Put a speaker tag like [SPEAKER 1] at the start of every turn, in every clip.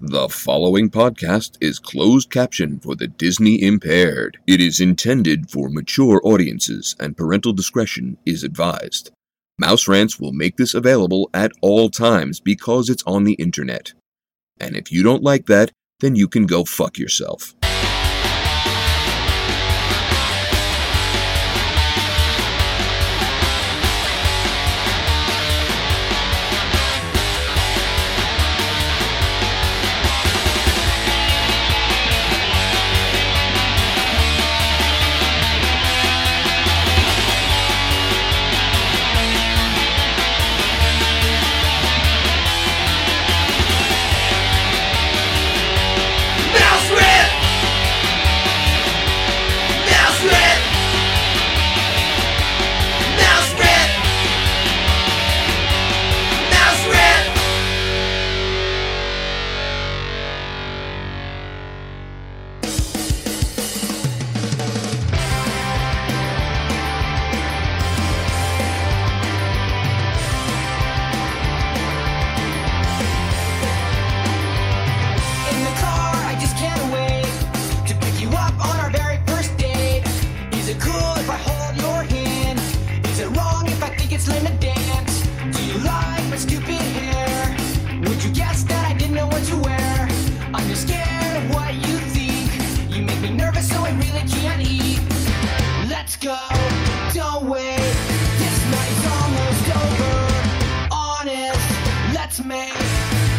[SPEAKER 1] The following podcast is closed caption for the Disney impaired. It is intended for mature audiences and parental discretion is advised. Mouse Rants will make this available at all times because it's on the internet. And if you don't like that, then you can go fuck yourself.
[SPEAKER 2] Mouse Rant! Mouse Rant! Mouse Rant! Mouse Rant!
[SPEAKER 3] In the car, I just can't wait to pick you up on our very first date. Is it cool if I hold your hand? Is it wrong if I think it's lame to dance? Do you like my stupid hair? Would you guess that I didn't know what to wear? I'm just scared of what you think. You make me nervous, so I really can't eat. Let's go, don't wait. This night's almost over. Honest, let's make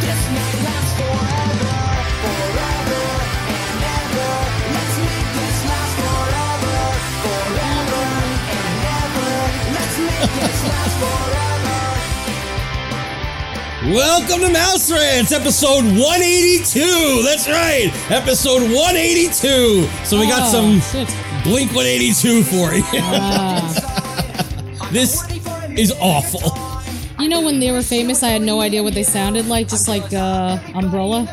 [SPEAKER 3] this night last forever. Forever and ever. Let's make this last forever. Forever and ever. Let's make this last forever.
[SPEAKER 4] Welcome to Mouse Rants, episode 182. That's right, episode 182. So we
[SPEAKER 5] Ah.
[SPEAKER 4] got
[SPEAKER 5] Oh,
[SPEAKER 4] some Blink 182 for you.
[SPEAKER 5] Uh,
[SPEAKER 4] This is awful.
[SPEAKER 5] You know when they were famous, I had no idea what they sounded like, just like uh, Umbrella.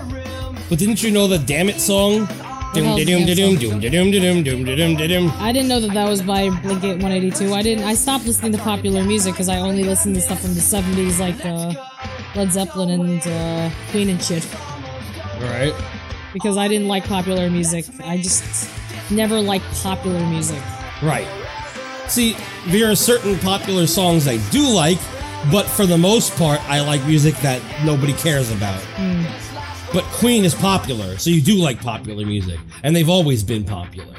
[SPEAKER 4] But didn't you know the Damn It song? Doom
[SPEAKER 5] hell's the
[SPEAKER 4] da-doom
[SPEAKER 5] Damn It
[SPEAKER 4] da-doom
[SPEAKER 5] song?
[SPEAKER 4] doom da-doom da-doom doom da-doom da-doom.
[SPEAKER 5] I didn't know that that was by Blink 182. I didn't. I stopped listening to popular music because I only listened to stuff from the 70s, like uh, Led Zeppelin and uh, Queen and shit,
[SPEAKER 4] All right.
[SPEAKER 5] because I didn't like popular music. I just never liked popular music.
[SPEAKER 4] Right. See, there are certain popular songs I do like, but for the most part, I like music that nobody cares about.
[SPEAKER 5] Hmm.
[SPEAKER 4] But Queen is popular, so you do like popular music, and they've always been popular.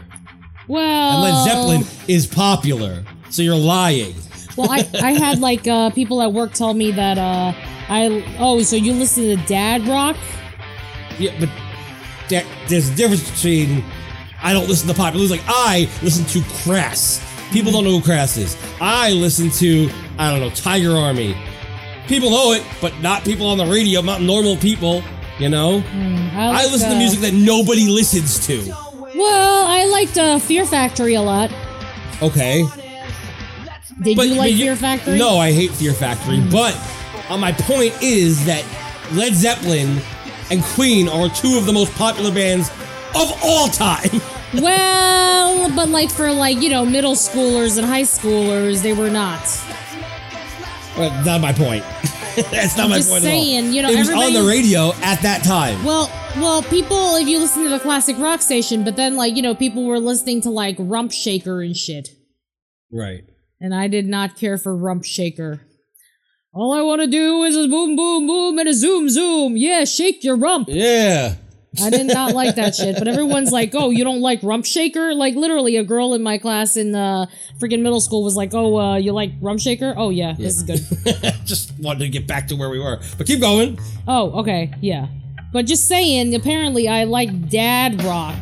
[SPEAKER 5] Well,
[SPEAKER 4] And
[SPEAKER 5] Oh.
[SPEAKER 4] Led Zeppelin is popular, so you're lying.
[SPEAKER 5] well, I, I had like uh, people at work tell me that uh, I oh, so you listen to dad rock?
[SPEAKER 4] Yeah, but that, there's a difference between I don't listen to popular. music. Like I listen to Crass. People don't know who Crass is. I listen to I don't know Tiger Army. People know it, but not people on the radio, not normal people. You know, I
[SPEAKER 5] like,
[SPEAKER 4] listen to
[SPEAKER 5] uh,
[SPEAKER 4] music that nobody listens to.
[SPEAKER 5] Well, I liked uh, Fear Factory a lot.
[SPEAKER 4] Okay,
[SPEAKER 5] Did you like
[SPEAKER 4] but
[SPEAKER 5] Fear Factory? Hmm.
[SPEAKER 4] No, I hate Fear Factory. But uh, my point is that Led Zeppelin and Queen are two of the most popular bands of all time.
[SPEAKER 5] Well, but like for like you know middle schoolers and high schoolers, they were not.
[SPEAKER 4] well, not my point. That's not my
[SPEAKER 5] just
[SPEAKER 4] point at all.
[SPEAKER 5] saying, you know,
[SPEAKER 4] it was on the
[SPEAKER 5] everybody-
[SPEAKER 4] radio at that time.
[SPEAKER 5] Well, well, people, if you listen to the classic rock station, but then like you know people were listening to like Rump Shaker and shit,
[SPEAKER 4] Right.
[SPEAKER 5] and I did not care for Rump Shaker. All I want to do is a boom, boom, boom, and a zoom, zoom. Yeah, shake your rump.
[SPEAKER 4] Yeah.
[SPEAKER 5] I did not like that shit. But everyone's like, "Oh, you don't like Rump Shaker?" Like literally, a girl in my class in uh, freaking middle school was like, "Oh, uh, you like Rump Shaker? Oh yeah, this is good."
[SPEAKER 4] Just wanted to get back to where we were, but keep going.
[SPEAKER 5] Oh, okay, yeah. But just saying, apparently I like dad rock.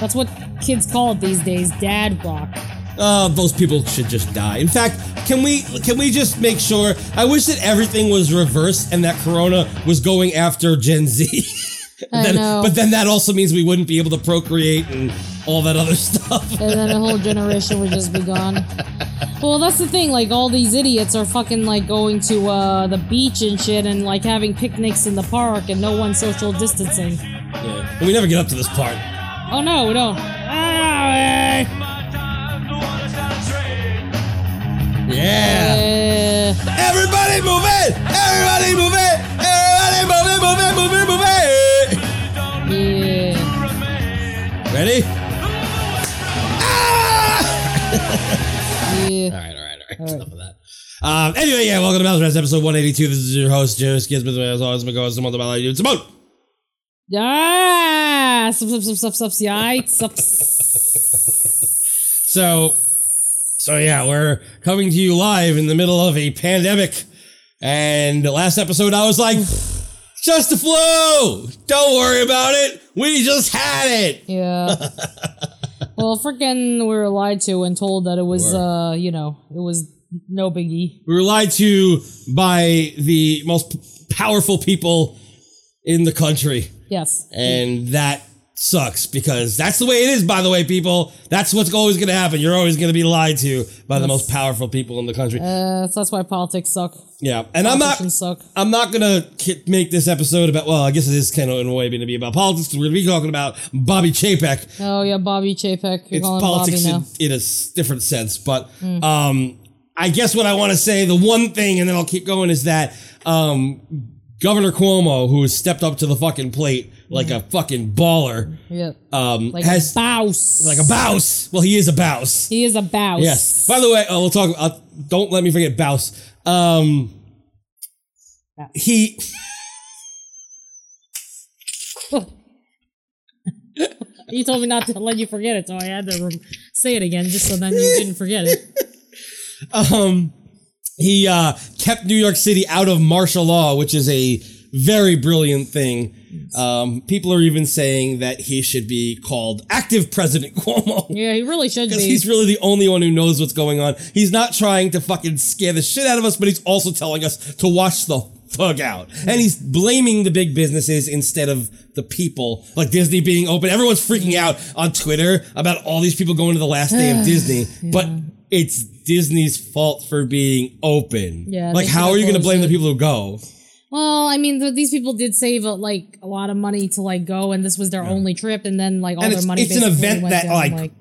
[SPEAKER 5] That's what kids call it these days, dad rock.
[SPEAKER 4] Uh, those people should just die. In fact, can we can we just make sure? I wish that everything was reversed and that Corona was going after Gen Z.
[SPEAKER 5] I
[SPEAKER 4] Then-
[SPEAKER 5] know.
[SPEAKER 4] But then that also means we wouldn't be able to procreate and all that other stuff.
[SPEAKER 5] And then a whole generation would just be gone. Well, that's the thing, like all these idiots are fucking like going to uh, the beach and shit and like having picnics in the park and no one social distancing.
[SPEAKER 4] Yeah. And we never get up to this part.
[SPEAKER 5] Oh no, we don't. Ah,
[SPEAKER 4] Yeah.
[SPEAKER 5] eh.
[SPEAKER 4] Everybody move it! Everybody move it! Everybody move it, move it, move it, move it!
[SPEAKER 5] eh,
[SPEAKER 4] Ready?
[SPEAKER 5] Yeah. eh.
[SPEAKER 4] All right, all right, all right.
[SPEAKER 5] All right.
[SPEAKER 4] Enough of that. Um, anyway, yeah, welcome to Mouse Rats, episode 182. This is your host, Jonas Gizmo, as always, my co-host, Simone, Simone, Simone, Simone.
[SPEAKER 5] Ah, sup, sup, sup, sup, sup, yeah, I- sup, sup.
[SPEAKER 4] So, so yeah, we're coming to you live in the middle of a pandemic. And the last episode, I was like, just the flu. Don't worry about it. We just had it.
[SPEAKER 5] Yeah. well, freaking, we were lied to and told that it was,
[SPEAKER 4] were.
[SPEAKER 5] uh, you know, it was no biggie.
[SPEAKER 4] We were lied to by the most powerful people in the country.
[SPEAKER 5] Yes.
[SPEAKER 4] And that sucks because that's the way it is, by the way, people. That's what's always going to happen. You're always going to be lied to by the most powerful people in the country.
[SPEAKER 5] Uh, so that's why politics suck.
[SPEAKER 4] yeah. And I'm not.
[SPEAKER 5] Politicians suck.
[SPEAKER 4] I'm not gonna ki- make this episode about. Well, I guess it is kind of in a way going to be about politics. 'cause We're gonna be talking about Bobby Chapek.
[SPEAKER 5] Oh yeah, Bobby Chapek. You're
[SPEAKER 4] It's
[SPEAKER 5] calling him Bobby
[SPEAKER 4] politics in,
[SPEAKER 5] now. Hmm.
[SPEAKER 4] in a s- different sense, but um, I guess what I want to say, the one thing, and then I'll keep going, is that um, Governor Cuomo, who has stepped up to the fucking plate like a fucking baller,
[SPEAKER 5] Yeah.
[SPEAKER 4] um,
[SPEAKER 5] Hmm. Like
[SPEAKER 4] has
[SPEAKER 5] a bouse.
[SPEAKER 4] like a bouse. Well, he is a bouse.
[SPEAKER 5] He is a bouse.
[SPEAKER 4] Yes. By the way, oh, we'll talk. Uh, don't let me forget Bouse. Um, he.
[SPEAKER 5] You told me not to let you forget it, so I had to rem- say it again, just so then you didn't forget it.
[SPEAKER 4] um, he uh, kept New York City out of martial law, which is a very brilliant thing. Um, people are even saying that he should be called active President Cuomo.
[SPEAKER 5] Yeah, he really should be.
[SPEAKER 4] Because he's really the only one who knows what's going on. He's not trying to fucking scare the shit out of us, but he's also telling us to watch the fuck out. And he's blaming the big businesses instead of the people. Like Disney being open. Everyone's freaking out on Twitter about all these people going to the last day of Disney. But it's Disney's fault for being open.
[SPEAKER 5] Yeah,
[SPEAKER 4] Like,
[SPEAKER 5] they
[SPEAKER 4] how
[SPEAKER 5] should've
[SPEAKER 4] are you going to
[SPEAKER 5] closed
[SPEAKER 4] blame the
[SPEAKER 5] it.
[SPEAKER 4] people who go?
[SPEAKER 5] Well, I mean, th- these people did save uh, like a lot of money to like go, and this was their only trip, and then like all
[SPEAKER 4] And
[SPEAKER 5] their
[SPEAKER 4] it's-
[SPEAKER 5] money.
[SPEAKER 4] it's an
[SPEAKER 5] basically
[SPEAKER 4] event
[SPEAKER 5] went
[SPEAKER 4] that,
[SPEAKER 5] down,
[SPEAKER 4] like,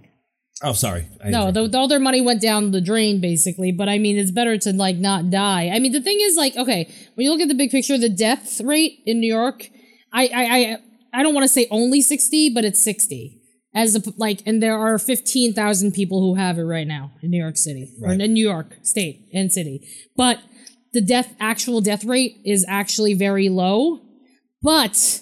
[SPEAKER 4] Oh, sorry. I
[SPEAKER 5] no,
[SPEAKER 4] interrupted.
[SPEAKER 5] the, all their money went down the drain basically. But I mean, it's better to like not die. I mean, the thing is like, okay, when you look at the big picture, the death rate in New York, I I I, I don't want to say only sixty, but it's sixty. As a, like, and there are fifteen thousand people who have it right now in New York City or
[SPEAKER 4] Right.
[SPEAKER 5] in New York State and city, but the death actual death rate is actually very low, but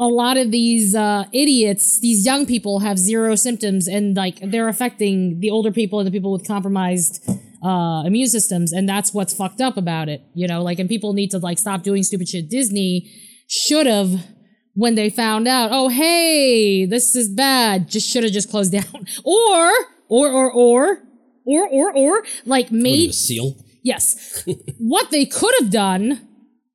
[SPEAKER 5] a lot of these uh, idiots, these young people, have zero symptoms, and like they're affecting the older people and the people with compromised uh, immune systems, and that's what's fucked up about it. You know, like, and people need to like stop doing stupid shit. Disney should have when they found out. Oh, hey, this is bad. Just should have just closed down, or or or or or or or like
[SPEAKER 4] What are you,
[SPEAKER 5] made
[SPEAKER 4] a seal.
[SPEAKER 5] Yes. what they could have done,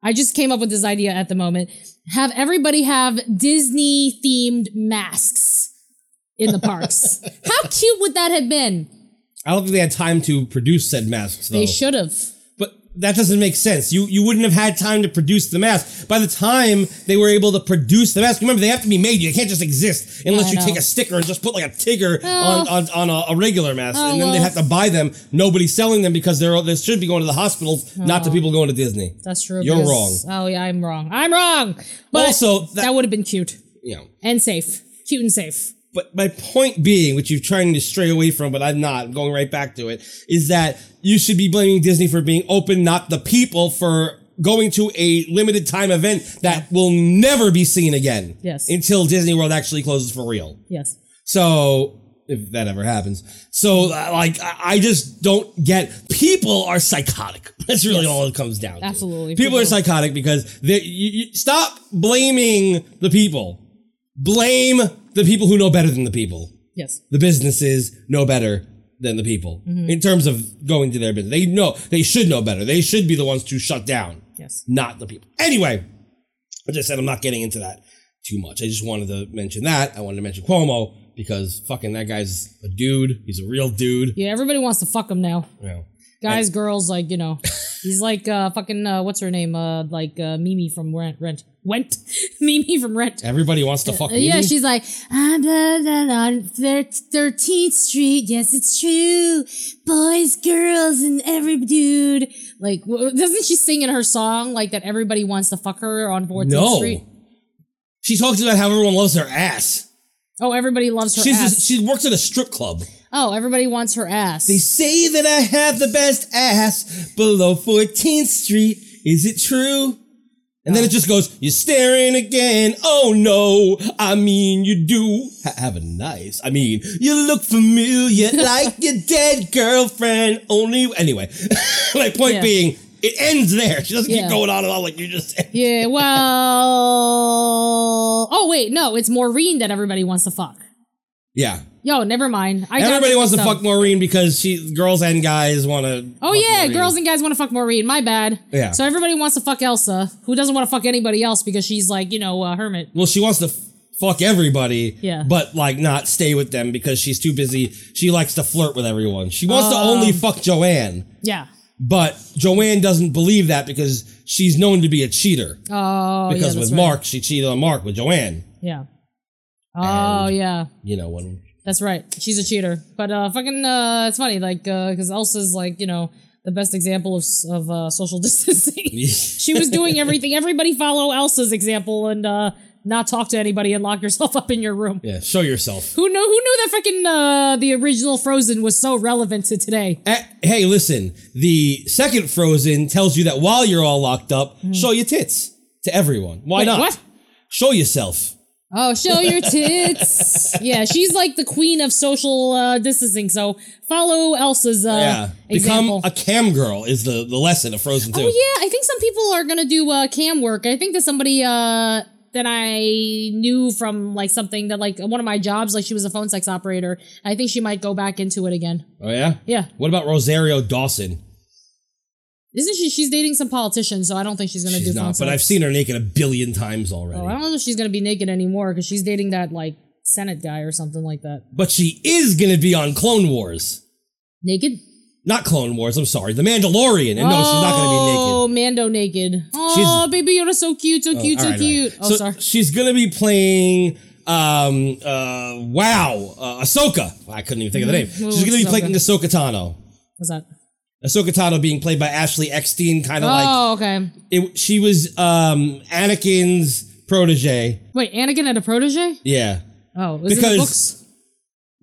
[SPEAKER 5] I just came up with this idea at the moment, have everybody have Disney themed masks in the parks. How cute would that have been?
[SPEAKER 4] I don't think they had time to produce said masks, though.
[SPEAKER 5] They should have.
[SPEAKER 4] But that doesn't make sense. You you wouldn't have had time to produce the mask. By the time they were able to produce the mask, remember they have to be made. You can't just exist unless
[SPEAKER 5] I
[SPEAKER 4] you
[SPEAKER 5] know.
[SPEAKER 4] take a sticker and just put like a Tigger on, on, on a, a regular mask,
[SPEAKER 5] Oh,
[SPEAKER 4] and then they
[SPEAKER 5] well.
[SPEAKER 4] have to buy them. Nobody's selling them because they're all- they should be going to the hospitals, not to people going to Disney.
[SPEAKER 5] That's true.
[SPEAKER 4] You're
[SPEAKER 5] because- Oh, yeah, I'm wrong. I'm wrong. But
[SPEAKER 4] Also,
[SPEAKER 5] that,
[SPEAKER 4] that-
[SPEAKER 5] would have been cute
[SPEAKER 4] You know.
[SPEAKER 5] and safe. Cute and safe.
[SPEAKER 4] But my point being, which you're trying to stray away from, but I'm not, I'm going right back to it, is that you should be blaming Disney for being open, not the people for going to a limited time event that will never be seen again.
[SPEAKER 5] Yes.
[SPEAKER 4] Until Disney World actually closes for real.
[SPEAKER 5] Yes.
[SPEAKER 4] So, if that ever happens. So, uh, like, I I just don't get. People are psychotic. That's really all it comes down to.
[SPEAKER 5] Absolutely.
[SPEAKER 4] People, are
[SPEAKER 5] People-
[SPEAKER 4] psychotic because they, you, you, stop blaming the people. Blame the people who know better than the people.
[SPEAKER 5] Yes.
[SPEAKER 4] The businesses know better than the people in terms of going to their business. They know, they should know better. They should be the ones to shut down
[SPEAKER 5] Yes.
[SPEAKER 4] not the people. Anyway, as I said, I'm not getting into that too much. I just wanted to mention that. I wanted to mention Cuomo because fucking that guy's a dude. He's a real dude.
[SPEAKER 5] Yeah, everybody wants to fuck him now.
[SPEAKER 4] You know.
[SPEAKER 5] Guys, girls, like, you know. He's like uh fucking uh what's her name? Uh like uh Mimi from Rent Rent. Went Mimi from Rent.
[SPEAKER 4] Everybody wants to fuck
[SPEAKER 5] Uh, Yeah,
[SPEAKER 4] Mimi.
[SPEAKER 5] she's like, "Ah, I'm blah, blah, blah, on thir- 13th Street. Yes, it's true. Boys, girls, and every dude. Like, w- doesn't she sing in her song, like, that everybody wants to fuck her on 14th
[SPEAKER 4] no.
[SPEAKER 5] Street?
[SPEAKER 4] She talks about how everyone loves her ass.
[SPEAKER 5] Oh, everybody loves her
[SPEAKER 4] She's
[SPEAKER 5] ass.
[SPEAKER 4] a, she works at a strip club.
[SPEAKER 5] oh, everybody wants her ass.
[SPEAKER 4] They say that I have the best ass below 14th Street. Is it true? And then it just goes, you're staring again. Oh no, I mean, you do ha- have a nice, I mean, you look familiar like your dead girlfriend. Only, anyway, my point
[SPEAKER 5] Yeah.
[SPEAKER 4] being, it ends there. She doesn't
[SPEAKER 5] Yeah.
[SPEAKER 4] keep going on and on like you just said.
[SPEAKER 5] yeah, well. Oh, wait, no, it's Maureen that everybody wants to fuck.
[SPEAKER 4] Yeah.
[SPEAKER 5] Yo, never mind. I got
[SPEAKER 4] Everybody
[SPEAKER 5] mixed
[SPEAKER 4] wants to
[SPEAKER 5] up.
[SPEAKER 4] fuck Maureen because she, girls and guys want to.
[SPEAKER 5] Oh yeah, girls and guys want to fuck Maureen. My bad.
[SPEAKER 4] Yeah.
[SPEAKER 5] So everybody wants to fuck Elsa, who doesn't want to fuck anybody else because she's like, you know, a hermit.
[SPEAKER 4] well, she wants to f- fuck everybody,
[SPEAKER 5] Yeah.
[SPEAKER 4] but like not stay with them because she's too busy. She likes to flirt with everyone. She wants to only
[SPEAKER 5] Um.
[SPEAKER 4] fuck Joanne,
[SPEAKER 5] Yeah.
[SPEAKER 4] but Joanne doesn't believe that because she's known to be a cheater.
[SPEAKER 5] Oh yeah.
[SPEAKER 4] because
[SPEAKER 5] that's
[SPEAKER 4] with
[SPEAKER 5] right.
[SPEAKER 4] Mark, she cheated on Mark with Joanne.
[SPEAKER 5] Yeah. Oh yeah.
[SPEAKER 4] You know when
[SPEAKER 5] That's right. She's a cheater. But uh, fucking, uh, it's funny, like, because Elsa's like, you know, the best example of s- of uh, social distancing. she was doing everything. Everybody follow Elsa's example and uh, not talk to anybody and lock yourself up in your room.
[SPEAKER 4] yeah, show yourself.
[SPEAKER 5] Who knew? Who knew that fucking uh, the original Frozen was so relevant to today?
[SPEAKER 4] Eh, hey, listen. The second Frozen tells you that while you're all locked up, show your tits to everyone. Why
[SPEAKER 5] Hmm. Wait,
[SPEAKER 4] not?
[SPEAKER 5] what?
[SPEAKER 4] Show yourself.
[SPEAKER 5] Oh, show your tits. yeah, she's like the queen of social uh, distancing. So follow Elsa's uh,
[SPEAKER 4] yeah,
[SPEAKER 5] example.
[SPEAKER 4] become a cam girl is the the lesson of Frozen Two.
[SPEAKER 5] oh yeah, I think some people are gonna do uh, cam work. I think that somebody uh, that I knew from like something that like one of my jobs, like she was a phone sex operator. I think she might go back into it again.
[SPEAKER 4] Oh yeah.
[SPEAKER 5] Yeah,
[SPEAKER 4] What about Rosario Dawson?
[SPEAKER 5] isn't she? She's dating some politician, so I don't think she's gonna
[SPEAKER 4] She's
[SPEAKER 5] do. phone
[SPEAKER 4] not, but
[SPEAKER 5] sex.
[SPEAKER 4] I've seen her naked a billion times already.
[SPEAKER 5] Oh, I don't know if she's gonna be naked anymore because she's dating that like Senate guy or something like that.
[SPEAKER 4] But she is going to be on Clone Wars.
[SPEAKER 5] Naked?
[SPEAKER 4] Not Clone Wars, I'm sorry. The Mandalorian. And no, she's not going to be naked.
[SPEAKER 5] Oh, Mando naked. Oh, baby Yoda, so cute, so cute,
[SPEAKER 4] All
[SPEAKER 5] so
[SPEAKER 4] right, all right.
[SPEAKER 5] cute. Oh,
[SPEAKER 4] So
[SPEAKER 5] sorry.
[SPEAKER 4] She's going to be playing um uh wow, uh, Ahsoka. I couldn't even think of the name.
[SPEAKER 5] Mm-hmm. Ooh,
[SPEAKER 4] She's going to be
[SPEAKER 5] Ahsoka.
[SPEAKER 4] playing Ahsoka Tano.
[SPEAKER 5] What's that?
[SPEAKER 4] Ahsoka Tano being played by Ashley Eckstein kind of like
[SPEAKER 5] Oh, okay.
[SPEAKER 4] it, she was um Anakin's protege.
[SPEAKER 5] Wait, Anakin had a protege?
[SPEAKER 4] Yeah.
[SPEAKER 5] Oh, was it in
[SPEAKER 4] Because-
[SPEAKER 5] the books? Oh.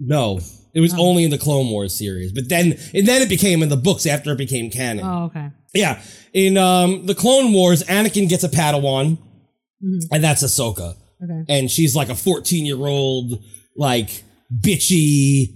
[SPEAKER 4] No, it was only in the Clone Wars series, but then and then it became in the books after it became canon.
[SPEAKER 5] Oh, okay.
[SPEAKER 4] Yeah, in um, the Clone Wars, Anakin gets a Padawan, and that's Ahsoka,
[SPEAKER 5] Mm-hmm. Okay.
[SPEAKER 4] and she's like a fourteen-year-old, like bitchy,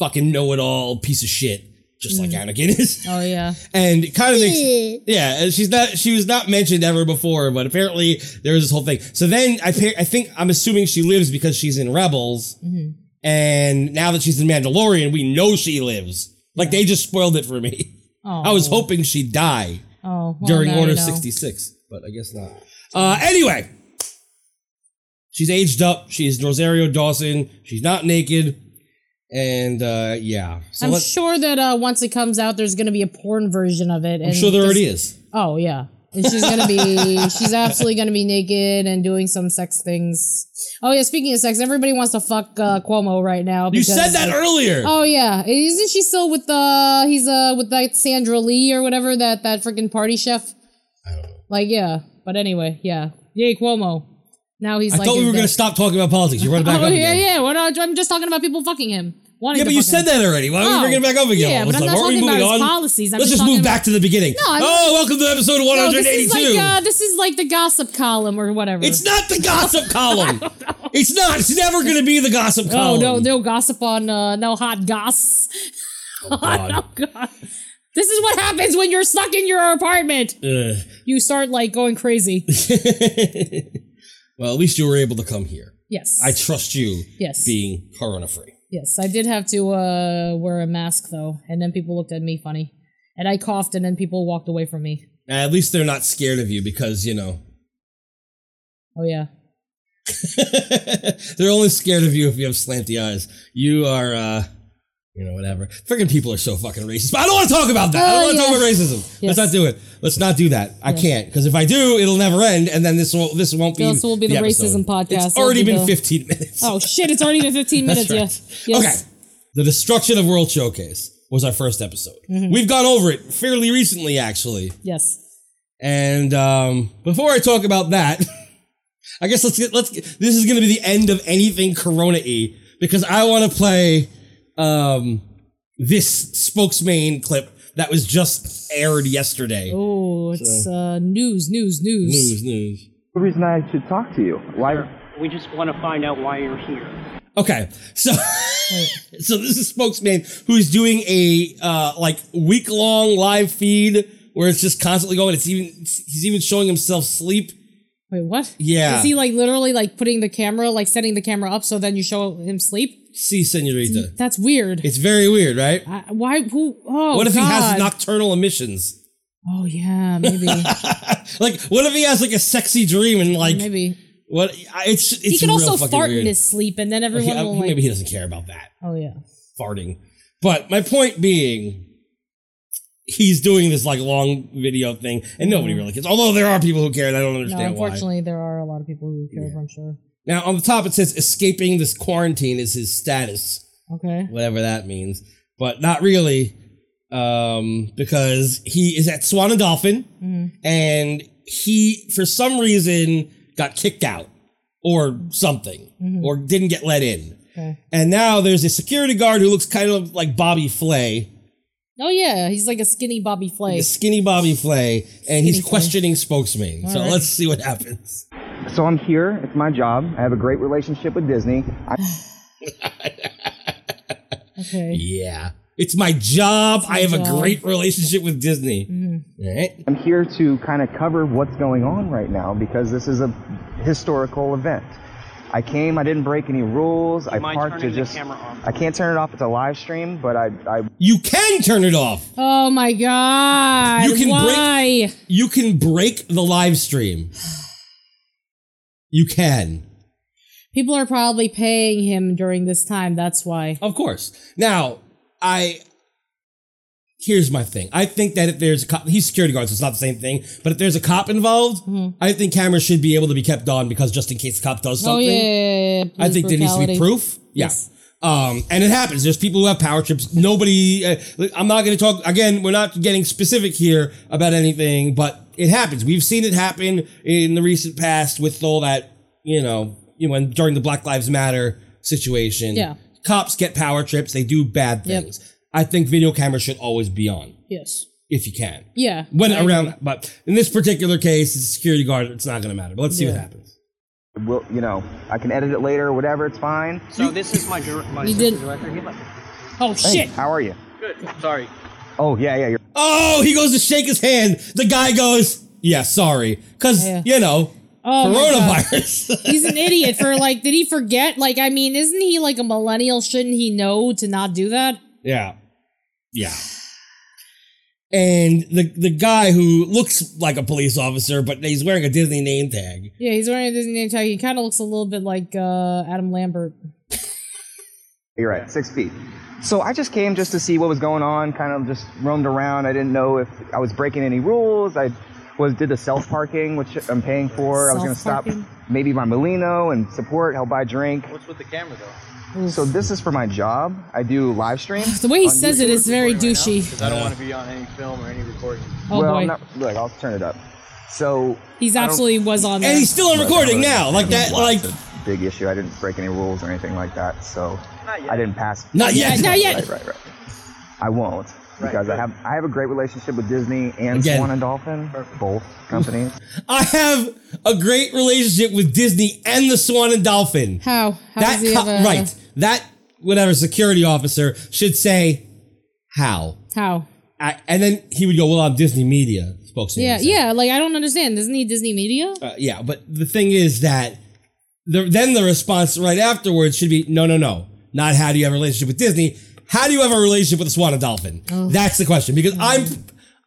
[SPEAKER 4] fucking know-it-all piece of shit, just like Anakin is,
[SPEAKER 5] Oh, yeah.
[SPEAKER 4] and it kind of makes yeah. and She's not she was not mentioned ever before, but apparently there was this whole thing. So then I pa- I think I'm assuming she lives because she's in Rebels.
[SPEAKER 5] Mm-hmm.
[SPEAKER 4] And now that she's in Mandalorian, we know she lives. Like they just spoiled it for me.
[SPEAKER 5] Oh,
[SPEAKER 4] I was hoping she'd die
[SPEAKER 5] oh, well,
[SPEAKER 4] during
[SPEAKER 5] now you
[SPEAKER 4] Order
[SPEAKER 5] know.
[SPEAKER 4] 66, but I guess not. Uh, anyway, she's aged up. She's Rosario Dawson. She's not naked. And uh, yeah. So
[SPEAKER 5] I'm
[SPEAKER 4] let-
[SPEAKER 5] sure that uh, once it comes out, there's going to be a porn version of it. And
[SPEAKER 4] I'm sure there
[SPEAKER 5] just-
[SPEAKER 4] already is.
[SPEAKER 5] Oh, yeah. And she's going to be, she's absolutely going to be naked and doing some sex things. Oh, yeah. Speaking of sex, everybody wants to fuck uh, Cuomo right now.
[SPEAKER 4] You said
[SPEAKER 5] because-
[SPEAKER 4] that earlier.
[SPEAKER 5] Oh yeah, isn't she still with uh he's uh with like Sandra Lee or whatever that that freaking party chef?
[SPEAKER 4] I don't know.
[SPEAKER 5] Like yeah, but anyway, yeah, yay Cuomo. Now he's
[SPEAKER 4] I
[SPEAKER 5] like.
[SPEAKER 4] thought we
[SPEAKER 5] his
[SPEAKER 4] were going to
[SPEAKER 5] best-
[SPEAKER 4] stop talking about politics. You run it back
[SPEAKER 5] Oh
[SPEAKER 4] up
[SPEAKER 5] yeah,
[SPEAKER 4] again.
[SPEAKER 5] yeah. We're not, I'm just talking about people fucking him. wanting
[SPEAKER 4] Yeah,
[SPEAKER 5] to
[SPEAKER 4] but you
[SPEAKER 5] fuck
[SPEAKER 4] said
[SPEAKER 5] him.
[SPEAKER 4] that already. Why are
[SPEAKER 5] Oh,
[SPEAKER 4] we bringing it back up again?
[SPEAKER 5] yeah,
[SPEAKER 4] I
[SPEAKER 5] but
[SPEAKER 4] was
[SPEAKER 5] I'm
[SPEAKER 4] like,
[SPEAKER 5] not
[SPEAKER 4] weren't we
[SPEAKER 5] talking about
[SPEAKER 4] moving
[SPEAKER 5] his
[SPEAKER 4] on?
[SPEAKER 5] policies. I'm
[SPEAKER 4] Let's
[SPEAKER 5] just
[SPEAKER 4] just move
[SPEAKER 5] talking
[SPEAKER 4] back to the beginning.
[SPEAKER 5] I'm-
[SPEAKER 4] oh, welcome to episode
[SPEAKER 5] No, this is
[SPEAKER 4] 182.
[SPEAKER 5] like uh, this is like the gossip column or whatever.
[SPEAKER 4] It's not the gossip column. It's not. It's never going to be the gossip
[SPEAKER 5] oh
[SPEAKER 4] column.
[SPEAKER 5] no, no gossip on uh, no hot goss.
[SPEAKER 4] God.
[SPEAKER 5] God. This is what happens when you're stuck in your apartment.
[SPEAKER 4] Ugh.
[SPEAKER 5] You start like going crazy.
[SPEAKER 4] well, at least you were able to come here.
[SPEAKER 5] Yes.
[SPEAKER 4] I trust you
[SPEAKER 5] Yes.
[SPEAKER 4] being corona free.
[SPEAKER 5] Yes, I did have to uh, wear a mask though, and then people looked at me funny, and I coughed, and then people walked away from me.
[SPEAKER 4] At least they're not scared of you because, you know,
[SPEAKER 5] Oh yeah,
[SPEAKER 4] they're only scared of you if you have slanty eyes. You are, uh, you know, whatever. Freaking people are so fucking racist. But I don't want to talk about that. I don't
[SPEAKER 5] Oh,
[SPEAKER 4] want to
[SPEAKER 5] yeah.
[SPEAKER 4] talk about racism.
[SPEAKER 5] Yes.
[SPEAKER 4] Let's not do it. Let's not do that. I can't because if I do, it'll never end, and then this will this won't be.
[SPEAKER 5] This will be the racism
[SPEAKER 4] episode.
[SPEAKER 5] podcast.
[SPEAKER 4] It's
[SPEAKER 5] It'll
[SPEAKER 4] already
[SPEAKER 5] be
[SPEAKER 4] been
[SPEAKER 5] the-
[SPEAKER 4] 15 minutes.
[SPEAKER 5] Oh shit! It's already been fifteen minutes.
[SPEAKER 4] That's
[SPEAKER 5] Yes.
[SPEAKER 4] right.
[SPEAKER 5] Yes.
[SPEAKER 4] Okay. The destruction of World Showcase was our first episode.
[SPEAKER 5] Mm-hmm.
[SPEAKER 4] We've gone over it fairly recently, actually.
[SPEAKER 5] Yes.
[SPEAKER 4] And um, before I talk about that, I guess let's get let's. Get, this is going to be the end of anything Corona y because I want to play um this spokesman clip that was just aired yesterday.
[SPEAKER 5] Oh, it's uh, news, news, news.
[SPEAKER 4] News, news.
[SPEAKER 6] the reason I should talk to you. Why?
[SPEAKER 7] We just want to find out why you're here.
[SPEAKER 4] Okay, so so this is spokesman who's doing a uh like week long live feed where it's just constantly going. It's even he's even showing himself sleep.
[SPEAKER 5] Wait, what?
[SPEAKER 4] Yeah.
[SPEAKER 5] Is he like literally like putting the camera, like setting the camera up so then you show him sleep?
[SPEAKER 4] See, senorita,
[SPEAKER 5] That's weird.
[SPEAKER 4] it's very weird, right?
[SPEAKER 5] I, why? Who? Oh,
[SPEAKER 4] What if he has
[SPEAKER 5] God.
[SPEAKER 4] nocturnal emissions?
[SPEAKER 5] Oh yeah, maybe,
[SPEAKER 4] Like, what if he has like a sexy dream and like
[SPEAKER 5] maybe.
[SPEAKER 4] what? I- It's it's
[SPEAKER 5] he can
[SPEAKER 4] real
[SPEAKER 5] also
[SPEAKER 4] fucking
[SPEAKER 5] fart
[SPEAKER 4] weird.
[SPEAKER 5] in his sleep, and then
[SPEAKER 4] He-
[SPEAKER 5] everyone
[SPEAKER 4] I-
[SPEAKER 5] will like.
[SPEAKER 4] maybe he doesn't care about that
[SPEAKER 5] Oh yeah.
[SPEAKER 4] farting. But my point being, he's doing this like long video thing, and nobody really cares. Although there are people who care, and I don't
[SPEAKER 5] No,
[SPEAKER 4] understand why.
[SPEAKER 5] Mm-hmm. unfortunately, there are a lot of people who care. I'm sure.
[SPEAKER 4] Now on the top it says escaping this quarantine is his status,
[SPEAKER 5] Okay.
[SPEAKER 4] whatever that means, but not really, um, because he is at Swan and Dolphin.
[SPEAKER 5] Mhm.
[SPEAKER 4] and he for some reason got kicked out or something
[SPEAKER 5] Mhm.
[SPEAKER 4] or didn't get let in
[SPEAKER 5] Okay.
[SPEAKER 4] and now there's a security guard who looks kind of like bobby flay
[SPEAKER 5] Oh yeah, he's like a skinny Bobby Flay.
[SPEAKER 4] a skinny bobby flay and he's
[SPEAKER 5] Skinny Flay.
[SPEAKER 4] questioning spokesman so
[SPEAKER 5] right.
[SPEAKER 4] let's see what happens
[SPEAKER 6] So I'm here. It's my job. I have a great relationship with Disney. I
[SPEAKER 5] Okay.
[SPEAKER 4] yeah it's my job
[SPEAKER 5] my
[SPEAKER 4] i have a
[SPEAKER 5] job.
[SPEAKER 4] great relationship with disney
[SPEAKER 5] Mhm.
[SPEAKER 4] All right
[SPEAKER 6] I'm here to kind of cover what's going on right now because this is a historical event. I came. I didn't break any rules. I
[SPEAKER 7] mind
[SPEAKER 6] parked to
[SPEAKER 7] turning the
[SPEAKER 6] just.
[SPEAKER 7] camera off?
[SPEAKER 6] I can't turn it off. It's a live stream, but I. I
[SPEAKER 4] you can turn it off
[SPEAKER 5] Oh my God.
[SPEAKER 4] You can break-
[SPEAKER 5] Why?
[SPEAKER 4] you can break the live stream you can
[SPEAKER 5] People are probably paying him during this time. That's why.
[SPEAKER 4] Of course. Now, I here's my thing. I think that if there's a cop, he's security guard, so it's not the same thing. But if there's a cop involved,
[SPEAKER 5] Mm-hmm.
[SPEAKER 4] I think cameras should be able to be kept on because just in case the cop does
[SPEAKER 5] Oh
[SPEAKER 4] something,
[SPEAKER 5] yeah. yeah, yeah, yeah.
[SPEAKER 4] I think there needs to be
[SPEAKER 5] Brutality.
[SPEAKER 4] proof. Yeah.
[SPEAKER 5] Yes.
[SPEAKER 4] Um, and it happens. There's people who have power trips. Nobody. Uh, I'm not going to talk again. We're not getting specific here about anything, but it happens. We've seen it happen in the recent past with all that. You know, you know, when during the Black Lives Matter situation,
[SPEAKER 5] Yeah.
[SPEAKER 4] cops get power trips. They do bad
[SPEAKER 5] Yep.
[SPEAKER 4] things. I think video cameras should always be on
[SPEAKER 5] Yes.
[SPEAKER 4] if you can.
[SPEAKER 5] Yeah.
[SPEAKER 4] When
[SPEAKER 5] I-
[SPEAKER 4] around, but in this particular case, it's a security guard. It's not going to matter. But let's see what
[SPEAKER 5] Yeah.
[SPEAKER 4] happens.
[SPEAKER 6] will. You know. I can edit it later. Whatever. It's fine.
[SPEAKER 7] So this is my, dir- my
[SPEAKER 5] You
[SPEAKER 7] assistant
[SPEAKER 5] did-
[SPEAKER 7] director. He left.
[SPEAKER 5] Oh
[SPEAKER 6] Hey,
[SPEAKER 5] shit.
[SPEAKER 6] how are you?
[SPEAKER 7] Good. Sorry.
[SPEAKER 6] Oh yeah, yeah. You're
[SPEAKER 4] Oh, he goes to shake his hand. The guy goes, "Yeah, sorry," because
[SPEAKER 5] Yeah.
[SPEAKER 4] you know
[SPEAKER 5] Oh my God.
[SPEAKER 4] coronavirus.
[SPEAKER 5] He's an idiot for like. Did he forget? Like, I mean, isn't he like a millennial? Shouldn't he know to not do that?
[SPEAKER 4] yeah, yeah. And the the guy who looks like a police officer, but he's wearing a Disney name tag.
[SPEAKER 5] Yeah, he's wearing a Disney name tag. He kind of looks a little bit like uh, Adam Lambert.
[SPEAKER 6] You're right, six feet. So I just came just to see what was going on, kind of just roamed around. I didn't know if I was breaking any rules. I was did the self parking, which I'm paying for. I was going to stop
[SPEAKER 5] Self-parking?
[SPEAKER 6] maybe by Molino and support, help buy drink.
[SPEAKER 7] What's with the camera though?
[SPEAKER 6] So this is for my job. I do live streams.
[SPEAKER 5] The way he
[SPEAKER 6] on
[SPEAKER 5] says it
[SPEAKER 6] YouTube.
[SPEAKER 5] is very
[SPEAKER 7] Because
[SPEAKER 5] douchey.
[SPEAKER 7] I don't want to be on any film or any recording.
[SPEAKER 5] Oh
[SPEAKER 6] well,
[SPEAKER 5] boy,
[SPEAKER 6] Not, look, I'll turn it up. So
[SPEAKER 5] he's
[SPEAKER 6] I don't-
[SPEAKER 5] absolutely was on there.
[SPEAKER 4] And he's still on recording now, like that, like
[SPEAKER 6] big issue. I didn't break any rules or anything like that. So
[SPEAKER 7] Not yet.
[SPEAKER 6] I didn't pass.
[SPEAKER 4] not
[SPEAKER 5] Yeah,
[SPEAKER 4] yet.
[SPEAKER 5] not yet.
[SPEAKER 6] Right, right, right. I won't
[SPEAKER 7] Right,
[SPEAKER 6] because I
[SPEAKER 7] good.
[SPEAKER 6] have I have a great relationship with Disney and
[SPEAKER 4] Again.
[SPEAKER 6] Swan and Dolphin, both companies.
[SPEAKER 4] I have a great relationship with Disney and the Swan and Dolphin.
[SPEAKER 5] How? How
[SPEAKER 4] that
[SPEAKER 5] does he
[SPEAKER 4] co-
[SPEAKER 5] have a-
[SPEAKER 4] right, that whatever security officer should say, how.
[SPEAKER 5] How?
[SPEAKER 4] I, and then he would go, "Well, I'm Disney Media spokesman."
[SPEAKER 5] Yeah,
[SPEAKER 4] So,
[SPEAKER 5] yeah. Like I don't understand. Isn't he Disney Media?
[SPEAKER 4] uh, yeah. But the thing is that the, then the response right afterwards should be, "No, no, no, not how do you have a relationship with Disney? How do you have a relationship with the Swan and Dolphin?"
[SPEAKER 5] Oh.
[SPEAKER 4] That's the question because I'm.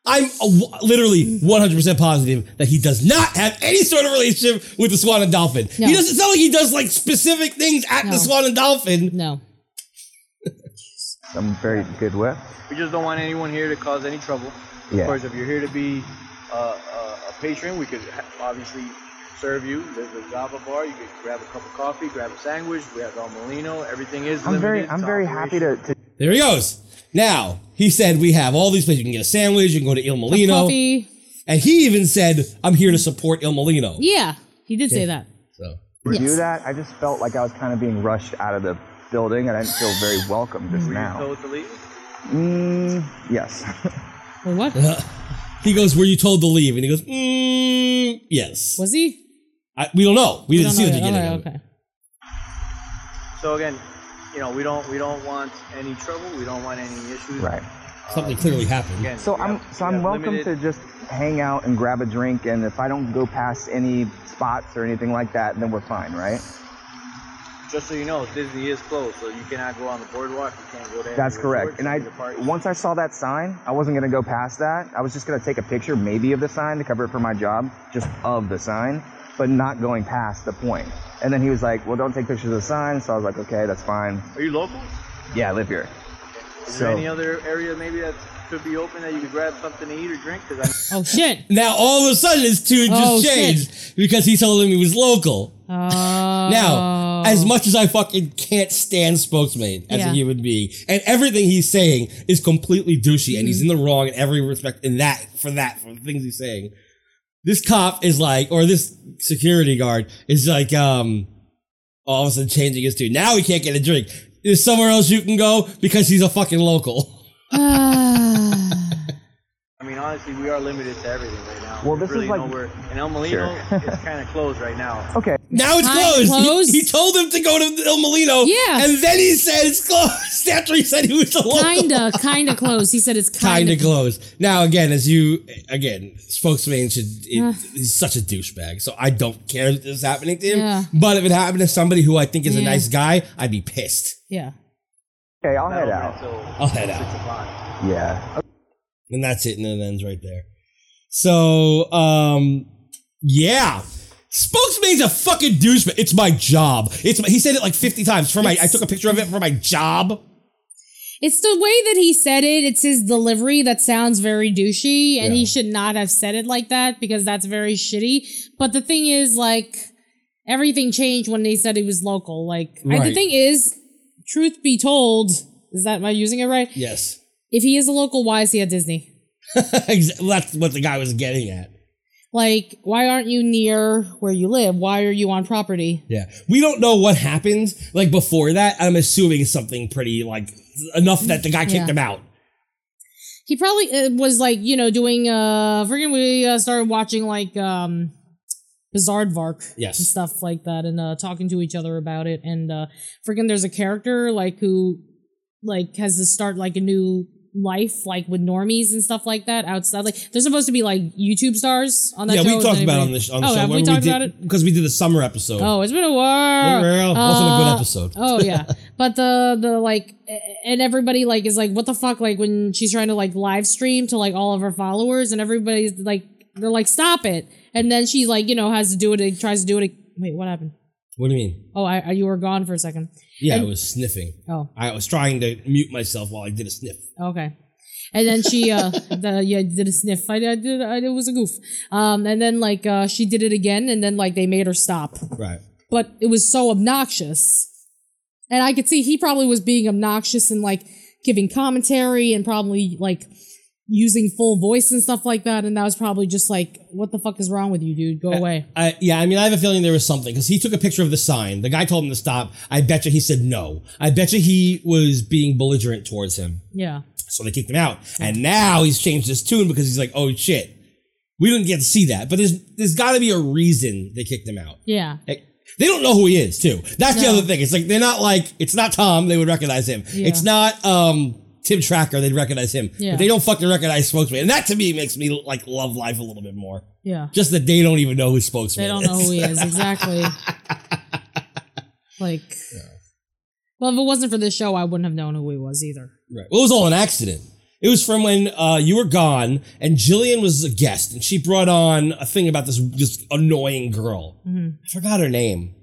[SPEAKER 4] I'm a w- literally 100% positive that he does not have any sort of relationship with the Swan and Dolphin.
[SPEAKER 5] No.
[SPEAKER 4] He doesn't sound like he does like specific things at the
[SPEAKER 5] No.
[SPEAKER 4] Swan and Dolphin.
[SPEAKER 5] No.
[SPEAKER 6] I'm very good with.
[SPEAKER 7] We just don't want anyone here to cause any trouble.
[SPEAKER 6] Yeah.
[SPEAKER 7] Of course, if you're here to be uh, uh, a patron, we could ha- obviously serve you. There's a Java bar. You could grab a cup of coffee, grab a sandwich. We have El Molino. Everything is.
[SPEAKER 6] I'm very
[SPEAKER 7] limited
[SPEAKER 6] I'm
[SPEAKER 7] to
[SPEAKER 6] very happy to, to
[SPEAKER 4] There he goes. Now, he said we have all these places. You can get a sandwich, you can go to Il Molino.
[SPEAKER 5] Coffee.
[SPEAKER 4] And he even said, I'm here to support Il Molino.
[SPEAKER 5] Yeah, he did say that.
[SPEAKER 4] So
[SPEAKER 6] review
[SPEAKER 5] Yes.
[SPEAKER 6] that. I just felt like I was kind of being rushed out of the building. I didn't feel very welcome just
[SPEAKER 7] Were you
[SPEAKER 6] now.
[SPEAKER 7] told to leave?
[SPEAKER 6] Mm, yes.
[SPEAKER 5] Or what?
[SPEAKER 4] he goes, "Were you told to leave?" And he goes, mm, "Yes."
[SPEAKER 5] Was he?
[SPEAKER 4] I, we don't know. We didn't
[SPEAKER 5] Don't
[SPEAKER 4] see the
[SPEAKER 5] know yet.
[SPEAKER 4] beginning. of
[SPEAKER 5] Alright,
[SPEAKER 4] it.
[SPEAKER 5] okay.
[SPEAKER 7] So again, you know, we don't we don't want any trouble. We don't want any issues.
[SPEAKER 6] right.
[SPEAKER 4] Something clearly happened.
[SPEAKER 7] Again,
[SPEAKER 6] So
[SPEAKER 7] we
[SPEAKER 6] I'm
[SPEAKER 7] have-
[SPEAKER 6] so
[SPEAKER 7] we
[SPEAKER 6] I'm
[SPEAKER 7] have
[SPEAKER 6] welcome
[SPEAKER 7] limited-
[SPEAKER 6] to just hang out and grab a drink, and if I don't go past any spots or anything like that, then we're fine, right?
[SPEAKER 7] Just so you know, Disney is closed, so you cannot go on the boardwalk. You can't go there.
[SPEAKER 6] That's
[SPEAKER 7] the
[SPEAKER 6] correct.
[SPEAKER 7] resorts,
[SPEAKER 6] And I
[SPEAKER 7] the parks.
[SPEAKER 6] once I saw that sign, I wasn't gonna go past that. I was just gonna take a picture, maybe of the sign to cover it for my job, just of the sign, but not going past the point. And then he was like, "Well, don't take pictures of the sign." So I was like, "Okay, that's fine.
[SPEAKER 7] Are you local?
[SPEAKER 6] Yeah, I live here."
[SPEAKER 7] Is
[SPEAKER 6] So-
[SPEAKER 7] there any other area maybe that could be open that you could grab something to eat or drink? Because
[SPEAKER 5] Oh shit.
[SPEAKER 4] Now all of a sudden his tune just
[SPEAKER 5] Oh,
[SPEAKER 4] changed because he told him he was local.
[SPEAKER 5] Oh.
[SPEAKER 4] Now, as much as I fucking can't stand Spokesman as a
[SPEAKER 5] Yeah.
[SPEAKER 4] human being, and everything he's saying is completely douchey, and
[SPEAKER 5] Mm-hmm.
[SPEAKER 4] he's in the wrong in every respect in that for that for the things he's saying. This cop is like, or this security guard is like, um, all of a sudden changing his tune. Now he can't get a drink. There's somewhere else you can go because he's a fucking local.
[SPEAKER 5] Oh.
[SPEAKER 7] I mean, honestly, we are limited to everything right now.
[SPEAKER 6] Well,
[SPEAKER 7] There's
[SPEAKER 6] this is
[SPEAKER 7] really
[SPEAKER 6] like-
[SPEAKER 7] nowhere. And El Molino
[SPEAKER 6] Sure.
[SPEAKER 7] is kind of closed right now.
[SPEAKER 6] Okay.
[SPEAKER 4] Now it's
[SPEAKER 5] Hi,
[SPEAKER 4] closed. He-
[SPEAKER 5] closed?
[SPEAKER 4] He, told him to go to El Molino.
[SPEAKER 5] Yeah.
[SPEAKER 4] And then he said it's closed after he said he was a local.
[SPEAKER 5] kinda, kinda close. He said it's
[SPEAKER 4] kind
[SPEAKER 5] kinda.
[SPEAKER 4] of glows. Now, again, as you again, spokesman should it,
[SPEAKER 5] Ugh.
[SPEAKER 4] he's such a douchebag. So I don't care that this is happening to him.
[SPEAKER 5] Yeah.
[SPEAKER 4] But if it happened to somebody who I think is a
[SPEAKER 5] Yeah.
[SPEAKER 4] nice guy, I'd be pissed.
[SPEAKER 5] yeah.
[SPEAKER 6] Okay, I'll
[SPEAKER 7] Not
[SPEAKER 6] head
[SPEAKER 7] open
[SPEAKER 6] out.
[SPEAKER 7] until
[SPEAKER 4] I'll head out.
[SPEAKER 7] Six o'clock.
[SPEAKER 6] Yeah.
[SPEAKER 4] And that's it, and it ends right there. So, um, yeah. Spokesman's a fucking douchebag. It's my job. It's my, he said it like fifty times. For my, I took a picture of it for my job.
[SPEAKER 5] It's the way that he said it. It's his delivery that sounds very douchey, and
[SPEAKER 4] Yeah.
[SPEAKER 5] he should not have said it like that because that's very shitty. But the thing is, like, everything changed when they said he was local. Like, I,
[SPEAKER 4] Right.
[SPEAKER 5] the thing is, truth be told, is that am I using it right?
[SPEAKER 4] Yes,
[SPEAKER 5] If he is a local, why is he at Disney?
[SPEAKER 4] Exa- that's what the guy was getting at.
[SPEAKER 5] Like, why aren't you near where you live? Why are you on property?
[SPEAKER 4] Yeah. We don't know what happened like before that. I'm assuming something pretty like enough that the guy kicked
[SPEAKER 5] Yeah.
[SPEAKER 4] him out.
[SPEAKER 5] He probably uh, was like, you know, doing uh freaking we uh, started watching like um Bizarre Vark
[SPEAKER 4] Yes.
[SPEAKER 5] and stuff like that and uh talking to each other about it and uh freaking there's a character like who like has to start like a new life like with normies and stuff like that outside like they're supposed to be like YouTube stars on that
[SPEAKER 4] Yeah,
[SPEAKER 5] show.
[SPEAKER 4] we
[SPEAKER 5] Is
[SPEAKER 4] talked about it
[SPEAKER 5] anybody-
[SPEAKER 4] on the, sh- on the
[SPEAKER 5] oh,
[SPEAKER 4] show.
[SPEAKER 5] have we
[SPEAKER 4] when
[SPEAKER 5] talked
[SPEAKER 4] did,
[SPEAKER 5] about it?
[SPEAKER 4] Because we did the summer episode.
[SPEAKER 5] Oh, it's been a while.
[SPEAKER 4] Well, wasn't a
[SPEAKER 5] Uh,
[SPEAKER 4] good episode.
[SPEAKER 5] Oh yeah, but the the like and everybody like is like what the fuck like when she's trying to like live stream to like all of her followers and everybody's like they're like stop it and then she like you know has to do it and tries to do it. Wait, what happened?
[SPEAKER 4] What do you mean?
[SPEAKER 5] Oh, I, I you were gone for a second.
[SPEAKER 4] Yeah, I
[SPEAKER 5] And-
[SPEAKER 4] was sniffing.
[SPEAKER 5] Oh,
[SPEAKER 4] I was trying to mute myself while I did a sniff.
[SPEAKER 5] okay. And then she uh the, yeah did a sniff. I, I did I, it was a goof. Um and then like uh she did it again and then like they made her stop.
[SPEAKER 4] Right.
[SPEAKER 5] but it was so obnoxious. And I could see he probably was being obnoxious and like giving commentary and probably like using full voice and stuff like that. And that was probably just like, what the fuck is wrong with you, dude? Go away.
[SPEAKER 4] I, yeah, I mean, I have a feeling there was something because he took a picture of the sign. The guy told him to stop. I bet you he said no. I bet you he was being belligerent towards him.
[SPEAKER 5] Yeah.
[SPEAKER 4] So they kicked him out. And now he's changed his tune because he's like, oh shit. We didn't get to see that. But there's there's gotta be a reason they kicked him out.
[SPEAKER 5] Yeah.
[SPEAKER 4] Like, they don't know who he is, too. That's the
[SPEAKER 5] No.
[SPEAKER 4] other thing. It's like they're not like it's not Tom, they would recognize him.
[SPEAKER 5] Yeah.
[SPEAKER 4] It's not um Tim Tracker, they'd recognize him.
[SPEAKER 5] Yeah.
[SPEAKER 4] But they don't fucking recognize Spokesman. And that to me makes me like love life a little bit more.
[SPEAKER 5] Yeah.
[SPEAKER 4] Just that they don't even know who Spokesman
[SPEAKER 5] They don't
[SPEAKER 4] is.
[SPEAKER 5] know who he is. Exactly. like, well, if it wasn't for this show, I wouldn't have known who he was either.
[SPEAKER 4] Right. Well, it was all an accident. It was from when uh, you were gone, and Jillian was a guest, and she brought on a thing about this this annoying girl. I forgot her name.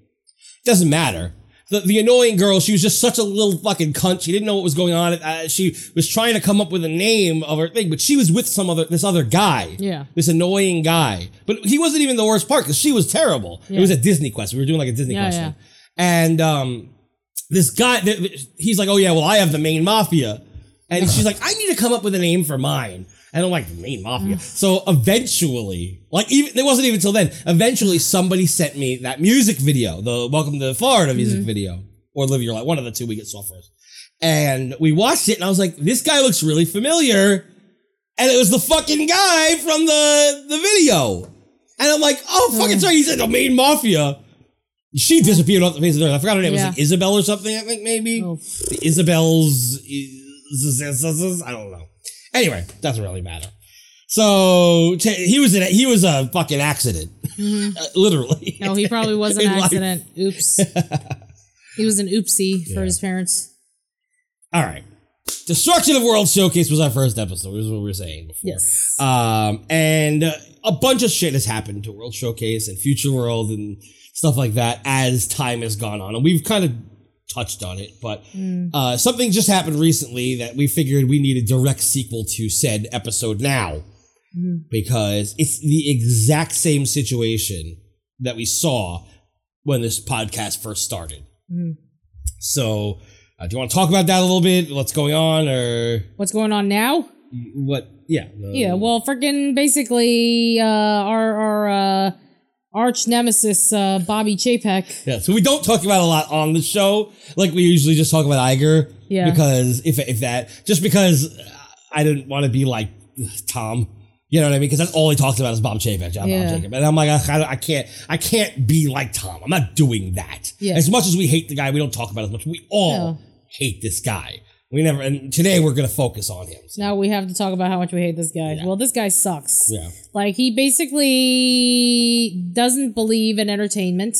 [SPEAKER 4] Doesn't matter. The, the annoying girl. She was just such a little fucking cunt. She didn't know what was going on. Uh, she was trying to come up with a name of her thing, but she was with some other this other guy.
[SPEAKER 5] Yeah.
[SPEAKER 4] This annoying guy. But he wasn't even the worst part because she was terrible. It
[SPEAKER 5] Yeah.
[SPEAKER 4] was a Disney quest. We were doing like a Disney
[SPEAKER 5] Yeah,
[SPEAKER 4] quest.
[SPEAKER 5] yeah.
[SPEAKER 4] thing. And um, this guy, th- th- he's like, oh yeah, well I have the main mafia, and she's like, I need to come up with a name for mine. I don't like the main
[SPEAKER 5] Mm.
[SPEAKER 4] mafia. So eventually, like even it wasn't even till then. Eventually, somebody sent me that music video, the "Welcome to Florida"
[SPEAKER 5] Mm-hmm.
[SPEAKER 4] music video, or "Live Your Life," one of the two. We get saw first, and we watched it, and I was like, "This guy looks really familiar," and it was the fucking guy from the the video, and I'm like, "Oh fucking sorry, he's in the main mafia." She disappeared off the face of the earth. I forgot her name. It was like
[SPEAKER 5] Yeah.
[SPEAKER 4] Isabel or something. I think maybe
[SPEAKER 5] Oh.
[SPEAKER 4] the Isabel's. I don't know. Anyway, doesn't really matter. So t- he was in a, he was a fucking accident, Uh, literally.
[SPEAKER 5] Mm-hmm. No, he probably was an
[SPEAKER 4] In life.
[SPEAKER 5] accident. Oops. he was an oopsie for his parents.
[SPEAKER 4] All right, destruction of world showcase was our first episode. Is what we were saying before.
[SPEAKER 5] Yes.
[SPEAKER 4] Um, and uh, a bunch of shit has happened to World Showcase and Future World and stuff like that as time has gone on. And we've kind of touched on it, but
[SPEAKER 5] Mm.
[SPEAKER 4] uh, something just happened recently that we figured we need a direct sequel to said episode now
[SPEAKER 5] Mm-hmm.
[SPEAKER 4] because it's the exact same situation that we saw when this podcast first started.
[SPEAKER 5] Mm-hmm.
[SPEAKER 4] So, uh, do you want to talk about that a little bit? What's going on or
[SPEAKER 5] What's going on now?
[SPEAKER 4] what? Yeah.
[SPEAKER 5] Yeah, well, freaking basically, uh, our our uh, arch nemesis, uh, Bobby Chapek.
[SPEAKER 4] Yeah, so we don't talk about a lot on the show. Like we usually just talk about Iger.
[SPEAKER 5] Yeah.
[SPEAKER 4] Because if if that just because uh, I didn't want to be like ugh, Tom. You know what I mean? Because that's all he talks about is Bob Chapek, John
[SPEAKER 5] Yeah.
[SPEAKER 4] Bob Jacob, and I'm like, I, I don't- I can't, I can't be like Tom. I'm not doing that.
[SPEAKER 5] Yeah.
[SPEAKER 4] As much as we hate the guy, we don't talk about it as much. We all
[SPEAKER 5] No.
[SPEAKER 4] hate this guy. We never. And today we're gonna focus on him. So,
[SPEAKER 5] Now we have to talk about how much we hate this guy. Well, this guy sucks.
[SPEAKER 4] yeah.
[SPEAKER 5] Like he basically doesn't believe in entertainment.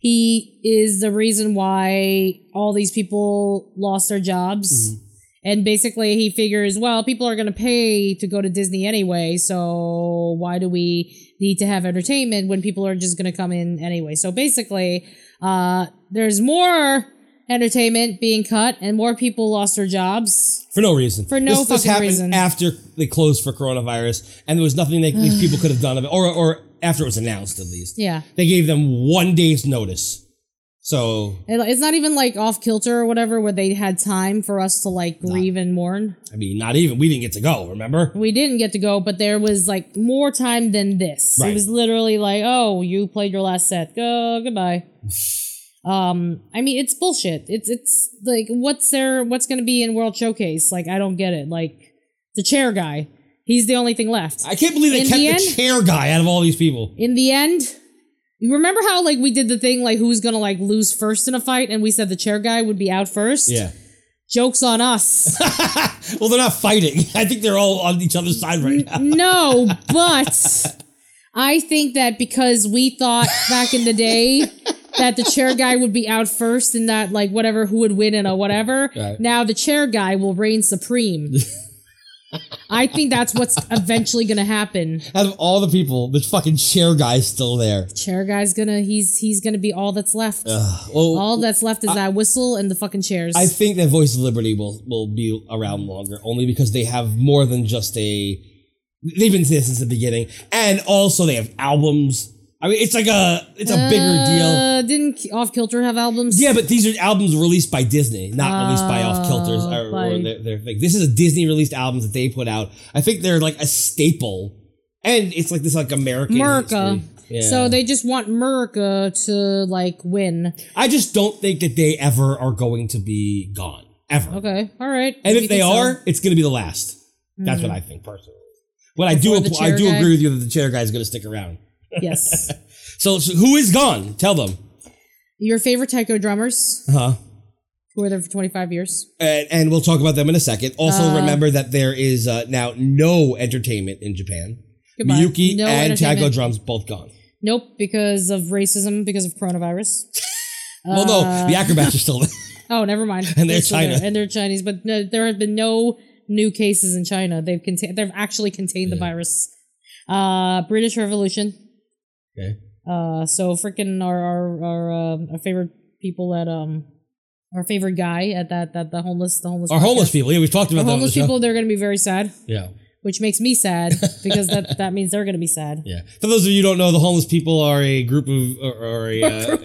[SPEAKER 5] He is the reason why all these people lost their jobs. And basically he figures, well, people are going to pay to go to Disney anyway, so why do we need to have entertainment when people are just going to come in anyway? So basically, uh there's more entertainment being cut and more people lost their jobs.
[SPEAKER 4] For no reason.
[SPEAKER 5] For no
[SPEAKER 4] this, this
[SPEAKER 5] fucking
[SPEAKER 4] happened
[SPEAKER 5] reason.
[SPEAKER 4] After they closed for coronavirus, and there was nothing that these people could have done, about, or or after it was announced at least.
[SPEAKER 5] Yeah.
[SPEAKER 4] They gave them one day's notice. So
[SPEAKER 5] It- It's not even like off kilter or whatever, where they had time for us to like grieve and mourn.
[SPEAKER 4] I mean, not even we didn't get to go. Remember?
[SPEAKER 5] We didn't get to go, but there was like more time than this.
[SPEAKER 4] Right.
[SPEAKER 5] It was literally like, oh, you played your last set. Go goodbye. um, I mean, it's bullshit. It's it's like what's there? What's going to be in World Showcase? Like, I don't get it. Like the chair guy, he's the only thing left.
[SPEAKER 4] I can't believe they
[SPEAKER 5] In
[SPEAKER 4] kept
[SPEAKER 5] the
[SPEAKER 4] the,
[SPEAKER 5] end-
[SPEAKER 4] chair guy out of all these people.
[SPEAKER 5] in the end. You remember how like we did the thing like who's gonna like lose first in a fight, and we said the chair guy would be out first.
[SPEAKER 4] Yeah.
[SPEAKER 5] jokes on us.
[SPEAKER 4] Well, they're not fighting. I think they're all on each other's side right now.
[SPEAKER 5] No, but I think that because we thought back in the day that the chair guy would be out first and that like whatever who would win and a whatever,
[SPEAKER 4] Right.
[SPEAKER 5] now the chair guy will reign supreme. I think that's what's eventually going to happen.
[SPEAKER 4] Out of all the people, the fucking chair guy's still there.
[SPEAKER 5] Chair guy's going to he's he's going to be all that's left.
[SPEAKER 4] Well,
[SPEAKER 5] all that's left is that whistle and the fucking chairs.
[SPEAKER 4] Uh, I think that Voice of Liberty will will be around longer, only because they have more than just a. They've been there since the beginning, and also they have albums. I mean, it's like a it's a bigger deal.
[SPEAKER 5] Uh, didn't Off Kilter have albums?
[SPEAKER 4] Yeah, but these are albums released by Disney, not released by Off Kilters
[SPEAKER 5] Oh,
[SPEAKER 4] or, or
[SPEAKER 5] by-
[SPEAKER 4] their, their thing. This is a Disney released album that they put out. I think they're like a staple, and it's like this like American
[SPEAKER 5] America.
[SPEAKER 4] history. Yeah.
[SPEAKER 5] So they just want America to like win.
[SPEAKER 4] I just don't think that they ever are going to be gone ever.
[SPEAKER 5] Okay, all right.
[SPEAKER 4] And
[SPEAKER 5] you
[SPEAKER 4] if they
[SPEAKER 5] think so. Mm-hmm.
[SPEAKER 4] are, it's going to be the last. That's what I think personally. But I do,
[SPEAKER 5] Before the
[SPEAKER 4] appl- I
[SPEAKER 5] chair
[SPEAKER 4] do
[SPEAKER 5] guy?
[SPEAKER 4] agree with you that the chair guy is going to stick around.
[SPEAKER 5] yes,
[SPEAKER 4] So, so who is gone? Tell them.
[SPEAKER 5] your favorite taiko drummers
[SPEAKER 4] Huh?
[SPEAKER 5] who were there for twenty five years.
[SPEAKER 4] And, and we'll talk about them in a second. Also,
[SPEAKER 5] Uh,
[SPEAKER 4] remember that there is uh, now no entertainment in Japan.
[SPEAKER 5] Goodbye.
[SPEAKER 4] Miyuki
[SPEAKER 5] No
[SPEAKER 4] and Taco
[SPEAKER 5] entertainment.
[SPEAKER 4] Drums both gone.
[SPEAKER 5] Nope, because of racism, because of coronavirus. Uh,
[SPEAKER 4] well, no, the acrobats are still there.
[SPEAKER 5] Oh, never mind.
[SPEAKER 4] And they're
[SPEAKER 5] still
[SPEAKER 4] China.
[SPEAKER 5] there, and they're Chinese, but no, there have been no new cases in China. They've contained. They've actually contained the virus. Uh, British Revolution.
[SPEAKER 4] Okay.
[SPEAKER 5] Uh, so freaking our our our, um our favorite people at um our favorite guy at that that the homeless the homeless
[SPEAKER 4] Our homeless
[SPEAKER 5] podcast.
[SPEAKER 4] people. Yeah, we've talked about
[SPEAKER 5] Our
[SPEAKER 4] them.
[SPEAKER 5] homeless
[SPEAKER 4] on the show.
[SPEAKER 5] people they're going to be very sad,
[SPEAKER 4] Yeah.
[SPEAKER 5] which makes me sad because that that means they're going to be sad.
[SPEAKER 4] Yeah. For those of you who don't know, the homeless people are a group of, or, or a, uh,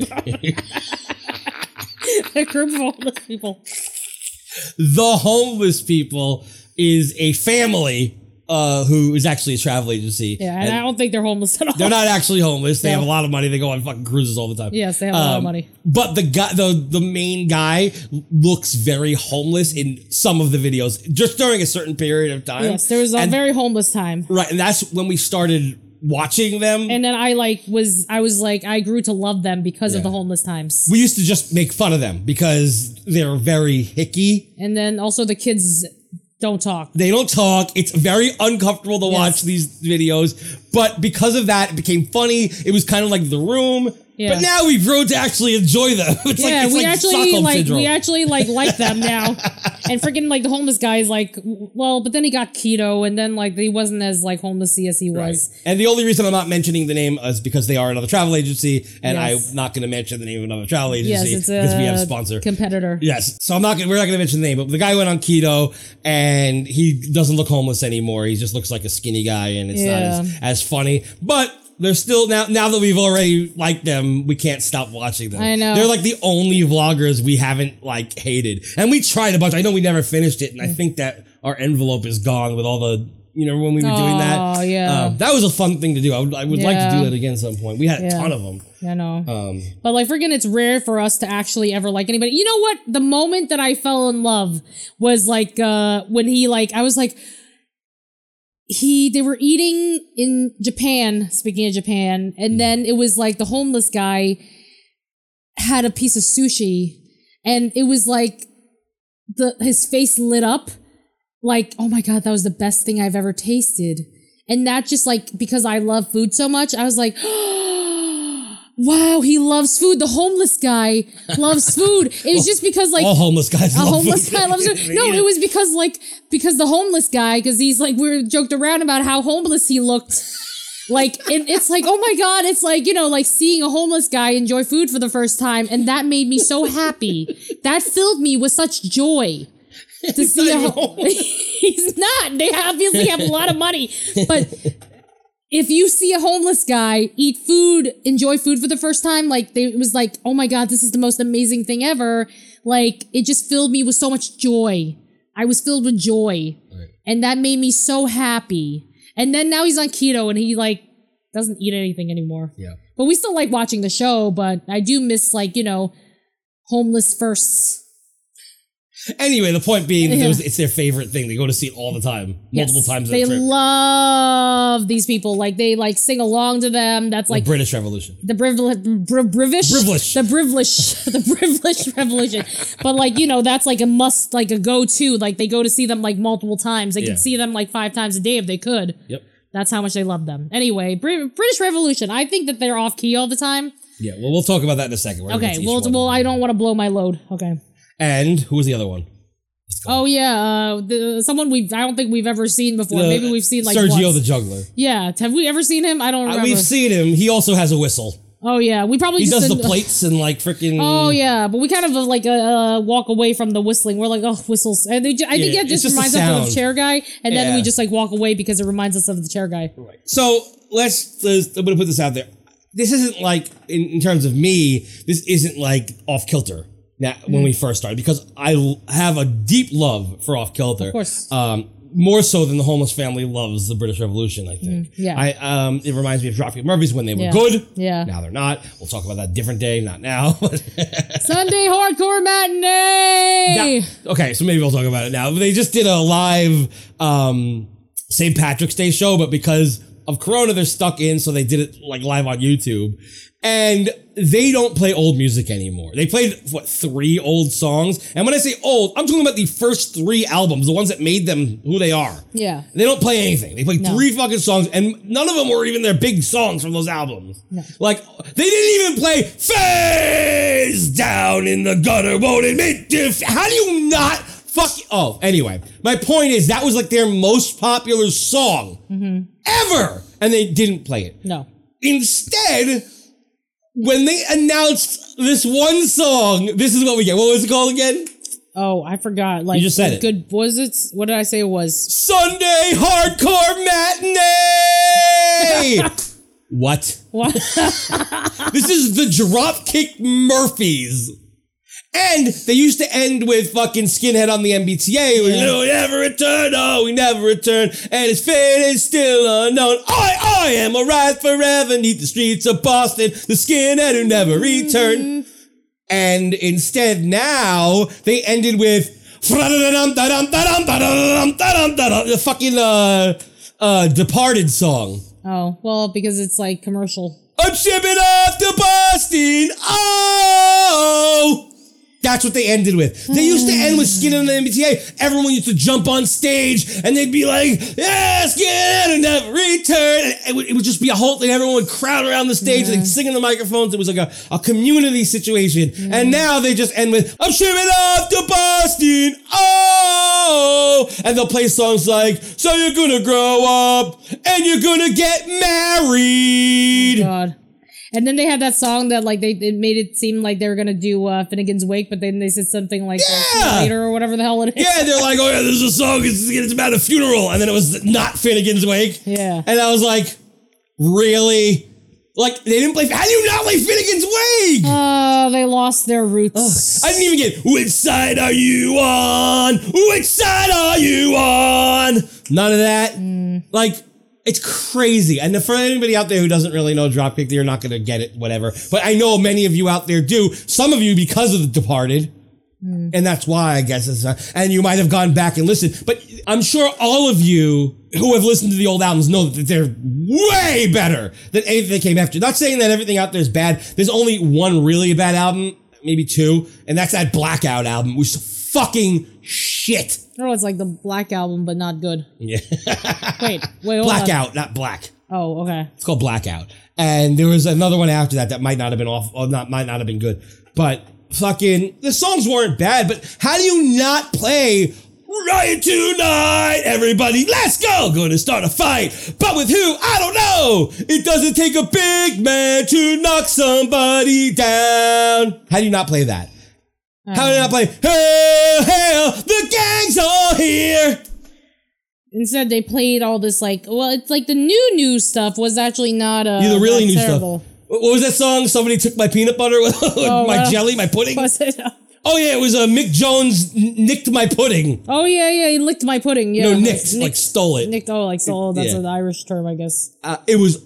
[SPEAKER 5] a group of homeless people.
[SPEAKER 4] the homeless people is a family uh, who is actually a travel agency.
[SPEAKER 5] Yeah, and, I don't think they're homeless at all.
[SPEAKER 4] they're not actually homeless. They
[SPEAKER 5] No.
[SPEAKER 4] have a lot of money. They go on fucking cruises all the time.
[SPEAKER 5] Yes, they have a lot of
[SPEAKER 4] Um,
[SPEAKER 5] money.
[SPEAKER 4] But the guy, the the main guy, looks very homeless in some of the videos, just during a certain period of time.
[SPEAKER 5] Yes, there was a
[SPEAKER 4] and-
[SPEAKER 5] very homeless time.
[SPEAKER 4] right, and that's when we started watching them.
[SPEAKER 5] And then I like was I was like I grew to love them because of the homeless times.
[SPEAKER 4] we used to just make fun of them because they're very hicky.
[SPEAKER 5] and then also the kids don't talk.
[SPEAKER 4] They don't talk. It's very uncomfortable to
[SPEAKER 5] Yes.
[SPEAKER 4] watch these videos. But because of that, it became funny. It was kind of like The Room.
[SPEAKER 5] Yeah.
[SPEAKER 4] But now we've grown to actually enjoy them. It's
[SPEAKER 5] yeah,
[SPEAKER 4] like, it's
[SPEAKER 5] we
[SPEAKER 4] like
[SPEAKER 5] actually
[SPEAKER 4] Stockholm
[SPEAKER 5] like
[SPEAKER 4] syndrome.
[SPEAKER 5] we actually like like them now. And freaking like the homeless guy is like, well, but then he got keto, and then like he wasn't as like homelessy as he was.
[SPEAKER 4] Right. And the only reason I'm not mentioning the name is because they are another travel agency, and
[SPEAKER 5] Yes.
[SPEAKER 4] I'm not going to mention the name of another travel agency
[SPEAKER 5] Yes, it's uh, a
[SPEAKER 4] because we have a sponsor.
[SPEAKER 5] competitor.
[SPEAKER 4] yes, so I'm not. Gonna, we're not going to mention the name, but the guy went on keto, and he doesn't look homeless anymore. He just looks like a skinny guy, and it's
[SPEAKER 5] Yeah.
[SPEAKER 4] not as, as funny. But they're still now. Now that we've already liked them, we can't stop watching them.
[SPEAKER 5] I know.
[SPEAKER 4] they're like the only vloggers we haven't like hated, and we tried a bunch. I know we never finished it, and
[SPEAKER 5] Mm.
[SPEAKER 4] I think that our envelope is gone with all the. You know when we were doing that?
[SPEAKER 5] Oh, yeah.
[SPEAKER 4] Um, that was a fun thing to do. I would, I would like to
[SPEAKER 5] Yeah.
[SPEAKER 4] do that again at some point. We had a
[SPEAKER 5] Yeah.
[SPEAKER 4] ton of them.
[SPEAKER 5] I know.
[SPEAKER 4] Um,
[SPEAKER 5] But like freaking it's rare for us to actually ever like anybody. You know what? The moment that I fell in love was like uh when he like I was like he they were eating in Japan, speaking of Japan, and then it was like the homeless guy had a piece of sushi and it was like the his face lit up like oh my god that was the best thing I've ever tasted. And that just like because I love food so much, I was like wow, he loves food. The homeless guy loves food. It was just because like
[SPEAKER 4] all homeless guys.
[SPEAKER 5] a
[SPEAKER 4] love
[SPEAKER 5] homeless
[SPEAKER 4] food.
[SPEAKER 5] guy loves food. No, it was because like because the homeless guy because he's like we were joked around about how homeless he looked. Like and it's like oh my god, it's like you know like seeing a homeless guy enjoy food for the first time, and that made me so happy. that filled me with such joy to see a
[SPEAKER 4] even
[SPEAKER 5] ho- he's not. They obviously have a lot of money, but. If you see a homeless guy eat food, enjoy food for the first time, like they, it was like, oh my god, this is the most amazing thing ever. Like it just filled me with so much joy. I was filled with joy, and that made me so happy. And then now he's on keto, and he like doesn't eat anything anymore.
[SPEAKER 4] Yeah.
[SPEAKER 5] But we still like watching the show, but I do miss like you know, homeless firsts.
[SPEAKER 4] Anyway, the point being, that
[SPEAKER 5] Yeah.
[SPEAKER 4] it was, it's their favorite thing. They go to see it all the time, multiple
[SPEAKER 5] Yes.
[SPEAKER 4] times. in
[SPEAKER 5] They
[SPEAKER 4] a trip.
[SPEAKER 5] love these people. Like they like sing along to them. That's
[SPEAKER 4] the
[SPEAKER 5] like
[SPEAKER 4] British Revolution.
[SPEAKER 5] the brivli- bri- brivish,
[SPEAKER 4] Brivlish.
[SPEAKER 5] the brivlish, the brivlish revolution. But like you know, that's like a must, like a go-to. Like they go to see them like multiple times. They
[SPEAKER 4] Yeah.
[SPEAKER 5] could see them like five times a day if they could.
[SPEAKER 4] Yep.
[SPEAKER 5] That's how much they love them. Anyway, Bri- British Revolution. I think that they're off key all the time.
[SPEAKER 4] Yeah. Well, we'll talk about that in a second. We're gonna get
[SPEAKER 5] Okay,
[SPEAKER 4] to each
[SPEAKER 5] well,
[SPEAKER 4] one.
[SPEAKER 5] well, I don't want to blow my load. Okay.
[SPEAKER 4] and who was the other one?
[SPEAKER 5] Oh yeah, uh, the, someone we I don't think we've ever seen before.
[SPEAKER 4] The-
[SPEAKER 5] Maybe we've seen like
[SPEAKER 4] Sergio
[SPEAKER 5] once.
[SPEAKER 4] the Juggler.
[SPEAKER 5] yeah, have we ever seen him? I don't
[SPEAKER 4] Uh,
[SPEAKER 5] remember.
[SPEAKER 4] we've seen him. He also has a whistle.
[SPEAKER 5] Oh yeah, we probably
[SPEAKER 4] He
[SPEAKER 5] just
[SPEAKER 4] does the
[SPEAKER 5] didn't-
[SPEAKER 4] plates and like freaking.
[SPEAKER 5] Oh yeah, but we kind of uh, like uh, uh, walk away from the whistling. We're like, oh, whistles. And they ju- I think
[SPEAKER 4] Yeah,
[SPEAKER 5] that
[SPEAKER 4] it's
[SPEAKER 5] just
[SPEAKER 4] just the
[SPEAKER 5] reminds us of
[SPEAKER 4] sound.
[SPEAKER 5] the chair guy, and then we
[SPEAKER 4] Yeah.
[SPEAKER 5] just like walk away because it reminds us of the chair guy.
[SPEAKER 4] So let's, let's. I'm gonna put this out there. This isn't like in, in terms of me. This isn't like off kilter. Now, when
[SPEAKER 5] Mm.
[SPEAKER 4] we first started, because I l- have a deep love for off kilter. Of
[SPEAKER 5] course.
[SPEAKER 4] Um, more so than the homeless family loves the British Revolution. I think.
[SPEAKER 5] Mm, yeah.
[SPEAKER 4] I um, it reminds me of Dropkick Murphys when they were
[SPEAKER 5] Yeah.
[SPEAKER 4] good.
[SPEAKER 5] Yeah.
[SPEAKER 4] Now they're not. We'll talk about that different day, not now.
[SPEAKER 5] Sunday hardcore matinee.
[SPEAKER 4] okay, so maybe we'll talk about it now. They just did a live um, St. Patrick's Day show, but because of Corona, they're stuck in, so they did it like live on YouTube. And they don't play old music anymore. They played what three old songs, and when I say old, I'm talking about the first three albums, the ones that made them who they are.
[SPEAKER 5] Yeah.
[SPEAKER 4] They don't play anything. They play
[SPEAKER 5] No.
[SPEAKER 4] three fucking songs, and none of them were even their big songs from those albums. Like they didn't even play "Face Down in the Gutter." Won't admit to f- How do you not fuck? Oh, anyway, my point is that was like their most popular song ever, and they didn't play it.
[SPEAKER 5] No.
[SPEAKER 4] Instead, when they announced this one song, this is what we get. What was it called again?
[SPEAKER 5] Oh, I forgot. Like
[SPEAKER 4] just said it.
[SPEAKER 5] Good was it? What did I say it was?
[SPEAKER 4] Sunday hardcore matinee. what?
[SPEAKER 5] What?
[SPEAKER 4] This is the Dropkick Murphys. And they used to end with fucking skinhead on the MBTA. We
[SPEAKER 5] Yeah.
[SPEAKER 4] "No, never return. Oh, we never return. And his fate is still unknown. I, I am a rise forever. Neath the streets of Boston, the skinhead who never returned. And instead now they ended with the fucking, uh, uh, departed song.
[SPEAKER 5] Oh, well, because it's like commercial.
[SPEAKER 4] I'm shipping off to Boston. Oh, that's what they ended with. They used to end with Skinner and the MBTA. Everyone used to jump on stage and they'd be like, "Yeah, Skinner and never return." And it would, it would just be a whole thing. Everyone would crowd around the stage and they'd sing in the microphones. It was like a, a community situation. And now they just end with, "I'm shipping off to Boston." Oh, and they'll play songs like, "So you're gonna grow up and you're gonna get married."
[SPEAKER 5] God. And then they had that song that like they it made it seem like they were gonna do uh, Finnegan's Wake, but then they said something like
[SPEAKER 4] Yeah!
[SPEAKER 5] uh, later or whatever the hell it is.
[SPEAKER 4] Yeah, they're like, oh yeah, this is a song. It's, it's about a funeral, and then it was not Finnegan's Wake.
[SPEAKER 5] Yeah.
[SPEAKER 4] and I was like, really? Like they didn't play. How do you not play Finnegan's Wake?
[SPEAKER 5] Uh, they lost their roots.
[SPEAKER 4] I didn't even get. Which side are you on? Which side are you on? None of that. Like. It's crazy. And for anybody out there who doesn't really know Dropkick, you're not going to get it, whatever. But I know many of you out there do. Some of you because of The Departed. And that's why I guess it's, uh, and you might have gone back and listened, but I'm sure all of you who have listened to the old albums know that they're way better than anything that came after. Not saying that everything out there is bad. There's only one really bad album, maybe two, and that's that Blackout album, which is fucking shit.
[SPEAKER 5] I don't know, it's like the Black Album, but not good.
[SPEAKER 4] Yeah.
[SPEAKER 5] Wait, wait, hold on.
[SPEAKER 4] Blackout, not black.
[SPEAKER 5] Oh, okay.
[SPEAKER 4] It's called Blackout. And there was another one after that that might not have been off, or not might not have been good. But fucking the songs weren't bad. But how do you not play Riot Tonight? Everybody, let's go, going to start a fight. But with who? I don't know. It doesn't take a big man to knock somebody down. How do you not play that? How do you not play? Hail, hail, the gang's all here.
[SPEAKER 5] Instead, they played all this like well, it's like the new new stuff was actually not uh,
[SPEAKER 4] Yeah, the really
[SPEAKER 5] not
[SPEAKER 4] new
[SPEAKER 5] terrible. Oh,
[SPEAKER 4] stuff. What what was that song? Somebody took my peanut butter, my
[SPEAKER 5] wow.
[SPEAKER 4] jelly, my pudding.
[SPEAKER 5] Was it?
[SPEAKER 4] Oh yeah, it was uh, Mick Jones n- nicked my pudding.
[SPEAKER 5] Oh yeah, yeah, he licked my pudding. Yeah,
[SPEAKER 4] no, nicked, like stole it.
[SPEAKER 5] nicked. Oh, like stole. That's
[SPEAKER 4] Yeah.
[SPEAKER 5] an Irish term, I guess.
[SPEAKER 4] Uh, it was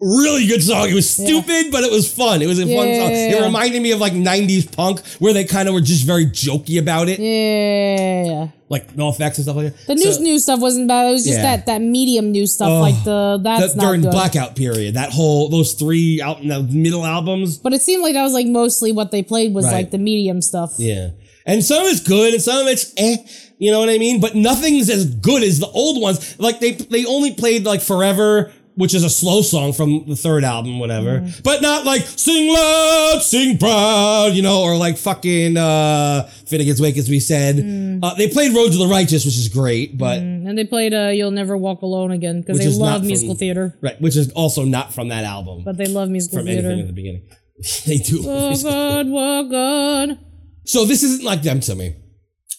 [SPEAKER 4] really good song. It was stupid, but it was fun. It was a fun
[SPEAKER 5] Yeah,
[SPEAKER 4] song.
[SPEAKER 5] yeah,
[SPEAKER 4] It
[SPEAKER 5] yeah.
[SPEAKER 4] reminded me of like '90s punk, where they kind of were just very jokey about it,
[SPEAKER 5] Yeah.
[SPEAKER 4] like no effects and stuff like that.
[SPEAKER 5] The
[SPEAKER 4] So-
[SPEAKER 5] news new stuff wasn't bad. It was just
[SPEAKER 4] Yeah.
[SPEAKER 5] that that medium new stuff,
[SPEAKER 4] Oh,
[SPEAKER 5] like the that's
[SPEAKER 4] that,
[SPEAKER 5] not
[SPEAKER 4] during
[SPEAKER 5] good.
[SPEAKER 4] blackout period, that whole those three out in the middle albums.
[SPEAKER 5] But it seemed like that was like mostly what they played was
[SPEAKER 4] Right.
[SPEAKER 5] like the medium stuff.
[SPEAKER 4] Yeah. And some of it's good and some of it's eh, you know what I mean? But nothing's as good as the old ones. Like they they only played like Forever, which is a slow song from the third album, whatever.
[SPEAKER 5] Mm-hmm.
[SPEAKER 4] But not like Sing Loud, Sing Proud, you know, or like fucking uh Finnegan's Wake, as we said.
[SPEAKER 5] Mm.
[SPEAKER 4] Uh, they played Road to the Righteous, which is great, but
[SPEAKER 5] And they played uh, "You'll Never Walk Alone Again" because
[SPEAKER 4] Which
[SPEAKER 5] they
[SPEAKER 4] is not
[SPEAKER 5] love
[SPEAKER 4] from-
[SPEAKER 5] musical theater.
[SPEAKER 4] right, which is also not from that album.
[SPEAKER 5] But they love musical
[SPEAKER 4] from anything at
[SPEAKER 5] theater.
[SPEAKER 4] the beginning. they do.
[SPEAKER 5] Oh God, oh God.
[SPEAKER 4] So this isn't like them to me,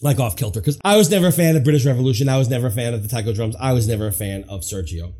[SPEAKER 4] like off kilter, because I was never a fan of British Revolution. I was never a fan of the taiko drums. I was never a fan of Sergio.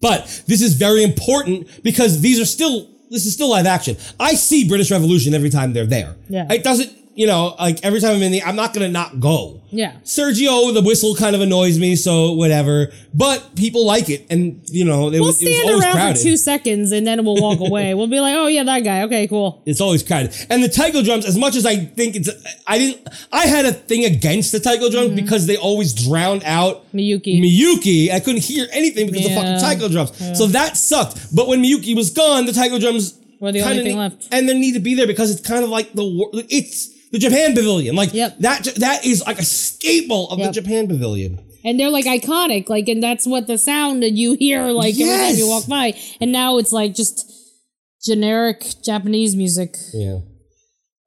[SPEAKER 4] But this is very important because these are still this is still live action. I see British Revolution every time they're there.
[SPEAKER 5] Yeah.
[SPEAKER 4] It doesn't, you know, like every time I'm in the, I'm not gonna not go.
[SPEAKER 5] Yeah.
[SPEAKER 4] Sergio, the whistle kind of annoys me, so whatever. But people like it, and you know, it
[SPEAKER 5] We'll
[SPEAKER 4] was, it was
[SPEAKER 5] stand
[SPEAKER 4] always
[SPEAKER 5] around
[SPEAKER 4] crowded.
[SPEAKER 5] for two seconds and then we'll walk away. We'll be like, "Oh yeah, that guy. Okay, cool."
[SPEAKER 4] It's always crowded. And the taiko drums, as much as I think it's, I didn't, I had a thing against the taiko drums because they always drowned out
[SPEAKER 5] Mm-hmm. Miyuki.
[SPEAKER 4] Miyuki. I couldn't hear anything because of
[SPEAKER 5] Yeah.
[SPEAKER 4] the fucking taiko drums. So that sucked. But when Miyuki was gone, the taiko drums
[SPEAKER 5] Were the only
[SPEAKER 4] kinda
[SPEAKER 5] thing
[SPEAKER 4] need-
[SPEAKER 5] left.
[SPEAKER 4] And they need to be there because it's kind of like the, wor- it's the Japan Pavilion. Like
[SPEAKER 5] Yep.
[SPEAKER 4] that, that is like a staple of
[SPEAKER 5] Yep.
[SPEAKER 4] the Japan Pavilion.
[SPEAKER 5] and they're like iconic like and that's what the sound that you hear like every time
[SPEAKER 4] Yes.
[SPEAKER 5] you walk by and now it's like just generic japanese music
[SPEAKER 4] Yeah. Oh, I want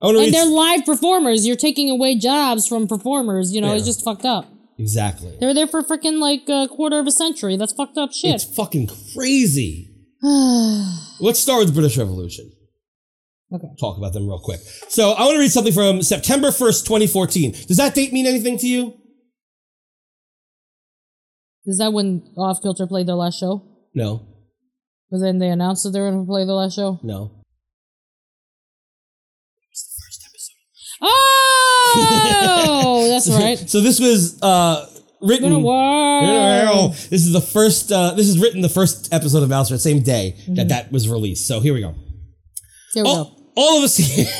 [SPEAKER 4] to
[SPEAKER 5] and
[SPEAKER 4] read.
[SPEAKER 5] they're live performers you're taking away jobs from performers you know it's
[SPEAKER 4] Yeah.
[SPEAKER 5] just fucked up
[SPEAKER 4] exactly.
[SPEAKER 5] they're there for freaking like a quarter of a century that's fucked up shit
[SPEAKER 4] It's fucking crazy. Let's start with the British Revolution.
[SPEAKER 5] Okay.
[SPEAKER 4] Talk about them real quick. So I want to read something from September 1st, 2014. Does that date mean anything to you?
[SPEAKER 5] is that when off kilter played their last show
[SPEAKER 4] No.
[SPEAKER 5] but then they announced that they were going to play their last show
[SPEAKER 4] No.
[SPEAKER 5] Oh, that's right.
[SPEAKER 4] So this was uh, written.
[SPEAKER 5] Been a while.
[SPEAKER 4] This is the first. Uh, this is written the first episode of Mouse Rat, same day
[SPEAKER 5] Mm-hmm.
[SPEAKER 4] that that was released. So here we go.
[SPEAKER 5] There we go.
[SPEAKER 4] All, all of us here.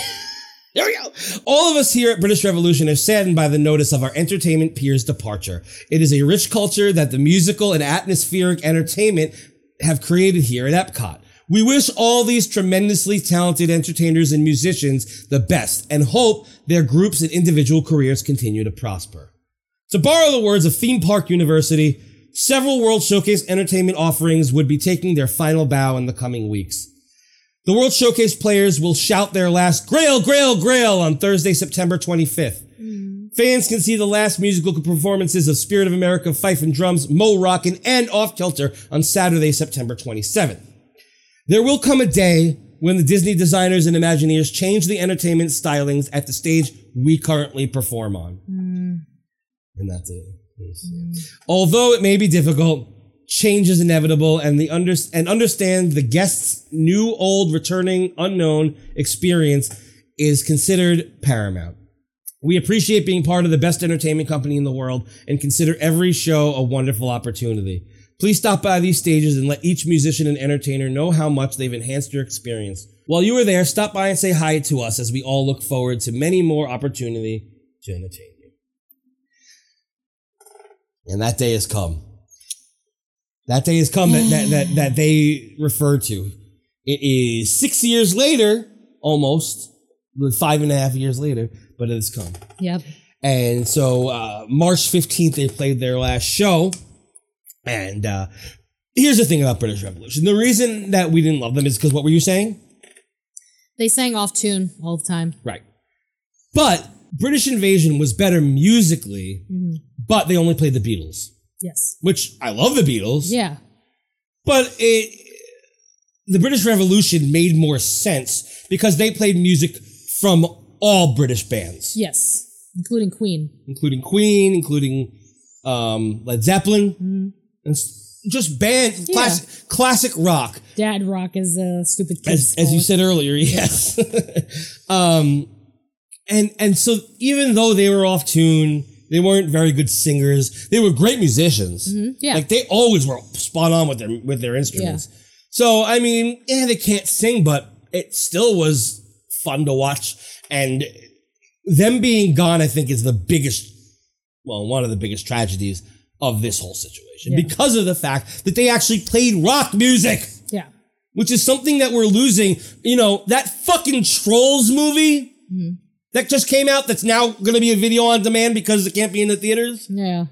[SPEAKER 4] There we go. All of us here at British Revolution are saddened by the notice of our entertainment peers' departure. It is a rich culture that the musical and atmospheric entertainment have created here at Epcot. We wish all these tremendously talented entertainers and musicians the best and hope their groups and individual careers continue to prosper. To borrow the words of Theme Park University, several World Showcase entertainment offerings would be taking their final bow in the coming weeks. The World Showcase players will shout their last Grail, Grail, Grail on Thursday, September 25th. Fans can see the last musical performances of Spirit of America, Fife and Drums, Mo Rockin', and Off Kilter on Saturday, September 27th. There will come a day when the Disney designers and Imagineers change the entertainment stylings at the stage we currently perform on. And that's it. Although it may be difficult, change is inevitable, and the under- and understand the guest's new, old, returning, unknown experience is considered paramount. We appreciate being part of the best entertainment company in the world and consider every show a wonderful opportunity. Please stop by these stages and let each musician and entertainer know how much they've enhanced your experience. While you are there, stop by and say hi to us as we all look forward to many more opportunity to entertain you. And that day has come. That day has come that, that, that, that they refer to. It is six years later, almost, five and a half years later, but it has come.
[SPEAKER 5] Yep.
[SPEAKER 4] And so uh, March 15th, they played their last show. And uh, here's the thing about British Revolution the reason that we didn't love them is because what were you saying?
[SPEAKER 5] They sang off tune all the time.
[SPEAKER 4] Right. But British Invasion was better musically, but they only played the Beatles,
[SPEAKER 5] Yes.
[SPEAKER 4] which I love the Beatles.
[SPEAKER 5] Yeah.
[SPEAKER 4] But it, the British Revolution made more sense because they played music from all British bands,
[SPEAKER 5] Yes. Including Queen.
[SPEAKER 4] including Queen, including um, Led Zeppelin, and s- just band classic classic rock.
[SPEAKER 5] Dad Rock is a stupid kid.
[SPEAKER 4] as, as you said earlier, yes. um, and and so even though they were off tune, they weren't very good singers. They were great musicians.
[SPEAKER 5] yeah.
[SPEAKER 4] like they always were spot on with their with their instruments. So I mean, yeah, they can't sing, but it still was fun to watch. And them being gone, I think, is the biggest, well, one of the biggest tragedies of this whole situation
[SPEAKER 5] Yeah.
[SPEAKER 4] because of the fact that they actually played rock music
[SPEAKER 5] Yeah.
[SPEAKER 4] which is something that we're losing. You know, that fucking Trolls movie
[SPEAKER 5] Mm-hmm.
[SPEAKER 4] that just came out that's now going to be a video on demand because it can't be in the theaters.
[SPEAKER 5] Yeah.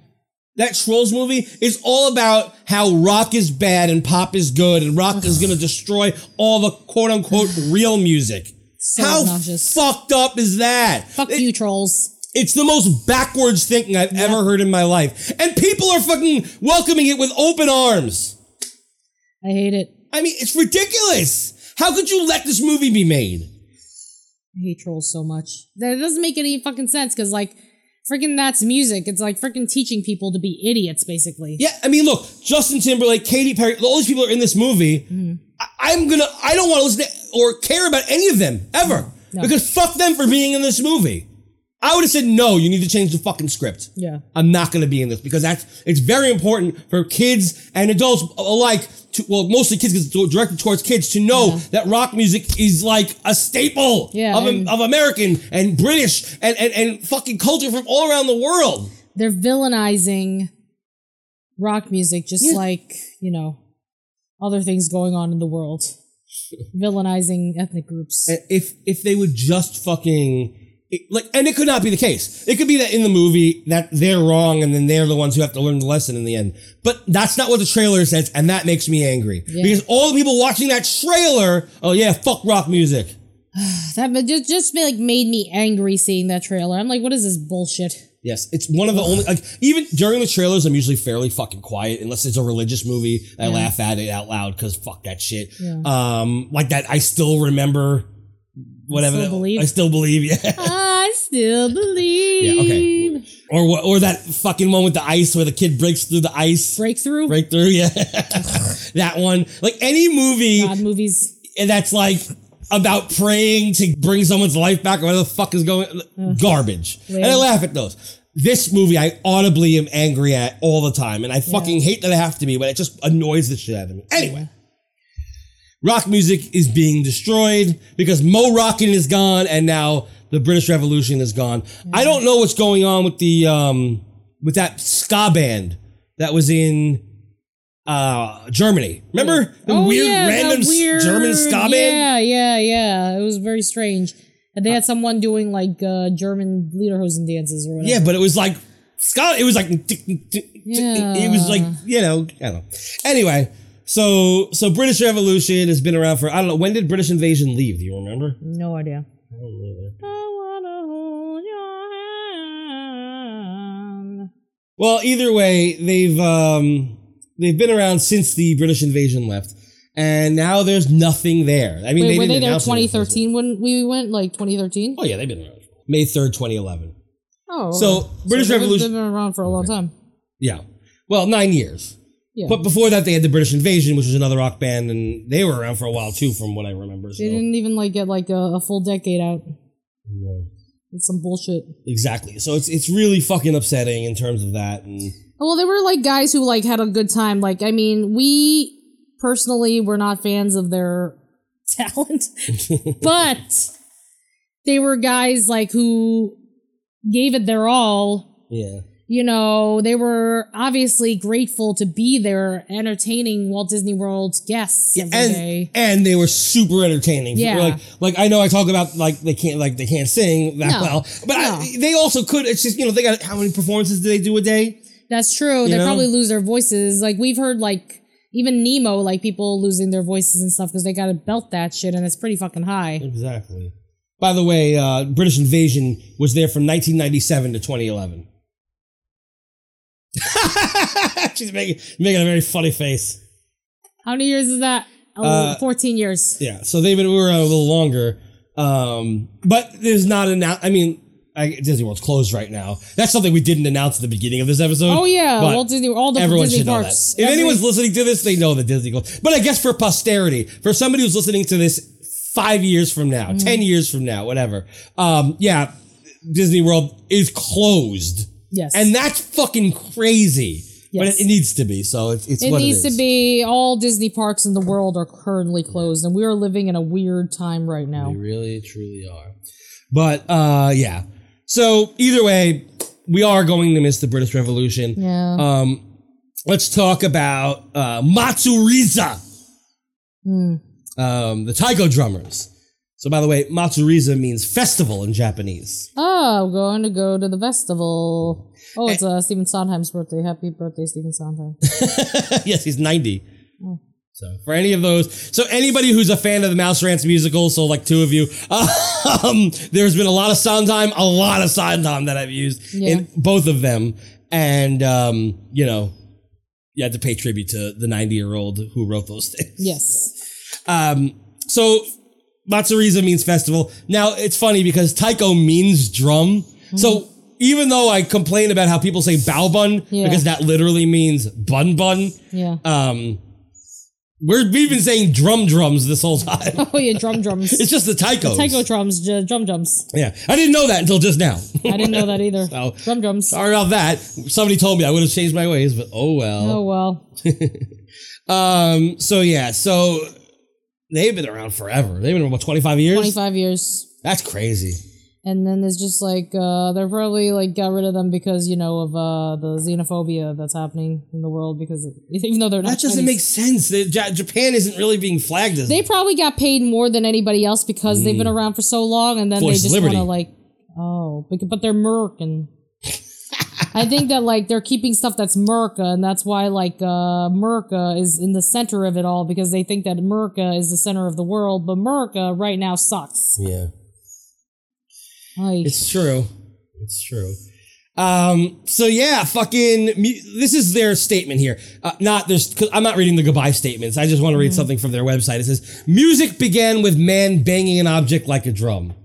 [SPEAKER 4] That Trolls movie is all about how rock is bad and pop is good and rock is going to destroy all the quote unquote real music.
[SPEAKER 5] So
[SPEAKER 4] how
[SPEAKER 5] obnoxious.
[SPEAKER 4] fucked up is that?
[SPEAKER 5] Fuck
[SPEAKER 4] It-
[SPEAKER 5] you, trolls.
[SPEAKER 4] It's the most backwards thinking I've ever heard in my life. And people are fucking welcoming it with open arms.
[SPEAKER 5] I hate it.
[SPEAKER 4] I mean, it's ridiculous. How could you let this movie be made?
[SPEAKER 5] I hate trolls so much. That it doesn't make any fucking sense because, like, freaking that's music. It's like freaking teaching people to be idiots, basically.
[SPEAKER 4] Yeah, I mean, look, Justin Timberlake, Katy Perry, all these people are in this movie.
[SPEAKER 5] Mm-hmm.
[SPEAKER 4] I, I'm gonna, I don't want to listen to or care about any of them ever
[SPEAKER 5] No.
[SPEAKER 4] because fuck them for being in this movie. I would have said no. You need to change the fucking script.
[SPEAKER 5] Yeah.
[SPEAKER 4] I'm not gonna be in this because that's it's very important for kids and adults alike. To, well, mostly kids because it's directed towards kids to know that rock music is like a staple
[SPEAKER 5] Yeah,
[SPEAKER 4] of, Am-
[SPEAKER 5] and-
[SPEAKER 4] of American and British and, and, and fucking culture from all around the world.
[SPEAKER 5] They're villainizing rock music, just
[SPEAKER 4] Yeah.
[SPEAKER 5] like, you know, other things going on in the world. villainizing ethnic groups.
[SPEAKER 4] And if if they would just fucking it- like and it could not be the case it could be that in the movie that they're wrong and then they're the ones who have to learn the lesson in the end but that's not what the trailer says and that makes me angry because all the people watching that trailer oh yeah fuck rock music
[SPEAKER 5] That ma- just, just like made me angry seeing that trailer. I'm like, what is this bullshit?
[SPEAKER 4] yes it's one of the only like even during the trailers i'm usually fairly fucking quiet unless it's a religious movie i laugh at it out loud because fuck that shit um like that i still remember whatever
[SPEAKER 5] Still
[SPEAKER 4] that-
[SPEAKER 5] Believe?
[SPEAKER 4] i still believe yeah
[SPEAKER 5] I still believe.
[SPEAKER 4] Yeah, Or what? Or that fucking one with the ice, where the kid breaks through the ice
[SPEAKER 5] Breakthrough?
[SPEAKER 4] breakthrough. Yeah, that one. Like any movie
[SPEAKER 5] God movies.
[SPEAKER 4] that's like about praying to bring someone's life back or whatever the fuck is going garbage. And I
[SPEAKER 5] Later.
[SPEAKER 4] laugh at those. This movie I audibly am angry at all the time, and I fucking hate that I have to be, but it just annoys the shit out of me. Anyway. Rock music is being destroyed because Mo Rockin is gone and now the British Revolution is gone. I don't know what's going on with the um with that ska band that was in uh Germany. Remember the
[SPEAKER 5] Oh,
[SPEAKER 4] weird
[SPEAKER 5] yeah, the
[SPEAKER 4] random s-
[SPEAKER 5] weird-
[SPEAKER 4] German ska band?
[SPEAKER 5] Yeah, yeah, yeah. It was very strange. And
[SPEAKER 4] Uh.
[SPEAKER 5] they had someone doing like uh, German Lederhosen dances or whatever.
[SPEAKER 4] Yeah, but it was like Scott. It was like tick, tick, tick, it was like you know. I don't know. Anyway, so so British Revolution has been around for I don't know. When did British invasion leave? Do you remember?
[SPEAKER 5] No idea. I wanna hold your hand.
[SPEAKER 4] Well, either way, they've um they've been around since the British invasion left, and now there's nothing there. I mean,
[SPEAKER 5] Wait,
[SPEAKER 4] they
[SPEAKER 5] were
[SPEAKER 4] didn't
[SPEAKER 5] they there
[SPEAKER 4] announce it at first.
[SPEAKER 5] 2013 when we went? Like 2013?
[SPEAKER 4] Oh yeah, they've been around. May third, twenty eleven.
[SPEAKER 5] Oh,
[SPEAKER 4] So,
[SPEAKER 5] okay.
[SPEAKER 4] British
[SPEAKER 5] they've been-
[SPEAKER 4] Revolution-
[SPEAKER 5] They've been around for a long time.
[SPEAKER 4] Yeah. Well, nine years.
[SPEAKER 5] Yeah.
[SPEAKER 4] But before that, they had the British Invasion, which was another rock band, and they were around for a while too, from what I remember. So.
[SPEAKER 5] they didn't even like get like a, a full decade out.
[SPEAKER 4] Yeah.
[SPEAKER 5] It's some bullshit.
[SPEAKER 4] Exactly. So it's it's really fucking upsetting in terms of that. And
[SPEAKER 5] Oh, Well, they were like guys who like had a good time. Like, I mean, we personally were not fans of their talent, but they were guys like who gave it their all.
[SPEAKER 4] yeah,
[SPEAKER 5] You know, they were obviously grateful to be there entertaining Walt Disney World's guests every day.
[SPEAKER 4] and and they were super entertaining.
[SPEAKER 5] Yeah.
[SPEAKER 4] Like like I know I talk about like they can't like they can't sing that
[SPEAKER 5] No.
[SPEAKER 4] well, but I, they also could. It's just you know they got how many performances do they do a day?
[SPEAKER 5] That's true. they
[SPEAKER 4] know?
[SPEAKER 5] probably lose their voices. Like we've heard, like even Nemo, like people losing their voices and stuff because they got to belt that shit, and it's pretty fucking high.
[SPEAKER 4] Exactly. By the way, uh, British Invasion was there from 1997 to 2011. She's making making a very funny face.
[SPEAKER 5] How many years is that? Oh,
[SPEAKER 4] Uh,
[SPEAKER 5] 14 years.
[SPEAKER 4] Yeah, so they've been we were out a little longer, um, but there's not an. I mean, I, Disney World's closed right now. That's something we didn't announce at the beginning of this episode.
[SPEAKER 5] Oh yeah,
[SPEAKER 4] but
[SPEAKER 5] Walt Disney, all the
[SPEAKER 4] everyone
[SPEAKER 5] Disney
[SPEAKER 4] should
[SPEAKER 5] parks.
[SPEAKER 4] know that. If
[SPEAKER 5] Every-
[SPEAKER 4] anyone's listening to this, they know that Disney closed. But I guess for posterity, for somebody who's listening to this five years from now,
[SPEAKER 5] Mm.
[SPEAKER 4] ten years from now, whatever, um, yeah, Disney World is closed,
[SPEAKER 5] yes,
[SPEAKER 4] and that's fucking crazy. But
[SPEAKER 5] Yes.
[SPEAKER 4] it, it needs to be. So it's it's
[SPEAKER 5] it
[SPEAKER 4] what
[SPEAKER 5] needs
[SPEAKER 4] it is.
[SPEAKER 5] to be. All Disney parks in the world are currently closed, and we are living in a weird time right now.
[SPEAKER 4] They really, truly are. But uh, yeah. So either way, we are going to miss the British Revolution.
[SPEAKER 5] Yeah.
[SPEAKER 4] Um, let's talk about uh, Matsuriza, um, the taiko drummers. So by the way, Matsuriza means festival in Japanese.
[SPEAKER 5] Oh, I'm going to go to the festival. Oh,
[SPEAKER 4] Eh.
[SPEAKER 5] it's uh, Stephen Sondheim's birthday. Happy birthday, Stephen Sondheim.
[SPEAKER 4] yes, he's ninety. So for any of those, so anybody who's a fan of the Mouse Rants musical, so like two of you, um, there's been a lot of Sondheim, a lot of Sondheim that I've used
[SPEAKER 5] Yeah.
[SPEAKER 4] in both of them, and um, you know, you had to pay tribute to the 90 year old who wrote those things.
[SPEAKER 5] yes.
[SPEAKER 4] Um, so Matsuriza means festival. Now it's funny because taiko means drum. So even though I complain about how people say bao bun
[SPEAKER 5] Yeah.
[SPEAKER 4] because that literally means bun bun,
[SPEAKER 5] Yeah.
[SPEAKER 4] um, we're, we've been saying drum drums this whole time.
[SPEAKER 5] oh yeah, drum drums.
[SPEAKER 4] It's just the taikos.
[SPEAKER 5] Taiko drums, j- drum drums.
[SPEAKER 4] Yeah, I didn't know that until just now.
[SPEAKER 5] I didn't know that either.
[SPEAKER 4] So-
[SPEAKER 5] drum drums.
[SPEAKER 4] Sorry about that. Somebody told me I would have changed my ways, but oh
[SPEAKER 5] Oh
[SPEAKER 4] well.
[SPEAKER 5] well.
[SPEAKER 4] Um. So yeah. So they've been around forever. They've been around what twenty five years.
[SPEAKER 5] 25 years.
[SPEAKER 4] That's crazy.
[SPEAKER 5] And then there's just like uh they're probably like got rid of them because you know of uh the xenophobia that's happening in the world because even though they're not
[SPEAKER 4] That doesn't
[SPEAKER 5] Chinese.
[SPEAKER 4] make sense. The- Ja- Japan isn't really being flagged as
[SPEAKER 5] They probably got paid more than anybody else because they've been around for so long and then
[SPEAKER 4] Voice
[SPEAKER 5] they
[SPEAKER 4] of
[SPEAKER 5] just want to
[SPEAKER 4] liberty.
[SPEAKER 5] like oh bec- but they're merc and I think that like they're keeping stuff that's Merca, and that's why like uh Merca is in the center of it all because they think that Merca is the center of the world, but Merca right now sucks.
[SPEAKER 4] yeah.
[SPEAKER 5] Like,
[SPEAKER 4] It's true. It's true. Um, so yeah, fucking. mu- This is their statement here. Uh, not there's. Cause I'm not reading the goodbye statements. I just want to read something from their website. It says music began with man banging an object like a drum.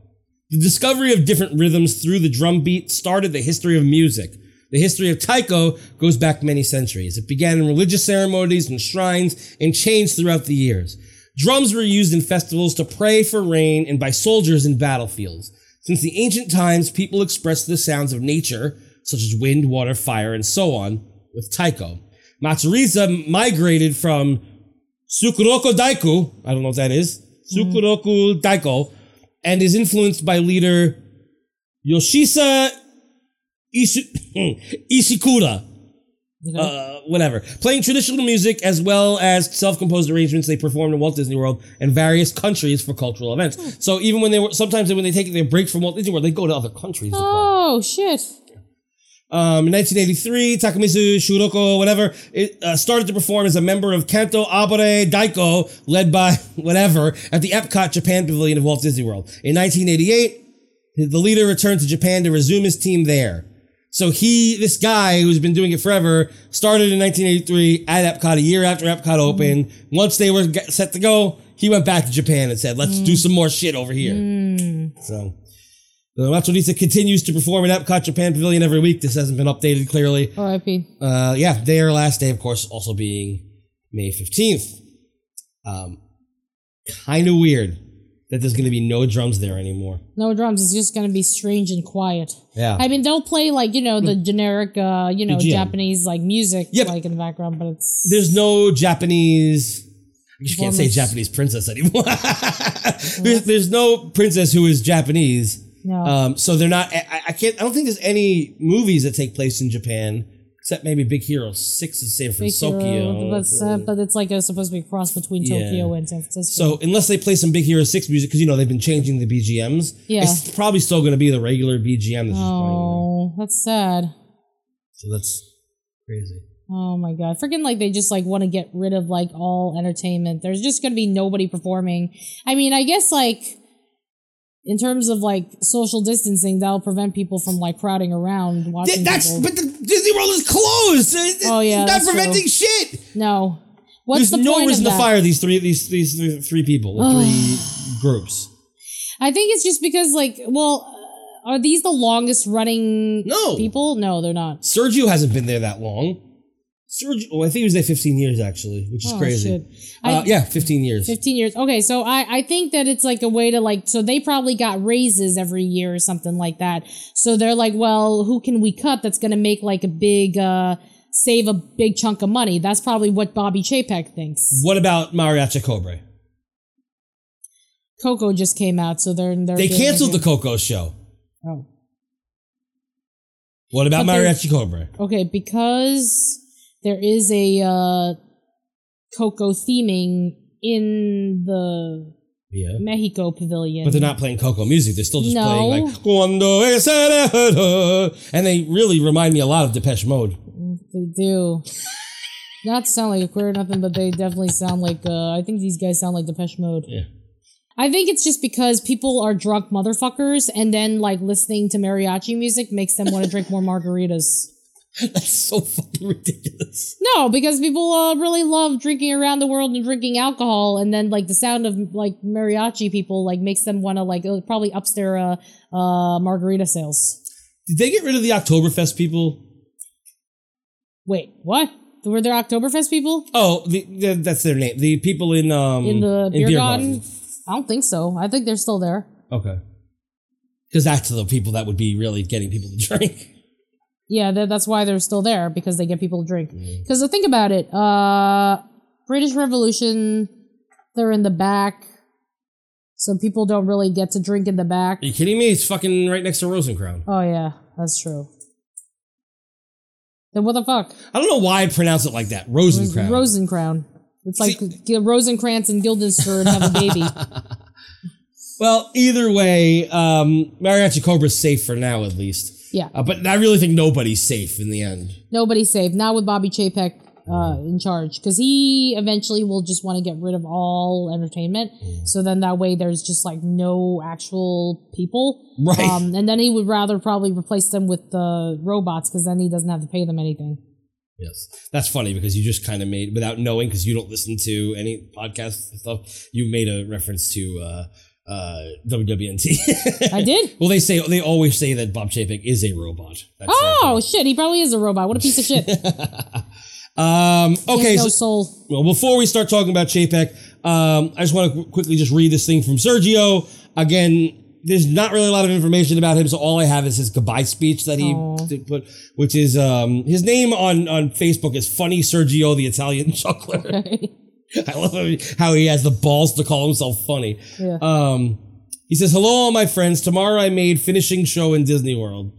[SPEAKER 4] The discovery of different rhythms through the drum beat started the history of music. The history of taiko goes back many centuries. It began in religious ceremonies and shrines and changed throughout the years. Drums were used in festivals to pray for rain and by soldiers in battlefields. Since the ancient times, people expressed the sounds of nature, such as wind, water, fire, and so on, with taiko. Matsuriza migrated from Sukuroku Daiku, I don't know what that is, Sukuroku Daiko, and is influenced by leader Yoshisa Isu- Ishikura. Uh, whatever. Playing traditional music as well as self-composed arrangements they performed in Walt Disney World and various countries for cultural events. So even when they were sometimes when they take their breaks from Walt Disney World, they go to other countries. to play.
[SPEAKER 5] Oh shit!
[SPEAKER 4] Um, in 1983, Takamizu Shuroko, whatever, it, uh, started to perform as a member of Kanto Abare Daiko, led by whatever, at the Epcot Japan Pavilion of Walt Disney World. In 1988, the leader returned to Japan to resume his team there. So he, this guy who's been doing it forever, started in 1983 at Epcot, a year after Epcot opened. Once they were get- set to go, he went back to Japan and said, let's do some more shit over here. So. The Matsurisa continues to perform at Epcot Japan Pavilion every week. This hasn't been updated clearly.
[SPEAKER 5] R.I.P.
[SPEAKER 4] Uh, yeah, their last day, of course, also being May 15th. Um, kind of weird that there's going to be no drums there anymore.
[SPEAKER 5] No drums. It's just gonna be strange and quiet.
[SPEAKER 4] Yeah.
[SPEAKER 5] I mean, they'll play like you know the generic, uh, you know,
[SPEAKER 4] BGM.
[SPEAKER 5] Japanese like music,
[SPEAKER 4] Yeah, but-
[SPEAKER 5] like in the background, but it's
[SPEAKER 4] there's no Japanese. I just can't say
[SPEAKER 5] Performance.
[SPEAKER 4] Japanese princess anymore. there's, there's no princess who is Japanese.
[SPEAKER 5] no.
[SPEAKER 4] Um, so they're not. I, I can't. I don't think there's any movies that take place in Japan except maybe Big Hero Six in San
[SPEAKER 5] Big
[SPEAKER 4] Francisco.
[SPEAKER 5] Hero, but, it's, uh, but it's like a, supposed to be a cross between
[SPEAKER 4] Yeah.
[SPEAKER 5] Tokyo and San Francisco.
[SPEAKER 4] So unless they play some Big Hero Six music, because you know they've been changing the BGMs,
[SPEAKER 5] Yeah.
[SPEAKER 4] it's probably still going to be the regular BGM that's just playing.
[SPEAKER 5] oh, that's sad.
[SPEAKER 4] So that's crazy.
[SPEAKER 5] Oh my god! Freaking like they just like want to get rid of like all entertainment. There's just gonna be nobody performing. I mean, I guess like in terms of like social distancing, that'll prevent people from like crowding around watching.
[SPEAKER 4] Th- that's
[SPEAKER 5] people.
[SPEAKER 4] but the Disney World is closed. It-
[SPEAKER 5] Oh,
[SPEAKER 4] it's
[SPEAKER 5] yeah,
[SPEAKER 4] not
[SPEAKER 5] that's
[SPEAKER 4] preventing shit.
[SPEAKER 5] no.
[SPEAKER 4] There's
[SPEAKER 5] What's the
[SPEAKER 4] no
[SPEAKER 5] point
[SPEAKER 4] reason
[SPEAKER 5] of
[SPEAKER 4] to
[SPEAKER 5] that?
[SPEAKER 4] fire these three these these three, three people, the three groups.
[SPEAKER 5] I think it's just because like, well, uh, are these the longest running
[SPEAKER 4] No.
[SPEAKER 5] people? No, they're not.
[SPEAKER 4] Sergio hasn't been there that long. Sergio, oh, I think he was there 15 years actually, which is
[SPEAKER 5] Oh,
[SPEAKER 4] crazy.
[SPEAKER 5] shit.
[SPEAKER 4] Uh,
[SPEAKER 5] I-
[SPEAKER 4] yeah, 15 years.
[SPEAKER 5] 15 years. Okay, so I, I think that it's like a way to like, so they probably got raises every year or something like that. So they're like, well, who can we cut that's going to make like a big, uh, save a big chunk of money? That's probably what Bobby Chapek thinks.
[SPEAKER 4] What about Mariachi Cobre?
[SPEAKER 5] Coco just came out, so they're, they're
[SPEAKER 4] They
[SPEAKER 5] doing
[SPEAKER 4] canceled the
[SPEAKER 5] like
[SPEAKER 4] Coco show.
[SPEAKER 5] a- Oh.
[SPEAKER 4] What about
[SPEAKER 5] But they're-
[SPEAKER 4] Mariachi Cobre?
[SPEAKER 5] Okay, because there is a, uh, Coco theming in the
[SPEAKER 4] Yeah.
[SPEAKER 5] Mexico pavilion.
[SPEAKER 4] But they're not playing Coco music. They're still just
[SPEAKER 5] No.
[SPEAKER 4] playing like Cuando es el- and they really remind me a lot of Depeche Mode.
[SPEAKER 5] They do. Not sound like a queer or nothing, but they definitely sound like. Uh, I think these guys sound like Depeche Mode.
[SPEAKER 4] Yeah.
[SPEAKER 5] I think it's just because people are drunk motherfuckers, and then like listening to mariachi music makes them want to drink more margaritas.
[SPEAKER 4] That's so fucking ridiculous.
[SPEAKER 5] No, because people uh, really love drinking around the world and drinking alcohol, and then like the sound of like mariachi people like makes them want to like it probably ups their uh, uh, margarita sales.
[SPEAKER 4] Did they get rid of the Oktoberfest people?
[SPEAKER 5] Wait, what? Were there Oktoberfest people?
[SPEAKER 4] Oh, the, the, that's their name. The people in um
[SPEAKER 5] In the beer garden?
[SPEAKER 4] gardens.
[SPEAKER 5] I don't think so. I think they're still there.
[SPEAKER 4] Okay. Because that's the people that would be really getting people to drink.
[SPEAKER 5] Yeah, tha- that's why they're still there because they get people to drink. Because think about it, uh, British Revolution, they're in the back, so people don't really get to drink in the back.
[SPEAKER 4] Are you kidding me? It's fucking right next to Rosencrown.
[SPEAKER 5] Oh yeah, that's true. Then what the fuck?
[SPEAKER 4] I don't know why I pronounce it like that.
[SPEAKER 5] There's
[SPEAKER 4] Rosencrown.
[SPEAKER 5] Rosencrown. It's like G- Rosencrantz and Guildenstern have a baby.
[SPEAKER 4] well, either way, um, Mariachi Cobra's safe for now, at least.
[SPEAKER 5] Yeah,
[SPEAKER 4] Uh, but I really think nobody's safe in the end.
[SPEAKER 5] nobody's safe. Not with Bobby Chapek uh, in charge, because he eventually will just want to get rid of all entertainment.
[SPEAKER 4] Mm.
[SPEAKER 5] So then that way, there's just like no actual people.
[SPEAKER 4] Right.
[SPEAKER 5] Um, and then he would rather probably replace them with the robots because then he doesn't have to pay them anything.
[SPEAKER 4] Yes, that's funny because you just kind of made without knowing because you don't listen to any podcasts and stuff. You made a reference to uh, uh, WWNT.
[SPEAKER 5] I did?
[SPEAKER 4] well, they say they always say that Bob Chapek is a robot. That's
[SPEAKER 5] Oh shit! He probably is a robot. What a piece of shit.
[SPEAKER 4] their- um.
[SPEAKER 5] He
[SPEAKER 4] Okay.
[SPEAKER 5] has no
[SPEAKER 4] So,
[SPEAKER 5] soul.
[SPEAKER 4] well, before we start talking about Chapek, Um, I just want to quickly just read this thing from Sergio. Again, there's not really a lot of information about him, so all I have is his goodbye speech that he
[SPEAKER 5] Aw.
[SPEAKER 4] did put, which is um, his name on on Facebook is Funny Sergio the Italian Chuckler. I love how he- how he has the balls to call himself funny.
[SPEAKER 5] Yeah.
[SPEAKER 4] Um, he says, "Hello, all my friends. Tomorrow I made finishing show in Disney World.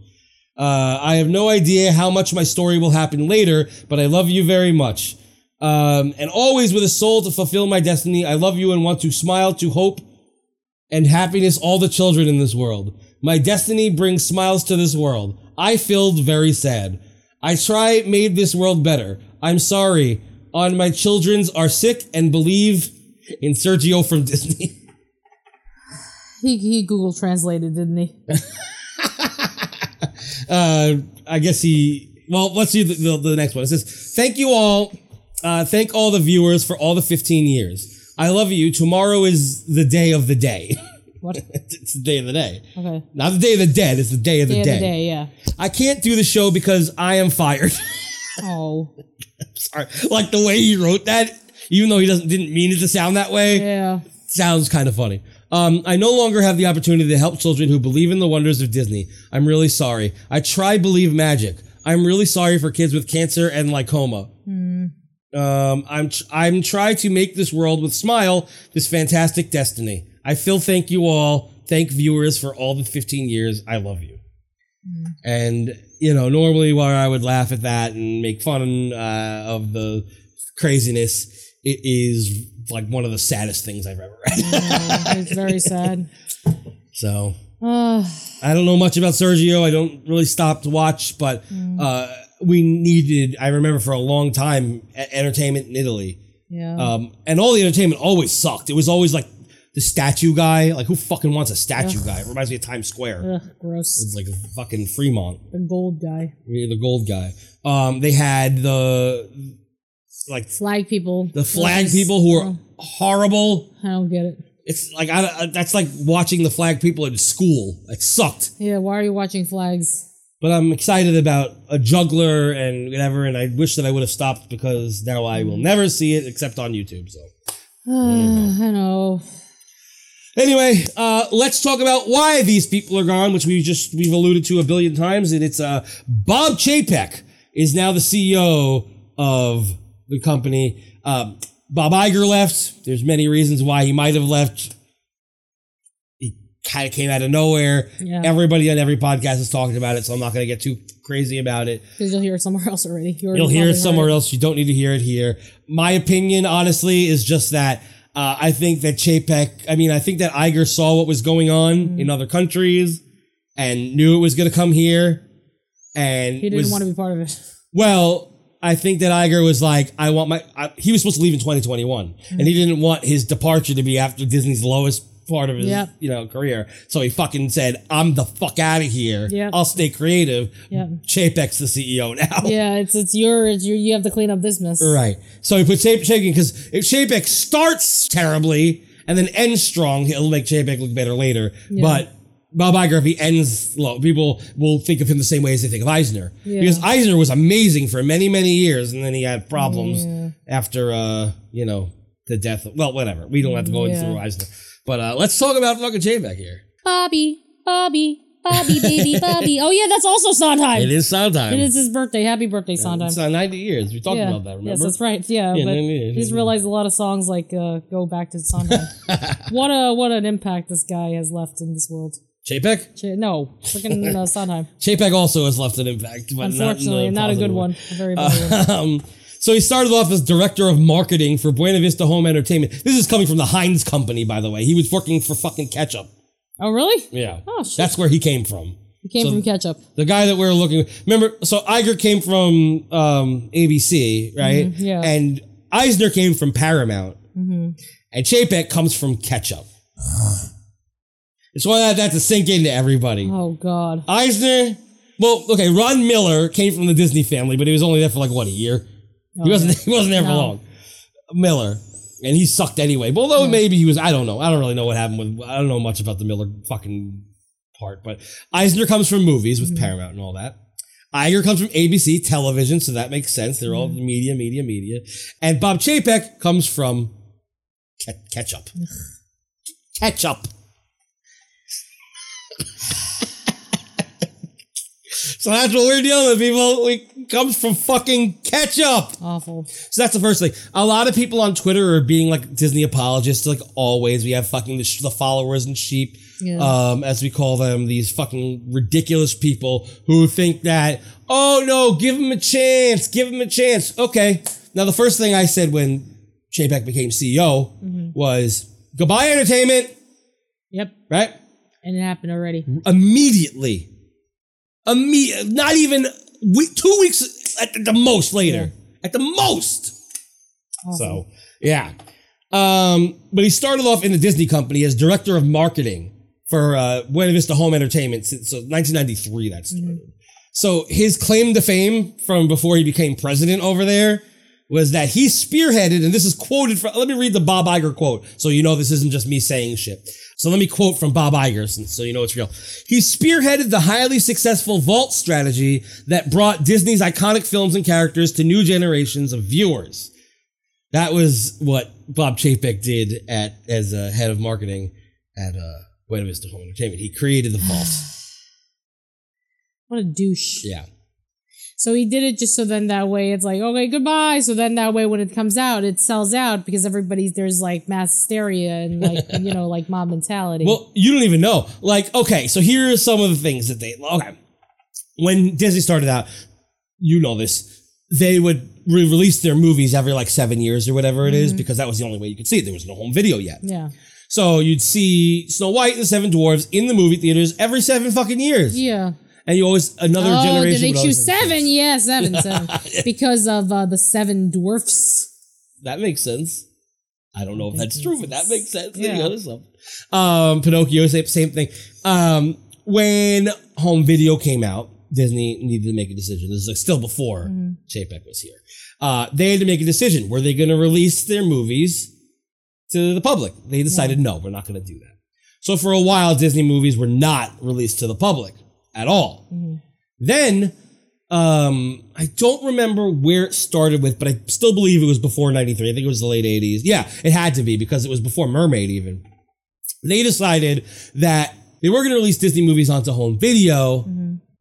[SPEAKER 4] Uh, I have no idea how much my story will happen later, but I love you very much, um, and always with a soul to fulfill my destiny. I love you and want to smile to hope." and happiness all the children in this world. My destiny brings smiles to this world. I filled very sad. I try made this world better. I'm sorry. On my children's are sick and believe in Sergio from Disney.
[SPEAKER 5] He, he Google translated, didn't he?
[SPEAKER 4] uh, I guess he. Well, let's see the, the, the next one. It says, "Thank you all. Uh, thank all the viewers for all the 15 years. I love you. Tomorrow is the day of the day.
[SPEAKER 5] What?
[SPEAKER 4] it's the day of the day,
[SPEAKER 5] Okay.
[SPEAKER 4] not the day of the dead. It's the day of the
[SPEAKER 5] Day of
[SPEAKER 4] day.
[SPEAKER 5] the day, yeah.
[SPEAKER 4] I can't do the show because I am fired.
[SPEAKER 5] Oh,
[SPEAKER 4] Sorry. Like the way he wrote that, even though he doesn't didn't mean it to sound that way,
[SPEAKER 5] yeah.
[SPEAKER 4] sounds kind of funny. Um, I no longer have the opportunity to help children who believe in the wonders of Disney. I'm really sorry. I try believe magic. I'm really sorry for kids with cancer and lycoma. Um, I'm tr- I'm trying to make this world with smile this fantastic destiny. I feel thank you all, thank viewers for all the 15 years. I love you. And you know, normally where I would laugh at that and make fun uh, of the craziness, it is like one of the saddest things I've ever read.
[SPEAKER 5] It's very sad.
[SPEAKER 4] so
[SPEAKER 5] Uh,
[SPEAKER 4] I don't know much about Sergio. I don't really stop to watch, but
[SPEAKER 5] Mm.
[SPEAKER 4] uh, we needed. I remember for a long time e- entertainment in Italy.
[SPEAKER 5] yeah.
[SPEAKER 4] Um, and all the entertainment always sucked. It was always like the statue guy. Like who fucking wants a statue guy? It reminds me of Times Square.
[SPEAKER 5] Ugh, gross.
[SPEAKER 4] It's like fucking Fremont,
[SPEAKER 5] The gold guy.
[SPEAKER 4] You're the gold guy. Um, they had the like
[SPEAKER 5] Flag people.
[SPEAKER 4] the flag
[SPEAKER 5] Yes.
[SPEAKER 4] people who are
[SPEAKER 5] Oh,
[SPEAKER 4] horrible.
[SPEAKER 5] I don't get it.
[SPEAKER 4] It's like I, I- that's like watching the flag people in school. It sucked.
[SPEAKER 5] Yeah, why are you watching flags?
[SPEAKER 4] But I'm excited about a juggler and whatever, and I wish that I would have stopped because now I will never see it except on YouTube. So.
[SPEAKER 5] Uh, I know.
[SPEAKER 4] Anyway, uh, let's talk about why these people are gone, which we just we've alluded to a billion times, and it's uh, Bob Chapek is now the CEO of the company. Um, Bob Iger left. There's many reasons why he might have left. He kind of came out of nowhere.
[SPEAKER 5] Yeah.
[SPEAKER 4] Everybody on every podcast is talking about it, so I'm not going to get too crazy about it.
[SPEAKER 5] Because you'll hear it somewhere else already. You already
[SPEAKER 4] You'll hear
[SPEAKER 5] probably
[SPEAKER 4] it
[SPEAKER 5] heard
[SPEAKER 4] somewhere else. You don't need to hear it here. My opinion, honestly, is just that uh, I think that Chapek, I mean, I think that Iger saw what was going on
[SPEAKER 5] Mm-hmm.
[SPEAKER 4] in other countries and knew it was going to come here. And
[SPEAKER 5] He didn't
[SPEAKER 4] was-
[SPEAKER 5] want to be part of it.
[SPEAKER 4] well, I think that Iger was like, I want my. I, he was supposed to leave in 2021,
[SPEAKER 5] Mm-hmm.
[SPEAKER 4] and he didn't want his departure to be after Disney's lowest part of his,
[SPEAKER 5] Yep.
[SPEAKER 4] you know, career. So he fucking said, "I'm the fuck out of here.
[SPEAKER 5] Yep.
[SPEAKER 4] I'll stay creative."
[SPEAKER 5] Yep.
[SPEAKER 4] Chapek's the CEO now.
[SPEAKER 5] Yeah, it's it's your it's your you have to clean up this mess.
[SPEAKER 4] Right. So he puts Chapek because if Chapek starts terribly and then ends strong, he'll make Chapek look better later. But Bob Iger, if he ends low, people will think of him the same way as they think of Eisner.
[SPEAKER 5] Yeah.
[SPEAKER 4] Because Eisner was amazing for many, many years, and then he had problems after, uh, you know, the death. Of, well, whatever. We don't have to go
[SPEAKER 5] Yeah.
[SPEAKER 4] into Eisner. But uh, let's talk about fucking Chapek here.
[SPEAKER 5] Bobby, Bobby, Bobby, baby, Bobby. Oh yeah, that's also Sondheim.
[SPEAKER 4] It is sound time.
[SPEAKER 5] It is his birthday. Happy birthday, Sondheim.
[SPEAKER 4] It's uh, 90 years. We talked
[SPEAKER 5] yeah.
[SPEAKER 4] about that, remember?
[SPEAKER 5] Yes, that's right. Yeah,
[SPEAKER 4] Yeah,
[SPEAKER 5] but
[SPEAKER 4] no, no, no,
[SPEAKER 5] I just
[SPEAKER 4] no.
[SPEAKER 5] realized a lot of songs like uh, go back to Sondheim. what a what an impact this guy has left in this world.
[SPEAKER 4] Chapek?
[SPEAKER 5] Ch- No, freaking uh, Sondheim.
[SPEAKER 4] Chapek also has left an impact. But
[SPEAKER 5] Unfortunately, not,
[SPEAKER 4] not,
[SPEAKER 5] a
[SPEAKER 4] in the positive
[SPEAKER 5] good
[SPEAKER 4] way.
[SPEAKER 5] one. A very bad one.
[SPEAKER 4] um, so he started off as director of marketing for Buena Vista Home Entertainment. This is coming from the Heinz Company, by the way. He was working for fucking ketchup.
[SPEAKER 5] Oh really?
[SPEAKER 4] Yeah,
[SPEAKER 5] Oh, shit.
[SPEAKER 4] that's where he came from.
[SPEAKER 5] He came
[SPEAKER 4] So-
[SPEAKER 5] from ketchup.
[SPEAKER 4] The guy that we're looking, remember? So Iger came from um, ABC, right?
[SPEAKER 5] Mm-hmm, yeah. Mm-hmm.
[SPEAKER 4] And Eisner came from Paramount, and Chapek comes from ketchup. Just wanted that to sink into everybody.
[SPEAKER 5] Oh god.
[SPEAKER 4] Eisner. Well, okay, Ron Miller came from the Disney family, but he was only there for like what a year.
[SPEAKER 5] Oh,
[SPEAKER 4] he wasn't. He wasn't there for
[SPEAKER 5] No.
[SPEAKER 4] long. Miller, and he sucked anyway. But although maybe he was, I don't know. I don't really know what happened with. I don't know much about the Miller fucking part. But Eisner comes from movies with Paramount and all that. Iger comes from ABC television, so that makes sense. They're all media, media, media. And Bob Chapek comes from Ke- ketchup. ketchup. so that's what we're dealing with, people. It comes from fucking ketchup.
[SPEAKER 5] Awful.
[SPEAKER 4] So that's the first thing. A lot of people on Twitter are being like Disney apologists. Like always, we have fucking the, sh- the followers and sheep,
[SPEAKER 5] Yeah.
[SPEAKER 4] um, as we call them, these fucking ridiculous people who think that, oh no, give him a chance, give him a chance. Okay. Now, the first thing I said when Jay Beck became CEO was goodbye, entertainment,
[SPEAKER 5] Yep.
[SPEAKER 4] right?
[SPEAKER 5] And it happened already.
[SPEAKER 4] Immediately. Imme- not even we- two weeks at the most later. At the most. So yeah. Um, but he started off in the Disney company as director of marketing for uh, Buena Vista Home Entertainment since so 1993. That started. So his claim to fame from before he became president over there was that he spearheaded, and this is quoted from. Let me read the Bob Iger quote, so you know this isn't just me saying shit. So let me quote from Bob Iger, since- so you know it's real. He spearheaded the highly successful Vault strategy that brought Disney's iconic films and characters to new generations of viewers. That was what Bob Chapek did at as a head of marketing at uh, Buena Vista Home Entertainment. He created the vault.
[SPEAKER 5] What a douche.
[SPEAKER 4] Yeah,
[SPEAKER 5] So he did it just so then that way it's like, okay, goodbye. So then that way when it comes out, it sells out because everybody's there's like mass hysteria and like, you know, like mob mentality.
[SPEAKER 4] Well, you don't even know. Like, okay, so here are some of the things that they okay. When Disney started out, you know this. They would re-release their movies every like seven years or whatever it is
[SPEAKER 5] Mm-hmm.
[SPEAKER 4] because that was the only way you could see it. There was no home video yet.
[SPEAKER 5] yeah.
[SPEAKER 4] So you'd see Snow White and the Seven Dwarves in the movie theaters every seven fucking years.
[SPEAKER 5] Yeah.
[SPEAKER 4] And you always another
[SPEAKER 5] oh,
[SPEAKER 4] generation.
[SPEAKER 5] did
[SPEAKER 4] would
[SPEAKER 5] they
[SPEAKER 4] always
[SPEAKER 5] choose
[SPEAKER 4] have-
[SPEAKER 5] seven? Yeah, seven, seven. Because of uh, the seven dwarfs.
[SPEAKER 4] That makes sense. I don't know if that's true, but that makes sense. There you
[SPEAKER 5] Yeah.
[SPEAKER 4] go, there's something. Um, Pinocchio, same, same thing. Um, when home video came out, Disney needed to make a decision. This is like still before JPEG was here. Uh, they had to make a decision. Were they going to release their movies to the public? They decided, no, we're not going to do that. So for a while, Disney movies were not released to the public at all. Then um, I don't remember where it started with, but I still believe it was before 93. I think it was the late 80s. Yeah, it had to be because it was before Mermaid even. They decided that they were going to release Disney movies onto home video,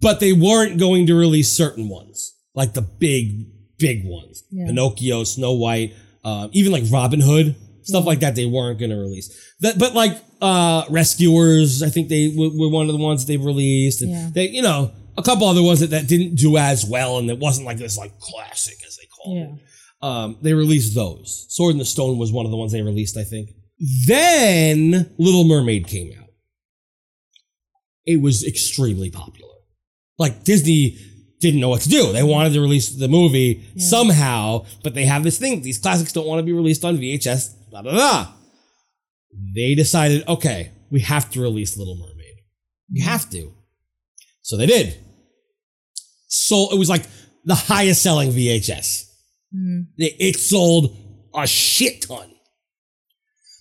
[SPEAKER 4] but they weren't going to release certain ones, like the big, big ones.
[SPEAKER 5] Yeah.
[SPEAKER 4] Pinocchio, Snow White, uh, even like Robin Hood, stuff like that they weren't going to release. That, but like uh, Rescuers, I think they w- were one of the ones they released. And
[SPEAKER 5] Yeah.
[SPEAKER 4] they, you know, a couple other ones that, that didn't do as well and it wasn't like this like classic as they call
[SPEAKER 5] Yeah.
[SPEAKER 4] it. Um, they released those. Sword in the Stone was one of the ones they released, I think. Then Little Mermaid came out. It was extremely popular. Like Disney didn't know what to do. They wanted to release the movie
[SPEAKER 5] Yeah.
[SPEAKER 4] somehow, but they have this thing. These classics don't want to be released on VHS, blah, blah, blah. They decided, okay, we have to release Little Mermaid. We have to. So they did. So it was like the highest selling VHS.
[SPEAKER 5] Mhm.
[SPEAKER 4] It it sold a shit ton.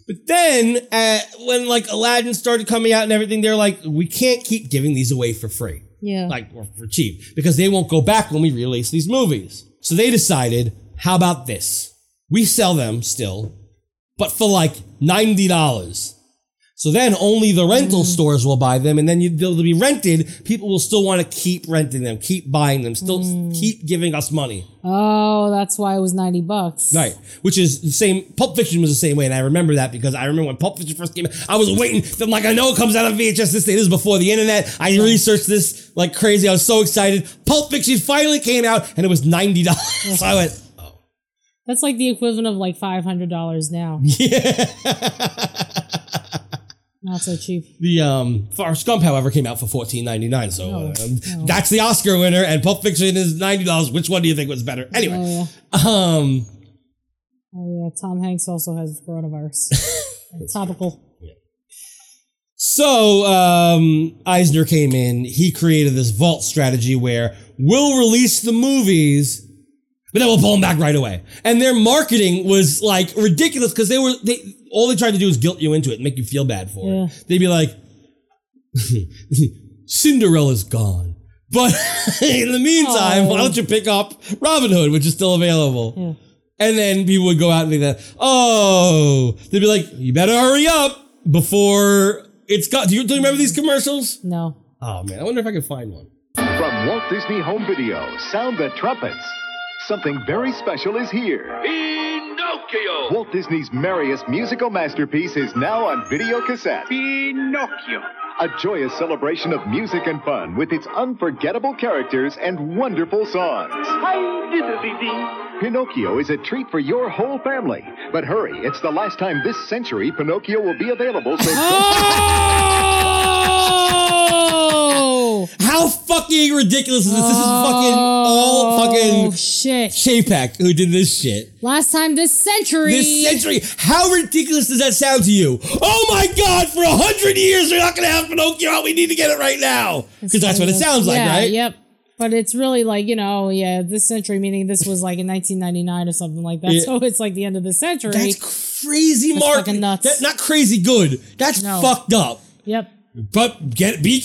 [SPEAKER 4] But then, uh, when like Aladdin started coming out and everything, they're like, we can't keep giving these away for free,
[SPEAKER 5] Yeah.
[SPEAKER 4] like or for cheap, because they won't go back when we release these movies. So they decided, how about this? We sell them still, but for like ninety dollars. So then only the rental stores will buy them, and then you, they'll be rented. People will still want to keep renting them, keep buying them, still keep giving us money.
[SPEAKER 5] oh, that's why it was 90 bucks.
[SPEAKER 4] Right. Which is the same. Pulp Fiction was the same way, and I remember that because I remember when Pulp Fiction first came out, I was waiting. I'm like, I know it comes out on VHS this day. This is before the internet. I researched this like crazy. I was so excited. Pulp Fiction finally came out, and it was ninety dollars. so I went, oh
[SPEAKER 5] That's like the equivalent of like $500 now.
[SPEAKER 4] yeah.
[SPEAKER 5] Not so cheap.
[SPEAKER 4] the um, Forrest Gump, however, came out for fourteen ninety nine. So uh,
[SPEAKER 5] Oh, oh.
[SPEAKER 4] that's the Oscar winner, and Pulp Fiction is ninety dollars. Which one do you think was better? Anyway,
[SPEAKER 5] Oh, yeah.
[SPEAKER 4] um.
[SPEAKER 5] Oh, yeah. Tom Hanks also has coronavirus. Topical.
[SPEAKER 4] So um, Eisner came in. He created this vault strategy where we'll release the movies, but then we'll pull them back right away. And their marketing was like ridiculous because they were they all they tried to do is guilt you into it, and make you feel bad for
[SPEAKER 5] Yeah.
[SPEAKER 4] it. They'd be like, Cinderella's gone. But in the meantime, why
[SPEAKER 5] Oh.
[SPEAKER 4] don't you pick up Robin Hood, which is still available?
[SPEAKER 5] Yeah.
[SPEAKER 4] And then people would go out and be like, oh, they'd be like, you better hurry up before it's got. Do you, do you remember these commercials?
[SPEAKER 5] No.
[SPEAKER 4] Oh, man. I wonder if I can find one.
[SPEAKER 8] From Walt Disney Home Video, sound the trumpets. Something very special is here.
[SPEAKER 2] Pinocchio!
[SPEAKER 8] Walt Disney's merriest musical masterpiece is now on video cassette.
[SPEAKER 2] Pinocchio!
[SPEAKER 8] A joyous celebration of music and fun with its unforgettable characters and wonderful songs. Pinocchio is a treat for your whole family. But hurry, it's the last time this century Pinocchio will be available, so
[SPEAKER 5] Oh!
[SPEAKER 4] How fucking ridiculous is this? This is fucking all
[SPEAKER 5] Oh,
[SPEAKER 4] fucking
[SPEAKER 5] shit.
[SPEAKER 4] Chapek who did this shit.
[SPEAKER 5] Last time this century.
[SPEAKER 4] This century. How ridiculous does that sound to you? Oh my God, for a hundred years, we're not going to have Pinocchio out. We need to get it right now. Because that's what it sounds like,
[SPEAKER 5] Yeah,
[SPEAKER 4] right?
[SPEAKER 5] Yep. But it's really like, you know, yeah, this century, meaning this was like in 1999 or something like that.
[SPEAKER 4] Yeah.
[SPEAKER 5] So it's like the end of the century.
[SPEAKER 4] That's crazy,
[SPEAKER 5] That's
[SPEAKER 4] Mark.
[SPEAKER 5] fucking nuts.
[SPEAKER 4] That- not crazy good. That's
[SPEAKER 5] No.
[SPEAKER 4] fucked up.
[SPEAKER 5] yep.
[SPEAKER 4] But get be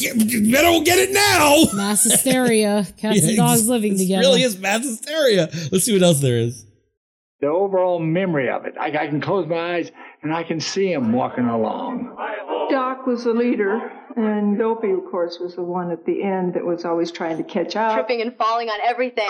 [SPEAKER 4] better. We'll get it now.
[SPEAKER 5] Mass hysteria. Cats
[SPEAKER 4] Yeah,
[SPEAKER 5] and dogs
[SPEAKER 4] it's-
[SPEAKER 5] living
[SPEAKER 4] it's
[SPEAKER 5] together.
[SPEAKER 4] Really is mass hysteria. Let's see what else there is.
[SPEAKER 9] the overall memory of it. I, I can close my eyes and I can see him walking along.
[SPEAKER 10] Doc was the leader, and Dopey, of course, was the one at the end that was always trying to catch up.
[SPEAKER 11] tripping and falling on everything.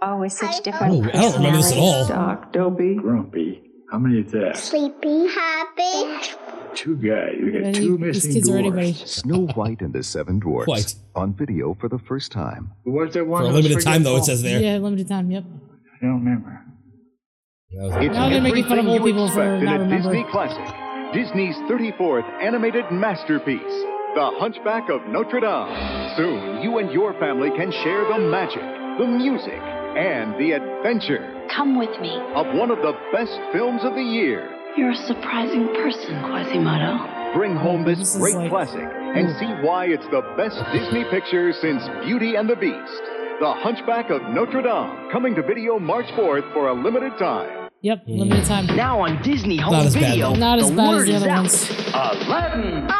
[SPEAKER 10] Always such
[SPEAKER 4] Oh,
[SPEAKER 10] different.
[SPEAKER 4] I don't remember this at all.
[SPEAKER 10] Doc, Dopey.
[SPEAKER 9] Grumpy. How many is that?
[SPEAKER 11] Sleepy, happy.
[SPEAKER 9] Two guys. We got
[SPEAKER 5] Any-
[SPEAKER 9] two
[SPEAKER 5] these
[SPEAKER 9] missing
[SPEAKER 5] kids are anybody.
[SPEAKER 9] dwarfs.
[SPEAKER 8] Snow White and the Seven Dwarfs
[SPEAKER 4] White.
[SPEAKER 8] on video for the first time.
[SPEAKER 9] Was there one?
[SPEAKER 4] For a
[SPEAKER 9] that was
[SPEAKER 4] limited time, though,
[SPEAKER 9] forgetful?
[SPEAKER 4] it says there.
[SPEAKER 5] Yeah, limited time. Yep.
[SPEAKER 9] I don't remember.
[SPEAKER 8] It's
[SPEAKER 5] Now they're making fun of
[SPEAKER 8] everything
[SPEAKER 5] old
[SPEAKER 8] you
[SPEAKER 5] people for
[SPEAKER 8] expect in
[SPEAKER 5] not
[SPEAKER 8] a Disney
[SPEAKER 5] remembering.
[SPEAKER 8] classic. Disney's 34th animated masterpiece, The Hunchback of Notre Dame. Soon, you and your family can share the magic, the music, and the adventure
[SPEAKER 11] Come with me.
[SPEAKER 8] of one of the best films of the year.
[SPEAKER 11] You're a surprising person, Quasimodo.
[SPEAKER 8] Bring home this,
[SPEAKER 5] Oh, This is
[SPEAKER 8] great
[SPEAKER 5] like-
[SPEAKER 8] classic and see why it's the best Disney picture since Beauty and the Beast. The Hunchback of Notre Dame, coming to video March 4th for a limited time.
[SPEAKER 5] Yep. Limited time.
[SPEAKER 3] Now on Disney Home
[SPEAKER 4] Not as bad,
[SPEAKER 3] Video.
[SPEAKER 4] though.
[SPEAKER 5] Not as
[SPEAKER 3] the
[SPEAKER 5] bad
[SPEAKER 3] word
[SPEAKER 5] as the
[SPEAKER 3] is
[SPEAKER 5] other
[SPEAKER 3] out.
[SPEAKER 5] ones.
[SPEAKER 3] Aladdin.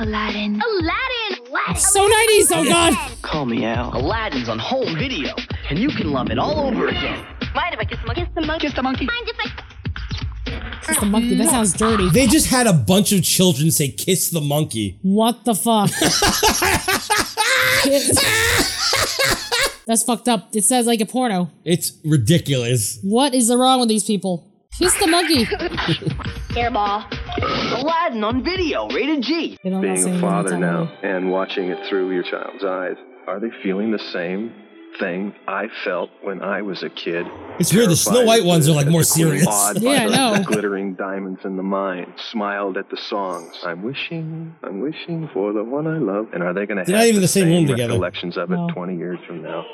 [SPEAKER 11] Aladdin. Aladdin.
[SPEAKER 5] So 90s. Oh, God.
[SPEAKER 3] Call me out. Aladdin's on home video, and you can love it all over again.
[SPEAKER 11] Mind if I kiss the monkey? Kiss the monkey. Kiss the monkey. Mind if I...
[SPEAKER 5] Kiss the monkey. That sounds dirty.
[SPEAKER 4] They just had a bunch of children say "kiss the monkey."
[SPEAKER 5] What the fuck? That's fucked up. It says like a porno.
[SPEAKER 4] It's ridiculous.
[SPEAKER 5] What is the wrong with these people? Kiss the monkey.
[SPEAKER 11] Airball.
[SPEAKER 3] Aladdin on video, rated G.
[SPEAKER 5] You know, I'm
[SPEAKER 12] Being a
[SPEAKER 5] not saying limited
[SPEAKER 12] father
[SPEAKER 5] time
[SPEAKER 12] now
[SPEAKER 5] only.
[SPEAKER 12] and watching it through your child's eyes, are they feeling the same thing I felt when I was a kid?
[SPEAKER 4] It's weird. The Snow
[SPEAKER 12] Terrified
[SPEAKER 4] White ones are like
[SPEAKER 12] at
[SPEAKER 4] more
[SPEAKER 12] the
[SPEAKER 4] serious.
[SPEAKER 12] Odd
[SPEAKER 5] Yeah, I
[SPEAKER 12] by the-
[SPEAKER 5] know.
[SPEAKER 12] the glittering diamonds in the mine. Smiled at the songs. I'm wishing, I'm wishing for the one I love. And are they going to have
[SPEAKER 4] They're not even the same room together.
[SPEAKER 12] recollections of it
[SPEAKER 5] No.
[SPEAKER 12] 20 years from now?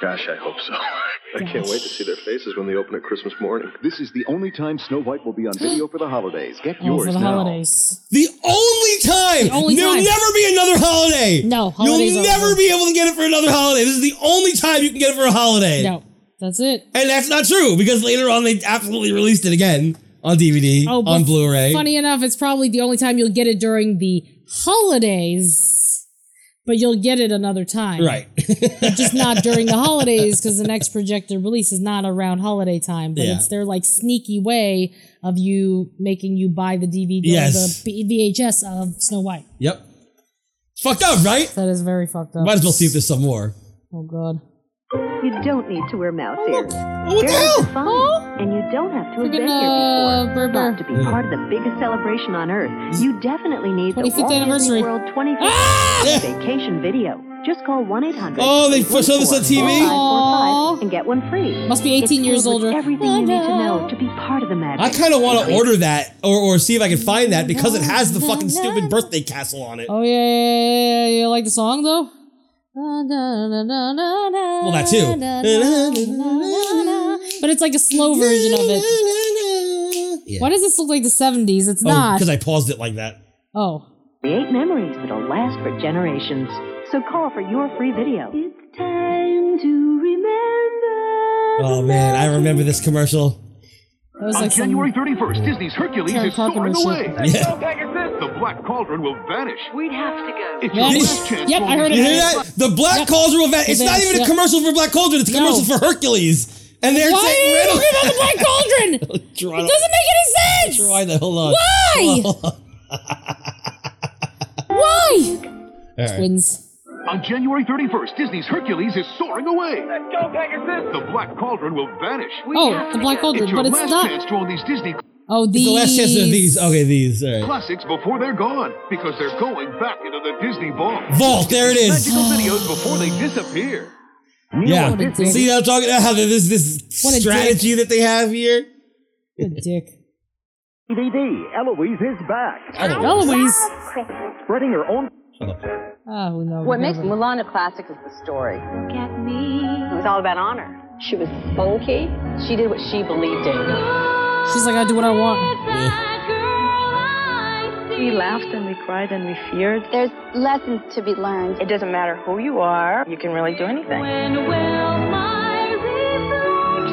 [SPEAKER 12] Gosh, I hope so. I can't wait to see their faces when they open it Christmas morning.
[SPEAKER 8] This is the only time Snow White will be on video for the holidays. Get
[SPEAKER 5] Oh,
[SPEAKER 8] yours
[SPEAKER 5] for the
[SPEAKER 8] now.
[SPEAKER 5] holidays.
[SPEAKER 4] The only time.
[SPEAKER 5] The only
[SPEAKER 4] There'll
[SPEAKER 5] time.
[SPEAKER 4] never be another holiday.
[SPEAKER 5] No, holidays
[SPEAKER 4] You'll
[SPEAKER 5] are
[SPEAKER 4] never
[SPEAKER 5] over.
[SPEAKER 4] be able to get it for another holiday. This is the only time you can get it for a holiday.
[SPEAKER 5] No, that's it.
[SPEAKER 4] And that's not true because later on they absolutely released it again on DVD,
[SPEAKER 5] Oh, but
[SPEAKER 4] on Blu-ray.
[SPEAKER 5] Funny enough, it's probably the only time you'll get it during the holidays, but you'll get it another time.
[SPEAKER 4] Right.
[SPEAKER 5] Just not during the holidays because the next projector release is not around holiday time, but
[SPEAKER 4] Yeah.
[SPEAKER 5] it's their like sneaky way of you making you buy the DVD, or
[SPEAKER 4] Yes.
[SPEAKER 5] the B- VHS of Snow White.
[SPEAKER 4] yep. It's fucked up, right?
[SPEAKER 5] That is very fucked up.
[SPEAKER 4] Might as well see if there's some more.
[SPEAKER 5] Oh god.
[SPEAKER 11] You don't need to wear mouth ears.
[SPEAKER 4] Oh, what the hell?
[SPEAKER 11] And you don't have to have
[SPEAKER 5] Freaking,
[SPEAKER 11] been
[SPEAKER 5] uh,
[SPEAKER 11] here before.
[SPEAKER 5] Burr Burr.
[SPEAKER 11] But to be part of the biggest celebration on earth, you definitely need the
[SPEAKER 5] 25th
[SPEAKER 11] Walt Disney
[SPEAKER 5] anniversary.
[SPEAKER 11] World 25th
[SPEAKER 4] Ah!
[SPEAKER 11] Vacation Video. Just call 1 800.
[SPEAKER 4] Oh, they put saw this on TV.
[SPEAKER 5] Oh. Aww.
[SPEAKER 11] and get one free.
[SPEAKER 5] Must be 18
[SPEAKER 11] It's
[SPEAKER 5] years
[SPEAKER 11] filled with
[SPEAKER 5] older.
[SPEAKER 11] Everything
[SPEAKER 5] Oh,
[SPEAKER 11] you need to
[SPEAKER 5] no.
[SPEAKER 11] know to be part of the magic.
[SPEAKER 4] I kind of want to order that or, or see if I can find that because it has the fucking stupid birthday castle on it.
[SPEAKER 5] Oh yeah, yeah, yeah, yeah. You like the song though? Well,
[SPEAKER 4] that too.
[SPEAKER 5] But it's like a slow version of it. Why does this look like the seventies? It's not.
[SPEAKER 4] Because Oh, I paused it like that.
[SPEAKER 5] oh,
[SPEAKER 11] Create memories that'll last for generations. So call for your free video. It's time to remember.
[SPEAKER 4] Oh man, I remember this commercial.
[SPEAKER 5] that was like some.
[SPEAKER 8] 31st, Disney's Hercules
[SPEAKER 5] Sarah Parker and shit.
[SPEAKER 4] Yeah.
[SPEAKER 8] The Black Cauldron will vanish.
[SPEAKER 11] We'd have to go.
[SPEAKER 5] Yes. Yep, I heard it.
[SPEAKER 4] You hear that? The Black
[SPEAKER 5] Yep.
[SPEAKER 4] Cauldron event. It's not
[SPEAKER 5] Event,
[SPEAKER 4] even a
[SPEAKER 5] yep.
[SPEAKER 4] commercial for Black Cauldron. It's a
[SPEAKER 5] No.
[SPEAKER 4] commercial for Hercules. And they're
[SPEAKER 5] Why
[SPEAKER 4] taking
[SPEAKER 5] are you
[SPEAKER 4] Ritalin.
[SPEAKER 5] talking about the Black Cauldron?
[SPEAKER 4] Try
[SPEAKER 5] it
[SPEAKER 4] to-
[SPEAKER 5] doesn't make any sense.
[SPEAKER 4] Try to hold on.
[SPEAKER 5] Why? Why? Twins.
[SPEAKER 13] On January 31st, Disney's Hercules is soaring away. Let's go, Pegasus! The Black Cauldron will vanish.
[SPEAKER 5] Oh, the Black Cauldron,
[SPEAKER 13] it's your
[SPEAKER 5] but it's
[SPEAKER 13] last
[SPEAKER 5] not.
[SPEAKER 13] chance to own these Disney
[SPEAKER 5] Oh,
[SPEAKER 4] It's
[SPEAKER 5] these.
[SPEAKER 4] the last chance of these. Okay, these. All right.
[SPEAKER 13] classics before they're gone, because they're going back into the Disney vault.
[SPEAKER 4] Vault, there it is.
[SPEAKER 13] Magical videos before they disappear.
[SPEAKER 4] Yeah.
[SPEAKER 13] What a dick.
[SPEAKER 4] See what I'm talking about? How this this
[SPEAKER 13] What a dick.
[SPEAKER 4] strategy that they have here.
[SPEAKER 5] What a dick.
[SPEAKER 14] DVD, Eloise is back.
[SPEAKER 5] Eloise. Eloise.
[SPEAKER 14] Spreading her own.
[SPEAKER 5] Oh no.
[SPEAKER 15] What makes Mulan a classic is the story. Look at me. It was all about honor. She was spunky. She did what she believed in.
[SPEAKER 5] She's like, I do what I want.
[SPEAKER 15] We laughed and we cried and we feared. There's lessons to be learned. It doesn't matter who you are, you can really do anything.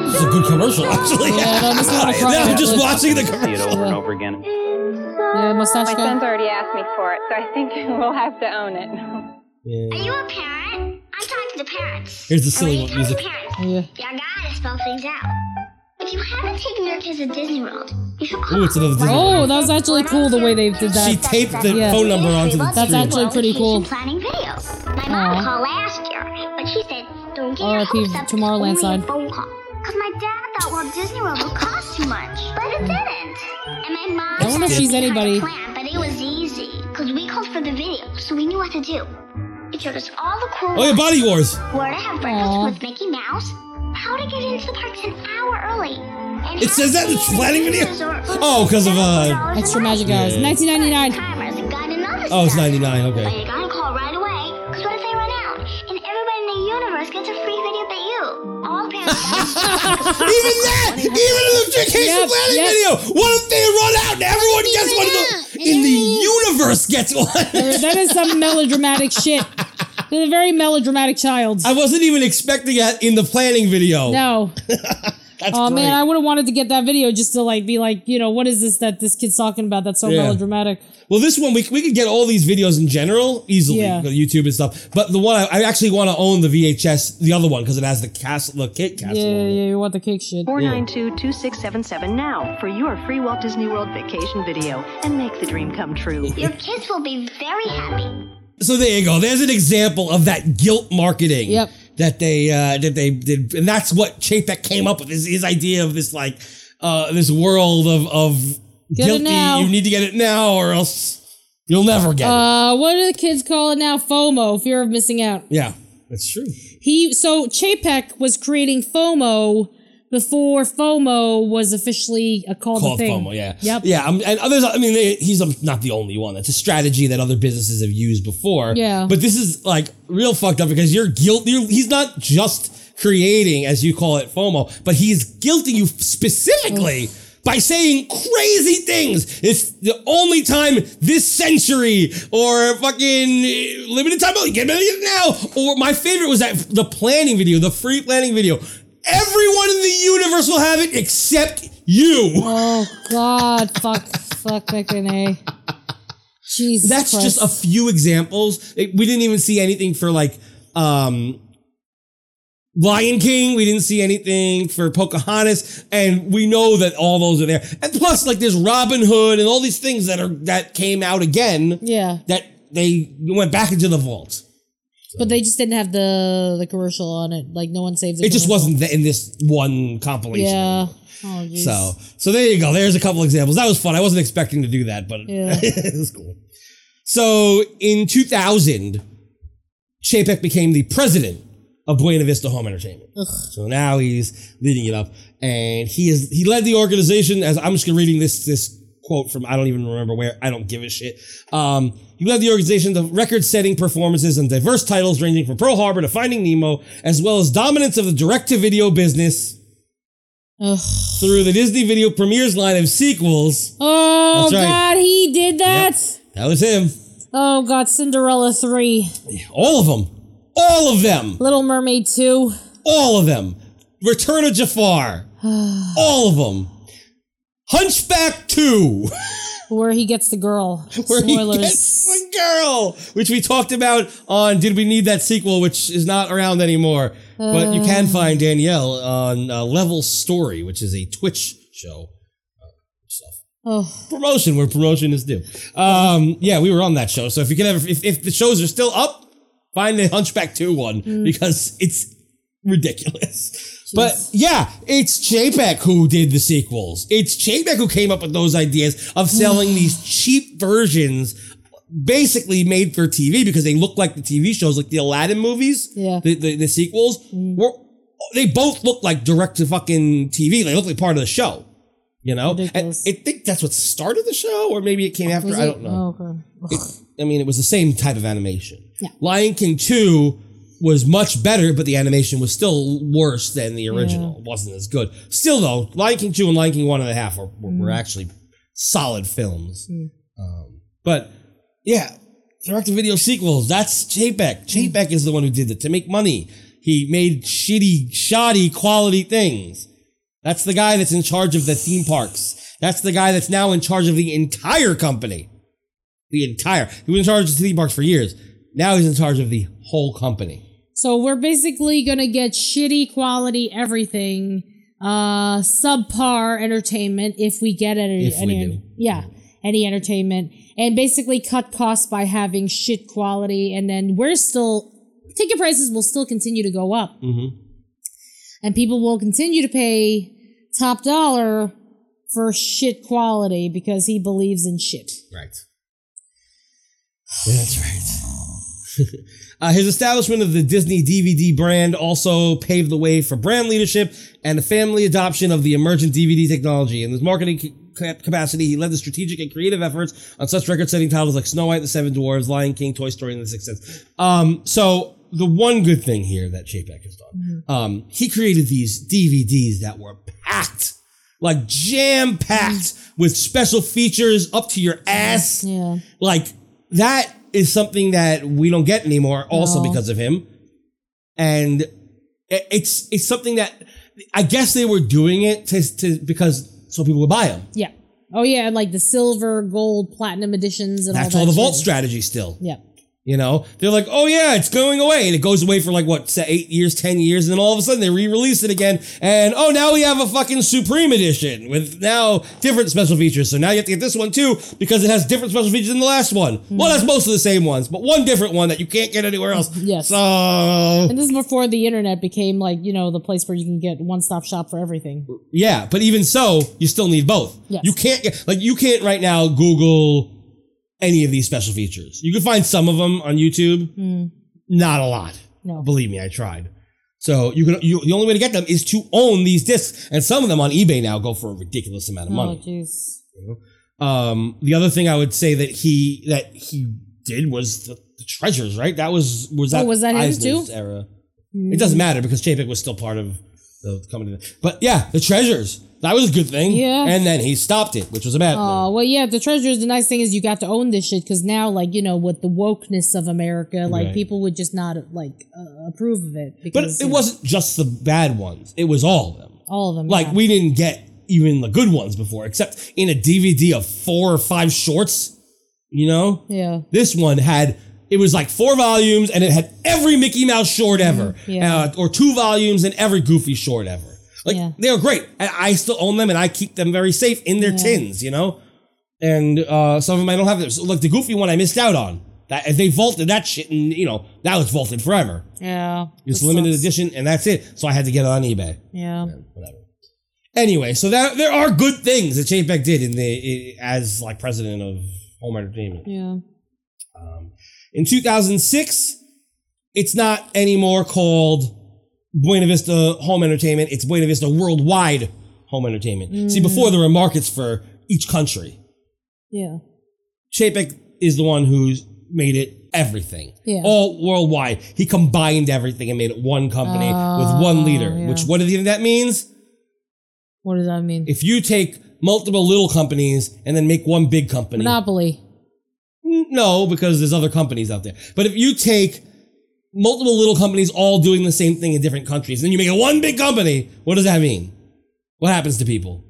[SPEAKER 4] This is a good commercial, actually.
[SPEAKER 5] Yeah, no, Oh, I'm just gonna cry
[SPEAKER 4] Now I'm just
[SPEAKER 5] about
[SPEAKER 4] watching
[SPEAKER 5] it.
[SPEAKER 4] the commercial.
[SPEAKER 16] over again.
[SPEAKER 5] Yeah, mustache
[SPEAKER 15] My
[SPEAKER 5] guy.
[SPEAKER 15] son's already asked me for it, so I think we'll have to own it.
[SPEAKER 4] Yeah.
[SPEAKER 17] you a parent? I'm talking to the parents.
[SPEAKER 4] Here's the silly one
[SPEAKER 17] I'm
[SPEAKER 4] music.
[SPEAKER 17] parents.
[SPEAKER 5] Yeah.
[SPEAKER 17] Y'all gotta spell things out. If you haven't taken your kids to Disney World, you should call.
[SPEAKER 4] Ooh, it's another Disney.
[SPEAKER 5] Oh, that was actually cool the way they did that.
[SPEAKER 4] She taped the phone number onto the
[SPEAKER 5] That's
[SPEAKER 4] screen.
[SPEAKER 5] actually pretty cool.
[SPEAKER 17] Planning videos. My mom
[SPEAKER 5] Aw.
[SPEAKER 17] called last year, but she said don't get your
[SPEAKER 5] RIP
[SPEAKER 17] hopes up.
[SPEAKER 5] Tomorrowland
[SPEAKER 17] it's only
[SPEAKER 5] side.
[SPEAKER 17] a phone call. Cause my dad thought Walt Disney World would cost too much, but it didn't. And my mom.
[SPEAKER 5] I wonder if
[SPEAKER 17] said
[SPEAKER 5] she's
[SPEAKER 17] we had a
[SPEAKER 5] anybody.
[SPEAKER 17] Plan, but it was easy, cause we called for the video, so we knew what to do. It showed us all the cool.
[SPEAKER 4] Oh yeah,
[SPEAKER 17] rides.
[SPEAKER 4] Body Wars.
[SPEAKER 17] Where to have breakfast with Mickey Mouse? How to get into the parks an hour early? And
[SPEAKER 4] It
[SPEAKER 17] how to
[SPEAKER 4] says that
[SPEAKER 17] be
[SPEAKER 4] in the
[SPEAKER 17] at a
[SPEAKER 4] planning
[SPEAKER 17] Disney
[SPEAKER 4] video?
[SPEAKER 17] resort for
[SPEAKER 4] Oh, because of uh.
[SPEAKER 5] Extra Magic Hours.
[SPEAKER 4] Yeah.
[SPEAKER 5] 1999.
[SPEAKER 4] Oh, it's 99.
[SPEAKER 17] But you
[SPEAKER 4] Okay.
[SPEAKER 17] gotta call right away, because what if they run out? And everybody in the universe gets a free video but you. All parents
[SPEAKER 4] Even that! Even in the vacation
[SPEAKER 17] Yep,
[SPEAKER 4] planning
[SPEAKER 17] yep.
[SPEAKER 4] video! What if they run out and everyone gets one of the in the universe gets one?
[SPEAKER 5] There- that is some melodramatic shit. They're a very melodramatic child.
[SPEAKER 4] I wasn't even expecting that in the planning video.
[SPEAKER 5] No. oh man, I would have wanted to get that video just to like be like, you know, what is this that this kid's talking about? That's so
[SPEAKER 4] Yeah.
[SPEAKER 5] melodramatic.
[SPEAKER 4] Well, this one we, we could get all these videos in general easily,
[SPEAKER 5] Yeah.
[SPEAKER 4] with YouTube and stuff. But the one I, I actually want to own the VHS, the other one because it has the castle, the kid
[SPEAKER 5] Yeah,
[SPEAKER 4] castle.
[SPEAKER 5] yeah, yeah, you want the cake shit.
[SPEAKER 11] 492-2677 now for your free Walt Disney World vacation video and make the dream come true.
[SPEAKER 17] Your kids will be very happy.
[SPEAKER 4] So there you go. There's an example of that guilt marketing.
[SPEAKER 17] Yep.
[SPEAKER 4] That they uh, that they did, and that's what Chapek came up with is his idea of this like uh, this world of of
[SPEAKER 5] Get it
[SPEAKER 4] guilty.
[SPEAKER 5] now.
[SPEAKER 4] You need to get it now, or else you'll never get it.
[SPEAKER 5] Uh, what do the kids call it now? FOMO, fear of missing out.
[SPEAKER 4] Yeah, that's true.
[SPEAKER 5] He so Chapek was creating FOMO before FOMO was officially a called,
[SPEAKER 4] Called
[SPEAKER 5] a thing.
[SPEAKER 4] FOMO, yeah,
[SPEAKER 5] Yep.
[SPEAKER 4] yeah. um, and others, I mean, they, he's um, not the only one. It's a strategy that other businesses have used before.
[SPEAKER 5] Yeah.
[SPEAKER 4] but this is like real fucked up because you're guilty. You're, he's not just creating, as you call it, FOMO, but he's guilting you specifically by saying crazy things. It's the only time this century or fucking uh, limited time. only, Get it now. Or my favorite was that the planning video, the free planning video. Everyone in the universe will have it except you.
[SPEAKER 5] Oh God, fuck, fuck, fucking a. Jesus,
[SPEAKER 4] that's just a few examples. It- we didn't even see anything for like um Lion King. We didn't see anything for Pocahontas, and we know that all those are there. And plus, like there's Robin Hood and all these things that are that came out again.
[SPEAKER 5] Yeah.
[SPEAKER 4] that they went back into the vault.
[SPEAKER 5] But they just didn't have the the commercial on it. Like no one saves the
[SPEAKER 4] It just
[SPEAKER 5] commercial.
[SPEAKER 4] wasn't th- in this one compilation.
[SPEAKER 5] Yeah. Oh, jeez.
[SPEAKER 4] So, so there you go. There's a couple examples. That was fun. I wasn't expecting to do that, but
[SPEAKER 5] Yeah.
[SPEAKER 4] it was cool. So, in 2000, Chapek became the president of Buena Vista Home Entertainment. So now he's leading it up, and he is he led the organization. As I'm just reading this this quote from I don't even remember where. I don't give a shit. Um, he led the organization to record-setting performances and diverse titles ranging from Pearl Harbor to Finding Nemo, as well as dominance of the direct-to-video business through the Disney Video Premieres line of sequels.
[SPEAKER 5] Oh
[SPEAKER 4] That's right.
[SPEAKER 5] God, he did that.
[SPEAKER 4] That was him.
[SPEAKER 5] Oh God, Cinderella three,
[SPEAKER 4] All of them. All of them.
[SPEAKER 5] Little Mermaid two.
[SPEAKER 4] All of them. Return of Jafar. All of them. Hunchback 2,
[SPEAKER 5] Where he gets the girl.
[SPEAKER 4] where he
[SPEAKER 5] Spoilers.
[SPEAKER 4] gets the girl, which we talked about on Did We Need That Sequel, which is not around anymore. but you can
[SPEAKER 5] Uh.
[SPEAKER 4] find Danielle on uh, Level Story, which is a Twitch show.
[SPEAKER 5] oh,
[SPEAKER 4] Promotion where promotion is due. Um, yeah, we were on that show. So if you can ever, if, if the shows are still up, find the Hunchback 2 one
[SPEAKER 5] Mm.
[SPEAKER 4] because it's ridiculous. But yeah, it's JPEG who did the sequels. It's JPEG who came up with those ideas of selling these cheap versions basically made for TV because they look like the TV shows, like the Aladdin movies,
[SPEAKER 5] Yeah. Mm.
[SPEAKER 4] the, the, the sequels. Were, they both look like direct to fucking TV. They look like part of the show, you know? And I think that's what started the show, or maybe it came after.
[SPEAKER 5] was
[SPEAKER 4] I
[SPEAKER 5] it?
[SPEAKER 4] don't know.
[SPEAKER 5] Oh, okay.
[SPEAKER 4] It- I mean, it was the same type of animation.
[SPEAKER 5] Yeah.
[SPEAKER 4] Lion King 2 was much better, but the animation was still worse than the original. It wasn't as good. Still, though, Lion King 2 and Lion King 1 and a half were, were, were
[SPEAKER 16] Mm.
[SPEAKER 4] actually solid films.
[SPEAKER 5] Mm.
[SPEAKER 4] Um, but yeah, direct to video sequels. That's
[SPEAKER 5] Mm.
[SPEAKER 4] JPEG. JPEG is the one who did it to make money. He made shitty, shoddy quality things. That's the guy that's in charge of the theme parks. That's the guy that's now in charge of the entire company. The entire. He was in charge of the theme parks for years. Now he's in charge of the whole company.
[SPEAKER 5] So we're basically gonna get shitty quality everything, uh, subpar entertainment if we get any.
[SPEAKER 4] If we
[SPEAKER 5] any
[SPEAKER 4] do.
[SPEAKER 5] Yeah, any entertainment, and basically cut costs by having shit quality, and then we're still ticket prices will still continue to go up,
[SPEAKER 4] Mm-hmm.
[SPEAKER 5] and people will continue to pay top dollar for shit quality because he believes in shit.
[SPEAKER 4] Right. That's right. uh, his establishment of the Disney DVD brand also paved the way for brand leadership and the family adoption of the emergent DVD technology. In his marketing ca- capacity, he led the strategic and creative efforts on such record-setting titles like Snow White, The Seven Dwarves, Lion King, Toy Story, and The Sixth Sense. Um, so the one good thing here that Chapek has done um, he created these DVDs that were packed, like jam packed with special features up to your ass.
[SPEAKER 5] Yeah.
[SPEAKER 4] Like that is something that we don't get anymore, also
[SPEAKER 5] No.
[SPEAKER 4] because of him. And i- it's it's something that I guess they were doing it to, to because so people would buy them.
[SPEAKER 5] Yeah. Oh yeah, and like the silver, gold, platinum editions, and
[SPEAKER 4] That's
[SPEAKER 5] all
[SPEAKER 4] all
[SPEAKER 5] that
[SPEAKER 4] the
[SPEAKER 5] shit.
[SPEAKER 4] vault strategy still.
[SPEAKER 5] Yeah.
[SPEAKER 4] You know, they're like, oh yeah, it's going away, and it goes away for like what se- eight years, ten years, and then all of a sudden they re-release it again, and oh now we have a fucking Supreme Edition with now different special features. So now you have to get this one too because it has different special features than the last one.
[SPEAKER 5] Hmm.
[SPEAKER 4] Well, that's most of the same ones, but one different one that you can't get anywhere else.
[SPEAKER 5] Yes.
[SPEAKER 4] So
[SPEAKER 5] And this is before the internet became like, you know, the place where you can get one stop shop for everything.
[SPEAKER 4] yeah, but even so, you still need both.
[SPEAKER 5] Yes.
[SPEAKER 4] You can't get like you can't right now Google any of these special features. You can find some of them on YouTube.
[SPEAKER 5] Hmm.
[SPEAKER 4] Not a lot.
[SPEAKER 5] No.
[SPEAKER 4] Believe me, I tried. So you can you, the only way to get them is to own these discs, and some of them on eBay now go for a ridiculous amount of
[SPEAKER 5] Oh,
[SPEAKER 4] money.
[SPEAKER 5] jeez.
[SPEAKER 4] Um, the other thing I would say that he that he did was the, the treasures, right? That was was
[SPEAKER 5] Oh,
[SPEAKER 4] that
[SPEAKER 5] was that him
[SPEAKER 4] Eisner's
[SPEAKER 5] too?
[SPEAKER 4] era.
[SPEAKER 5] Mm.
[SPEAKER 4] It doesn't matter because Chapek was still part of the company, but yeah, the treasures that was a good thing.
[SPEAKER 5] Yeah.
[SPEAKER 4] and then he stopped it, which was a bad. thing.
[SPEAKER 5] Oh, well, yeah, the treasures, the nice thing is you got to own this shit because now, like, you know, with the wokeness of America, like,
[SPEAKER 4] Right.
[SPEAKER 5] people would just not, like, uh, approve of it.
[SPEAKER 4] But
[SPEAKER 5] Because,
[SPEAKER 4] it
[SPEAKER 5] you know,
[SPEAKER 4] wasn't just the bad ones; it was all of them.
[SPEAKER 5] All of them.
[SPEAKER 4] Like
[SPEAKER 5] yeah.
[SPEAKER 4] we didn't get even the good ones before, except in a DVD of four or five shorts. You know,
[SPEAKER 5] Yeah.
[SPEAKER 4] this one had it was like four volumes, and it had every Mickey Mouse short ever,
[SPEAKER 5] Mm-hmm. yeah.
[SPEAKER 4] uh, or two volumes and every Goofy short ever. Like
[SPEAKER 5] Yeah.
[SPEAKER 4] they were great, and I still own them, and I keep them very safe in their tins. You know, and uh, some of them I don't have. Them. So, like the Goofy one, I missed out on. That they vaulted that shit, and you know that was vaulted forever.
[SPEAKER 5] Yeah.
[SPEAKER 4] It's
[SPEAKER 5] That
[SPEAKER 4] limited
[SPEAKER 5] sucks.
[SPEAKER 4] edition, and that's it. So I had to get it on eBay.
[SPEAKER 5] Yeah.
[SPEAKER 4] Anyway, so that, there are good things that Chapek did in the i as like president of Home Entertainment.
[SPEAKER 5] Yeah.
[SPEAKER 4] In 2006, it's not anymore called Buena Vista Home Entertainment. It's Buena Vista Worldwide Home Entertainment. See,
[SPEAKER 5] Mm.
[SPEAKER 4] before there were markets for each country.
[SPEAKER 5] Yeah.
[SPEAKER 4] Chapek is the one who's made it everything.
[SPEAKER 5] Yeah.
[SPEAKER 4] All worldwide. He combined everything and made it one company with one leader.
[SPEAKER 5] Oh, yeah.
[SPEAKER 4] Which what do you think that means?
[SPEAKER 5] What does that mean?
[SPEAKER 4] If you take multiple little companies and then make one big company.
[SPEAKER 5] Monopoly.
[SPEAKER 4] N- No, because there's other companies out there. But if you take multiple little companies all doing the same thing in different countries, then you make it one big company, what does that mean? What happens to people?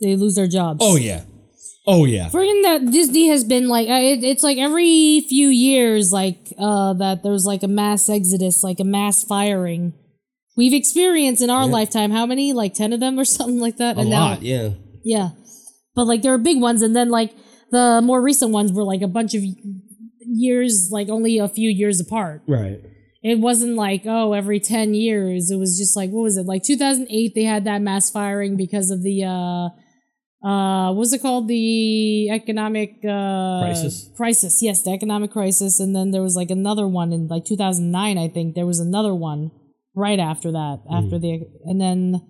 [SPEAKER 5] They lose their jobs.
[SPEAKER 4] Oh yeah. Oh yeah.
[SPEAKER 5] Friggin' that Disney has been like, uh, it, it's like every few years, like uh, that there's like a mass exodus, like a mass firing. We've experienced in our
[SPEAKER 4] Yeah.
[SPEAKER 5] lifetime how many, like ten of them or something like that.
[SPEAKER 4] A lot, yeah.
[SPEAKER 5] yeah, but like there are big ones, and then like the more recent ones were like a bunch of years, like only a few years apart.
[SPEAKER 4] Right.
[SPEAKER 5] It wasn't like oh every ten years. It was just like what was it like 2008? They had that mass firing because of the uh, uh, what was it called? The economic uh,
[SPEAKER 4] Crisis?
[SPEAKER 5] Crisis, yes, the economic crisis, and then there was like another one in like 2009, I think. There was another one right after that,
[SPEAKER 4] Hmm.
[SPEAKER 5] after the, and then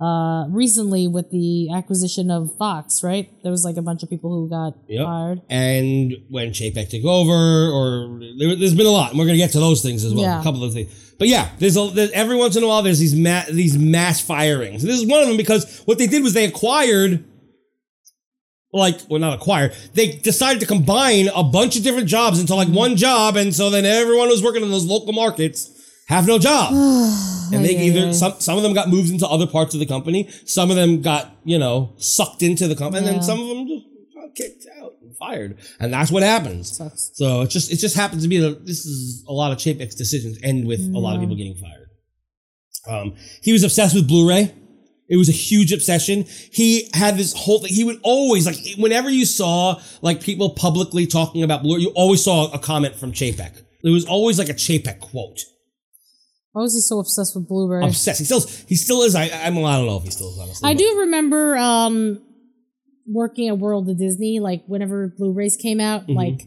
[SPEAKER 5] uh, recently with the acquisition of Fox, right? There was like a bunch of people who got
[SPEAKER 4] Yep.
[SPEAKER 5] fired.
[SPEAKER 4] And when Chapek took over, or there, there's been a lot. And we're gonna get to those things as well.
[SPEAKER 5] Yeah.
[SPEAKER 4] A couple of things, but yeah, there's, a, there's every once in a while there's these ma- these mass firings. And this is one of them because what they did was they acquired, like, well, not acquired. They decided to combine a bunch of different jobs into like one job, and so then everyone who's working in those local markets have no job. and they
[SPEAKER 5] Ay, ay,
[SPEAKER 4] either
[SPEAKER 5] ay.
[SPEAKER 4] some some of them got moved into other parts of the company, some of them got you know sucked into the company, and
[SPEAKER 5] Yeah.
[SPEAKER 4] then some of them just got kicked out and fired, and that's what happens. So it just it just happens to be that this is a lot of Chapek's decisions end with a lot of
[SPEAKER 5] Yeah.
[SPEAKER 4] people getting fired. Um, he was obsessed with Blu-ray. It was a huge obsession. He had this whole thing. He would always like whenever you saw like people publicly talking about Blu-ray, you always saw a comment from Chapek. There was always like a Chapek quote.
[SPEAKER 5] Why was he so obsessed with Blueberry?
[SPEAKER 4] Obsessed. He still he still is. I I'm, I don't know if he still is honestly.
[SPEAKER 5] I do remember um, working at World of Disney, like whenever Blu-rays came out,
[SPEAKER 4] Mhm.
[SPEAKER 5] like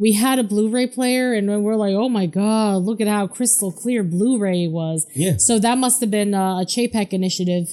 [SPEAKER 5] we had a Blu-ray player, and then we're like, oh my god, look at how crystal clear Blu-ray was.
[SPEAKER 4] Yeah.
[SPEAKER 5] So that must have been uh, a Chapek initiative,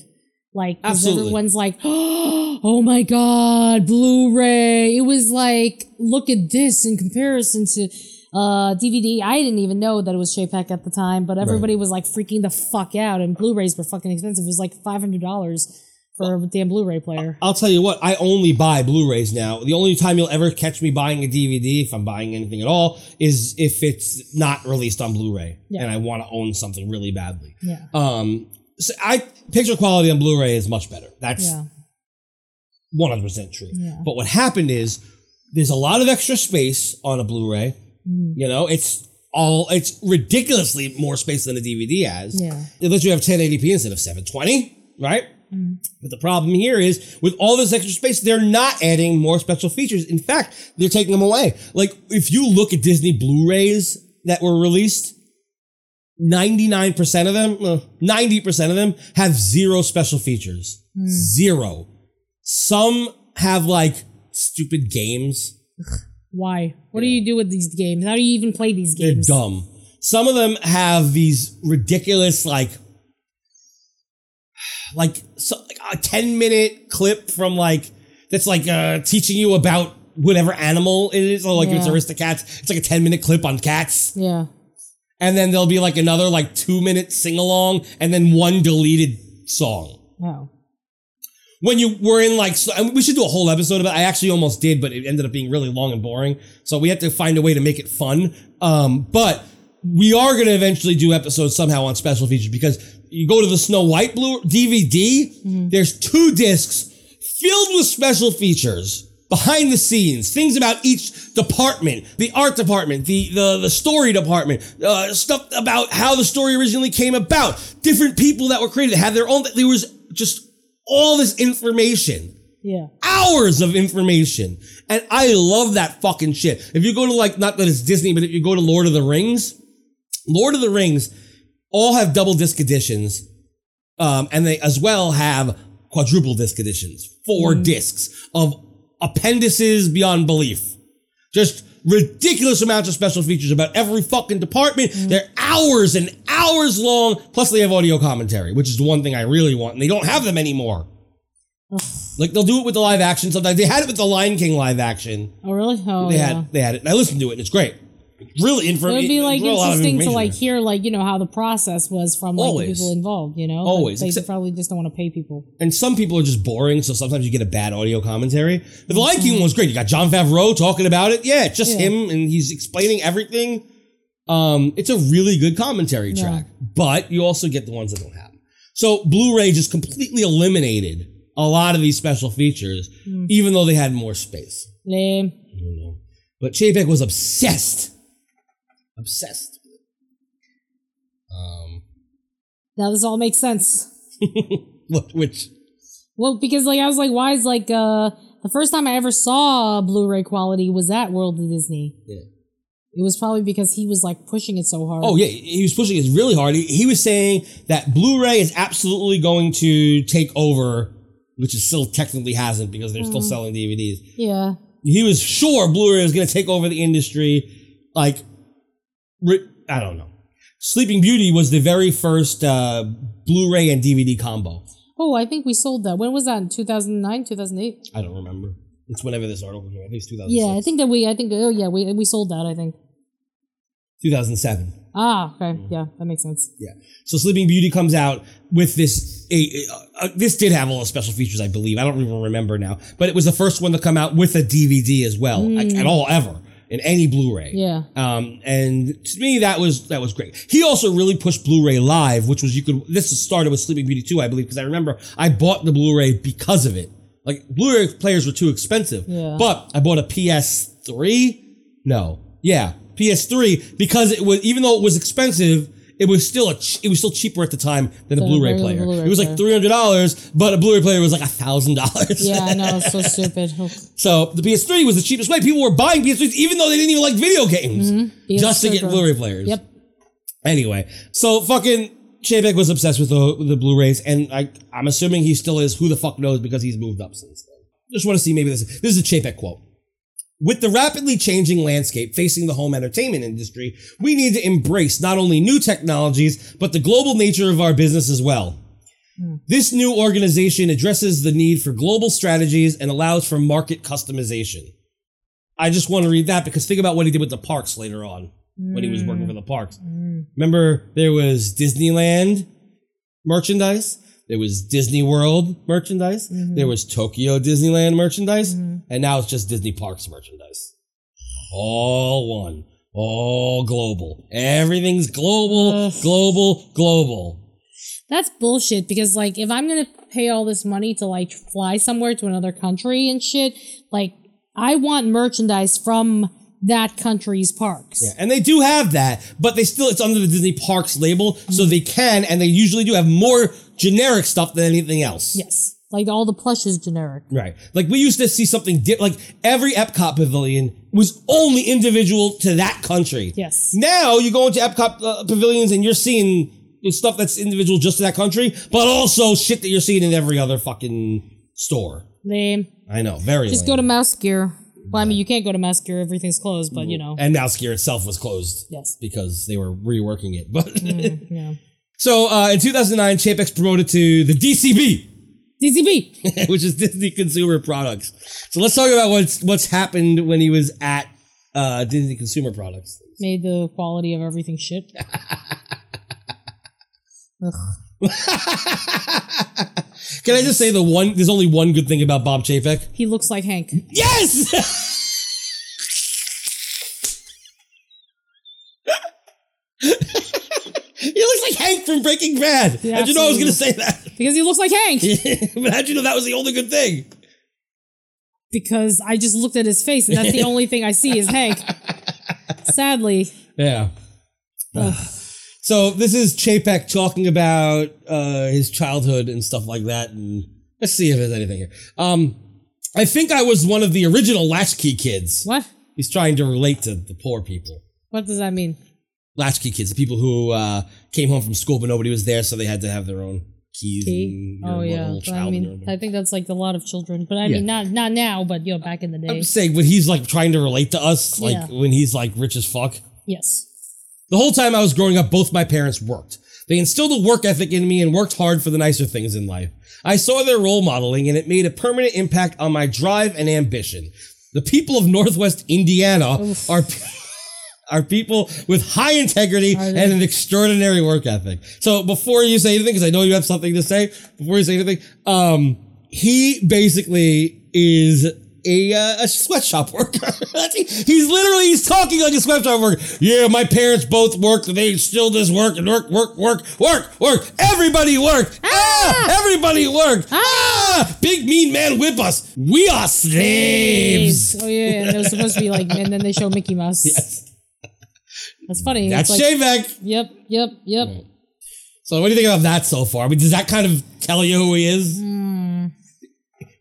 [SPEAKER 5] like 'cause
[SPEAKER 4] Absolutely.
[SPEAKER 5] everyone's like, oh my god, Blu-ray. It was like, look at this in comparison to. Uh, DVD. I didn't even know that it was Chapek at the time, but everybody was like freaking the fuck out, and Blu-rays were fucking expensive. It was like five hundred dollars for a damn Blu-ray player.
[SPEAKER 4] I'll tell you what, I only buy Blu-rays now. The only time you'll ever catch me buying a DVD, if I'm buying anything at all, is if it's not released on Blu-ray
[SPEAKER 5] Yeah.
[SPEAKER 4] and I want to own something really badly.
[SPEAKER 5] Yeah.
[SPEAKER 4] Um, so I picture quality on Blu-ray is much better. That's
[SPEAKER 5] yeah.
[SPEAKER 4] one hundred percent true.
[SPEAKER 5] Yeah.
[SPEAKER 4] But what happened is there's a lot of extra space on a Blu-ray.
[SPEAKER 5] Mm.
[SPEAKER 4] You know, it's all it's ridiculously more space than a DVD has.
[SPEAKER 5] Yeah.
[SPEAKER 4] It lets you have 1080p instead of 720, right? But the problem here is with all this extra space, they're not adding more special features. In fact, they're taking them away. Like if you look at Disney Blu-rays that were released, 99% of them, uh, 90% of them have zero special features.
[SPEAKER 5] Mm.
[SPEAKER 4] Zero. Some have like stupid games.
[SPEAKER 5] Why? What do you do with these games? How do you even play these games?
[SPEAKER 4] They're dumb. Some of them have these ridiculous, like, like, so, like a ten minute clip from like that's like uh, teaching you about whatever animal it is. So like if it's
[SPEAKER 5] Yeah.
[SPEAKER 4] Aristocats, it's like a ten minute clip on cats,
[SPEAKER 5] Yeah.
[SPEAKER 4] and then there'll be like another like two minute sing along, and then one deleted song
[SPEAKER 5] No.
[SPEAKER 4] when you were in like so, and we should do a whole episode about it. i actually almost did but it ended up being really long and boring so we had to find a way to make it fun um, but we are going to eventually do episodes somehow on special features because you go to the snow white blue dvd there's two discs filled with special features behind the scenes things about each department the art department the the, the story department uh, stuff about how the story originally came about different people that were created that had their own there was just all this information,
[SPEAKER 5] Yeah.
[SPEAKER 4] hours of information. And I love that fucking shit. If you go to like, not that it's Disney, but if you go to Lord of the Rings, Lord of the Rings all have double disc editions. Um, and they as well have quadruple disc editions, four discs of appendices beyond belief. Just ridiculous amounts of special features about every fucking department. They're hours and hours long. Plus they have audio commentary, which is the one thing I really want. And they don't have them anymore. Like they'll do it with the live action sometimes. They had it with the Lion King live action.
[SPEAKER 5] Oh really? Oh
[SPEAKER 4] they
[SPEAKER 5] yeah.
[SPEAKER 4] had they had it. And I listened to it and it's great. Really
[SPEAKER 5] it
[SPEAKER 4] inform-
[SPEAKER 5] would be like
[SPEAKER 4] a lot of
[SPEAKER 5] interesting to
[SPEAKER 4] information
[SPEAKER 5] like
[SPEAKER 4] there.
[SPEAKER 5] hear like you know how the process was from like the
[SPEAKER 4] Always.
[SPEAKER 5] people involved. You know, Like,
[SPEAKER 4] Always,
[SPEAKER 5] they
[SPEAKER 4] except-
[SPEAKER 5] probably just don't want to pay people.
[SPEAKER 4] And some people are just boring, so sometimes you get a bad audio commentary. But the Lion King one was great. You got John Favreau talking about it. Yeah, it's just
[SPEAKER 5] Yeah.
[SPEAKER 4] him and he's explaining everything. Um, it's a really good commentary
[SPEAKER 5] Yeah.
[SPEAKER 4] track, but you also get the ones that don't have. 'em. So Blu-ray just completely eliminated a lot of these special features,
[SPEAKER 5] Mm.
[SPEAKER 4] even though they had more space.
[SPEAKER 5] Lame.
[SPEAKER 4] But Chapek was obsessed. Obsessed. Um,
[SPEAKER 5] Now this all makes sense.
[SPEAKER 4] what, which
[SPEAKER 5] Well, because like I was like, why is like uh the first time I ever saw Blu-ray quality was at World of Disney.
[SPEAKER 4] Yeah.
[SPEAKER 5] It was probably because he was like pushing it so hard.
[SPEAKER 4] Oh yeah, he was pushing it really hard. He, he was saying that Blu-ray is absolutely going to take over, which it still technically hasn't because they're still
[SPEAKER 5] Mhm.
[SPEAKER 4] selling DVDs.
[SPEAKER 5] Yeah.
[SPEAKER 4] He was sure Blu-ray was going to take over the industry. Like, ri- I don't know. Sleeping Beauty was the very first uh, Blu-ray and DVD combo.
[SPEAKER 5] Oh, I think we sold that. When was that? In 2009, 2008?
[SPEAKER 4] I don't remember. It's whenever this article came. out. I think it's 2000,
[SPEAKER 5] Yeah, I think that we I think oh yeah, we we sold that, I think.
[SPEAKER 4] 2007.
[SPEAKER 5] Ah, okay.
[SPEAKER 4] Mm-hmm.
[SPEAKER 5] Yeah, that makes sense.
[SPEAKER 4] Yeah. So Sleeping Beauty comes out with this. A, a, a- this did have all the special features, I believe. I don't even remember now, but it was the first one to come out with a DVD as well,
[SPEAKER 5] Mm.
[SPEAKER 4] like, at all ever in any Blu-ray.
[SPEAKER 5] Yeah.
[SPEAKER 4] Um, and to me, that was that was great. He also really pushed Blu-ray live, which was you could. This started with Sleeping Beauty too, I believe, because I remember I bought the Blu-ray because of it. Like Blu-ray players were too expensive,
[SPEAKER 5] Yeah.
[SPEAKER 4] but I bought a PS3. No, yeah, PS3 because it was even though it was expensive, it was still a ch- it was still cheaper at the time than a
[SPEAKER 5] Than a
[SPEAKER 4] Blu-ray
[SPEAKER 5] regular
[SPEAKER 4] player.
[SPEAKER 5] Blu-ray
[SPEAKER 4] it was like
[SPEAKER 5] player.
[SPEAKER 4] three hundred dollars, but a Blu-ray player was like thousand dollars.
[SPEAKER 5] Yeah, I know, it's so stupid.
[SPEAKER 4] So the PS3 was the cheapest way. People were buying PS3s even though they didn't even like video games
[SPEAKER 5] PS3
[SPEAKER 4] just to get
[SPEAKER 5] bro.
[SPEAKER 4] Blu-ray players.
[SPEAKER 5] Yep.
[SPEAKER 4] Anyway, so fucking Chapek was obsessed with the, with the Blu-rays, and I, I'm assuming he still is. Who the fuck knows? Because he's moved up since then. Just want to see maybe this. This is a Chapek quote. With the rapidly changing landscape facing the home entertainment industry, we need to embrace not only new technologies, but the global nature of our business as well. This new organization addresses the need for global strategies and allows for market customization. I just want to read that because think about what he did with the parks later on when he was working for the parks. Remember, there was Disneyland merchandise, there was Disney World merchandise, there was Tokyo Disneyland merchandise, and now it's just Disney Parks merchandise. All one, all global. Everything's global, global, global.
[SPEAKER 5] That's bullshit because like if I'm gonna pay all this money to like fly somewhere to another country and shit, like I want merchandise from that country's parks.
[SPEAKER 4] Yeah, and they do have that, but they still it's under the Disney Parks label, so they can and they usually do have more generic stuff than anything else.
[SPEAKER 5] Yes. Like all the plush is generic.
[SPEAKER 4] Right. Like we used to see something di- like every Epcot pavilion was only individual to that country.
[SPEAKER 5] Yes.
[SPEAKER 4] Now you go into Epcot uh, pavilions and you're seeing stuff that's individual just to that country, but also shit that you're seeing in every other fucking store.
[SPEAKER 5] Lame.
[SPEAKER 4] I know, very.
[SPEAKER 5] Just
[SPEAKER 4] lame.
[SPEAKER 5] go to Mouse Gear. Well, I mean, you can't go to Mouse Gear. Everything's closed, but you know.
[SPEAKER 4] And now Skier itself was closed.
[SPEAKER 5] Yes. Mm-hmm.
[SPEAKER 4] Because they were reworking it. But
[SPEAKER 5] yeah.
[SPEAKER 4] So uh, in 2009, Chapex promoted to the DCB.
[SPEAKER 5] DCB,
[SPEAKER 4] which is Disney Consumer Products. So let's talk about what's what's happened when he was at uh, Disney Consumer Products.
[SPEAKER 5] Made the quality of everything shit. Ugh.
[SPEAKER 4] Can I just say the one? There's only one good thing about Bob Chapek.
[SPEAKER 5] He looks like Hank.
[SPEAKER 4] Yes! He looks like Hank from Breaking Bad.
[SPEAKER 5] Yeah,
[SPEAKER 4] How'd you know I was going to say
[SPEAKER 5] absolutely.
[SPEAKER 4] that?
[SPEAKER 5] Because he looks like Hank.
[SPEAKER 4] but how'd you know that was the only good thing?
[SPEAKER 5] because I just looked at his face and that's the only thing I see is Hank. Sadly.
[SPEAKER 4] Yeah. So this is Chapek talking about uh, his childhood and stuff like that. And let's see if there's anything here. Um, I think I was one of the original latchkey kids.
[SPEAKER 5] What?
[SPEAKER 4] He's trying to relate to the poor people.
[SPEAKER 5] What does that mean?
[SPEAKER 4] Latchkey kids, the people who uh, came home from school but nobody was there, so they had to have their own keys.
[SPEAKER 5] Key?
[SPEAKER 4] And
[SPEAKER 5] Oh
[SPEAKER 4] your
[SPEAKER 5] yeah.
[SPEAKER 4] little
[SPEAKER 5] But I
[SPEAKER 4] child
[SPEAKER 5] mean I think that's like a lot of children. But I
[SPEAKER 4] Yeah.
[SPEAKER 5] mean not not now, but you know, back in the day.
[SPEAKER 4] I'm saying when he's like trying to relate to us, like
[SPEAKER 5] Yeah.
[SPEAKER 4] when he's like rich as fuck.
[SPEAKER 5] yes.
[SPEAKER 4] The whole time I was growing up, both my parents worked. They instilled a work ethic in me and worked hard for the nicer things in life. I saw their role modeling and it made a permanent impact on my drive and ambition. The people of Northwest Indiana are are people with high integrity and an extraordinary work ethic. So before you say anything, because I know you have something to say, before you say anything, um, he basically is a, uh, a sweatshop worker. That's- he's literally he's talking like a sweatshop worker. Yeah, my parents both worked. They still just work and work, work, work, work, work. Everybody worked. Ah, everybody at work. Ah, big mean man whip us. We are slaves.
[SPEAKER 5] Oh yeah, and it was supposed to be like, and then they show Mickey Mouse.
[SPEAKER 4] Yes.
[SPEAKER 5] That's funny.
[SPEAKER 4] That's
[SPEAKER 5] It's
[SPEAKER 4] Shayback.
[SPEAKER 5] Yep, yep, yep.
[SPEAKER 4] So, what do you think of that so far? I mean, does that kind of tell you who he is?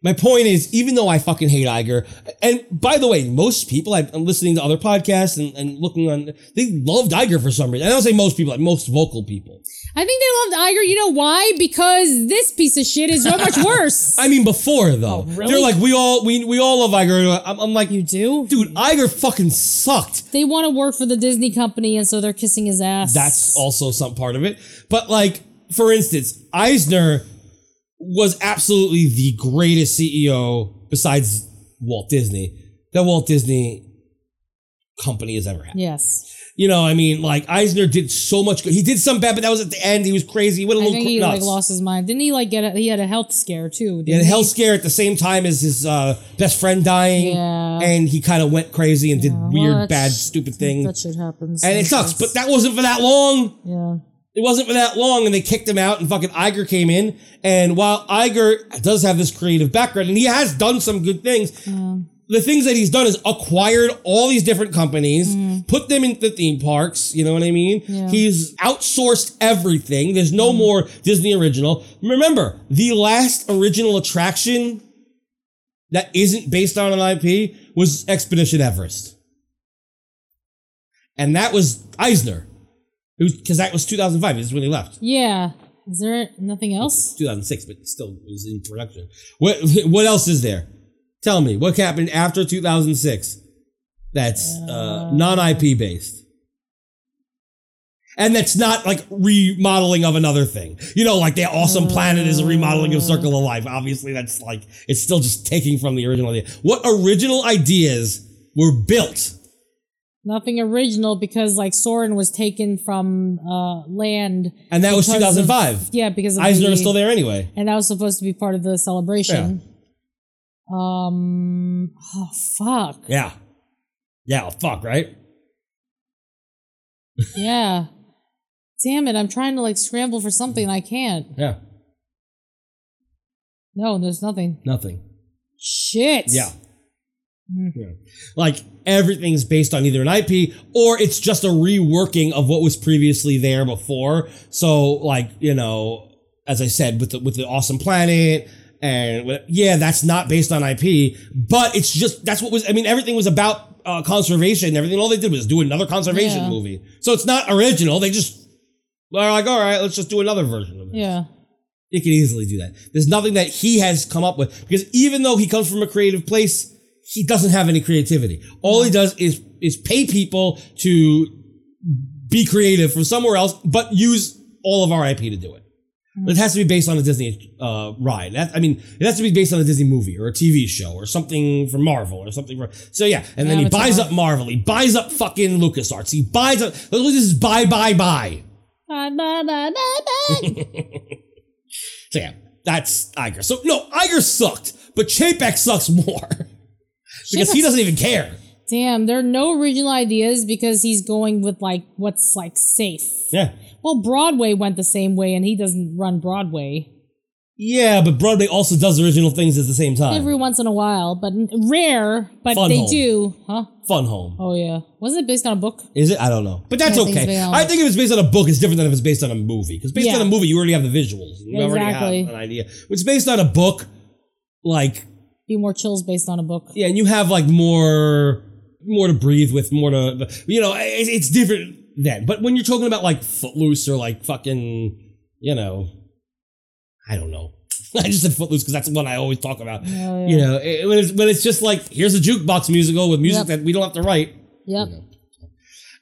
[SPEAKER 4] My point is, even though I fucking hate Iger, and by the way, most people I- I'm listening to other podcasts and, and looking on, they loved Iger for some reason. And I don't say most people, like most vocal people.
[SPEAKER 5] I think they loved Iger. You know why? Because this piece of shit is so much worse.
[SPEAKER 4] I mean, before though,
[SPEAKER 5] really?
[SPEAKER 4] they're like, we all we we all love Iger. I'm, I'm like, you
[SPEAKER 5] do,
[SPEAKER 4] dude. Iger fucking sucked.
[SPEAKER 5] they want to work for the Disney company, and so they're kissing his ass.
[SPEAKER 4] That's also some part of it. But like, for instance, Eisner was absolutely the greatest CEO besides Walt Disney that Walt Disney company has ever had.
[SPEAKER 5] yes.
[SPEAKER 4] You know, I mean, like Eisner did so much good. He did some bad, but that was at the end. He was crazy. He went a
[SPEAKER 5] I
[SPEAKER 4] little
[SPEAKER 5] think he
[SPEAKER 4] nuts.
[SPEAKER 5] like lost his mind. Didn't he like get a, he had a health scare too?
[SPEAKER 4] He had a health scare at the same time as his uh, best friend dying, and he kind of went crazy and did
[SPEAKER 5] well,
[SPEAKER 4] weird, bad,
[SPEAKER 5] that's-
[SPEAKER 4] stupid things.
[SPEAKER 5] That shit happens.
[SPEAKER 4] And it sucks, but that wasn't for that long.
[SPEAKER 5] Yeah.
[SPEAKER 4] It wasn't for that long, and they kicked him out, and fucking Iger came in. And while Iger does have this creative background, and he has done some good things, the things that he's done is acquired all these different companies, put them into theme parks. You know what I mean?
[SPEAKER 16] Yeah.
[SPEAKER 4] He's outsourced everything. There's no more Disney original. Remember, the last original attraction that isn't based on an IP was Expedition Everest. And that was Eisner. Because that was 2005. This is when he left.
[SPEAKER 5] Yeah. Is there nothing else?
[SPEAKER 4] 2006, but still it was in production. What, what else is there? Tell me, what happened after 2006 that's uh, non IP based? And that's not like remodeling of another thing. You know, like the Awesome Planet is a remodeling of Circle of Life. Obviously, that's like, it's still just taking from the original idea. What original ideas were built?
[SPEAKER 5] Nothing original because like Soren was taken from uh, land,
[SPEAKER 4] And that was
[SPEAKER 5] because of-
[SPEAKER 4] 2005.
[SPEAKER 5] yeah, because of
[SPEAKER 4] Eisner
[SPEAKER 5] the-
[SPEAKER 4] was still there anyway.
[SPEAKER 5] and that was supposed to be part of the celebration. Um, oh fuck,
[SPEAKER 4] Yeah. Yeah, well, fuck, right?
[SPEAKER 5] yeah, damn it! I'm trying to like scramble for something and I can't.
[SPEAKER 4] Yeah.
[SPEAKER 5] No, there's nothing.
[SPEAKER 4] Nothing.
[SPEAKER 5] Shit.
[SPEAKER 4] Yeah. Yeah. Like everything's based on either an IP or it's just a reworking of what was previously there before. So like, you know, as I said with the with the awesome planet and with- yeah, that's not based on IP, but it's just that's what was I mean everything was about uh, conservation and everything all they did was do another conservation
[SPEAKER 5] Yeah.
[SPEAKER 4] movie. So it's not original. They just they're like, "All right, let's just do another version of it."
[SPEAKER 5] Yeah.
[SPEAKER 4] You can easily do that. There's nothing that he has come up with because even though he comes from a creative place, he doesn't have any creativity. All he does is is pay people to be creative from somewhere else, but use all of our IP to do it. It has to be based on a Disney uh, ride. That, I mean, it has to be based on a Disney movie or a TV show or something from Marvel or something. From, so yeah, and then he
[SPEAKER 16] Avatar.
[SPEAKER 4] buys up Marvel. He buys up fucking LucasArts. He buys up. This is buy, buy, buy.
[SPEAKER 5] Bye, bye, bye, bye, bye.
[SPEAKER 4] So yeah, that's Iger. So no, Iger sucked, but Chapek sucks more because he
[SPEAKER 5] Chapek's-
[SPEAKER 4] doesn't even care.
[SPEAKER 5] Damn, there are no original ideas because he's going with like what's like safe.
[SPEAKER 4] Yeah.
[SPEAKER 5] Well, Broadway went the same way, and he doesn't run Broadway
[SPEAKER 4] Yeah, but Broadway also does original things at the same time.
[SPEAKER 5] every once in a while, but n- rare. But
[SPEAKER 4] Fun
[SPEAKER 5] they
[SPEAKER 4] Home.
[SPEAKER 5] do, huh?
[SPEAKER 4] Fun Home
[SPEAKER 5] Oh yeah, wasn't it based on a book?
[SPEAKER 4] is it? I don't know, but that's
[SPEAKER 5] Yeah, I think it's
[SPEAKER 4] okay.
[SPEAKER 5] based on-
[SPEAKER 4] I think if it's based on a book, it's different than if it's based on a movie. Because based
[SPEAKER 5] Yeah.
[SPEAKER 4] on a movie, you already have the visuals. You already
[SPEAKER 5] Exactly.
[SPEAKER 4] have an idea. If it's based on a book, like
[SPEAKER 5] Be more chills based on a book.
[SPEAKER 4] yeah, and you have like more more to breathe with, more to you know, it, it's different then. But when you're talking about like Footloose or like fucking, you know, I don't know. I just said Footloose because that's the one I always talk about.
[SPEAKER 5] Oh, yeah.
[SPEAKER 4] You know, it, when, it's, when it's just like here's a jukebox musical with music
[SPEAKER 5] Yep.
[SPEAKER 4] that we don't have to write.
[SPEAKER 5] Yep.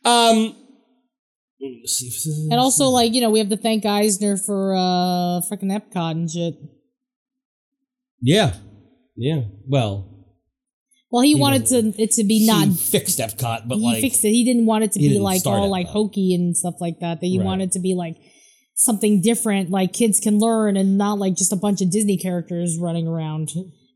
[SPEAKER 4] Um.
[SPEAKER 5] And also, like you know, we have to thank Eisner for uh freaking Epcot and shit.
[SPEAKER 4] Yeah. Yeah. Well,
[SPEAKER 5] Well, he, wanted to it to be not.
[SPEAKER 4] he fixed Epcot, but
[SPEAKER 5] he
[SPEAKER 4] like
[SPEAKER 5] fixed it. He didn't want it to
[SPEAKER 4] he
[SPEAKER 5] be
[SPEAKER 4] didn't
[SPEAKER 5] like
[SPEAKER 4] start
[SPEAKER 5] all
[SPEAKER 4] Epcot.
[SPEAKER 5] like hokey and stuff like that. That he
[SPEAKER 4] Right.
[SPEAKER 5] wanted to be like something different, like kids can learn, and not like just a bunch of Disney characters running around.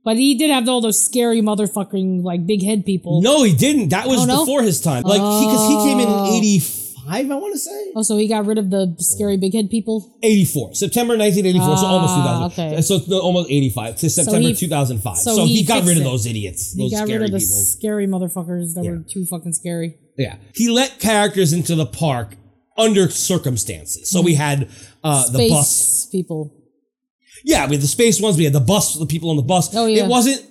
[SPEAKER 5] But he did have all those scary motherfucking like big head people.
[SPEAKER 4] No, he didn't. That was
[SPEAKER 5] Oh, no?
[SPEAKER 4] before his time. Like because he, came in in
[SPEAKER 5] Oh.
[SPEAKER 4] eighty five I want to say.
[SPEAKER 5] Oh, so he got rid of the scary big head people.
[SPEAKER 4] 84, September 1984, so almost
[SPEAKER 5] Ah,
[SPEAKER 4] 2000.
[SPEAKER 5] okay.
[SPEAKER 4] So it's no- almost 85 to
[SPEAKER 5] So
[SPEAKER 4] September
[SPEAKER 5] he-
[SPEAKER 4] 2005. So, he, got
[SPEAKER 5] fixed
[SPEAKER 4] rid of
[SPEAKER 5] it.
[SPEAKER 4] those idiots,
[SPEAKER 5] He
[SPEAKER 4] those
[SPEAKER 5] got
[SPEAKER 4] scary
[SPEAKER 5] rid of the
[SPEAKER 4] people.
[SPEAKER 5] scary motherfuckers that were too fucking scary.
[SPEAKER 4] Yeah. He let characters into the park under circumstances. So we had uh, the
[SPEAKER 5] Mm-hmm. Space
[SPEAKER 4] bus.
[SPEAKER 5] people.
[SPEAKER 4] Yeah, we had the space ones. We had the bus, the people on the bus. Oh,
[SPEAKER 5] yeah.
[SPEAKER 4] It wasn't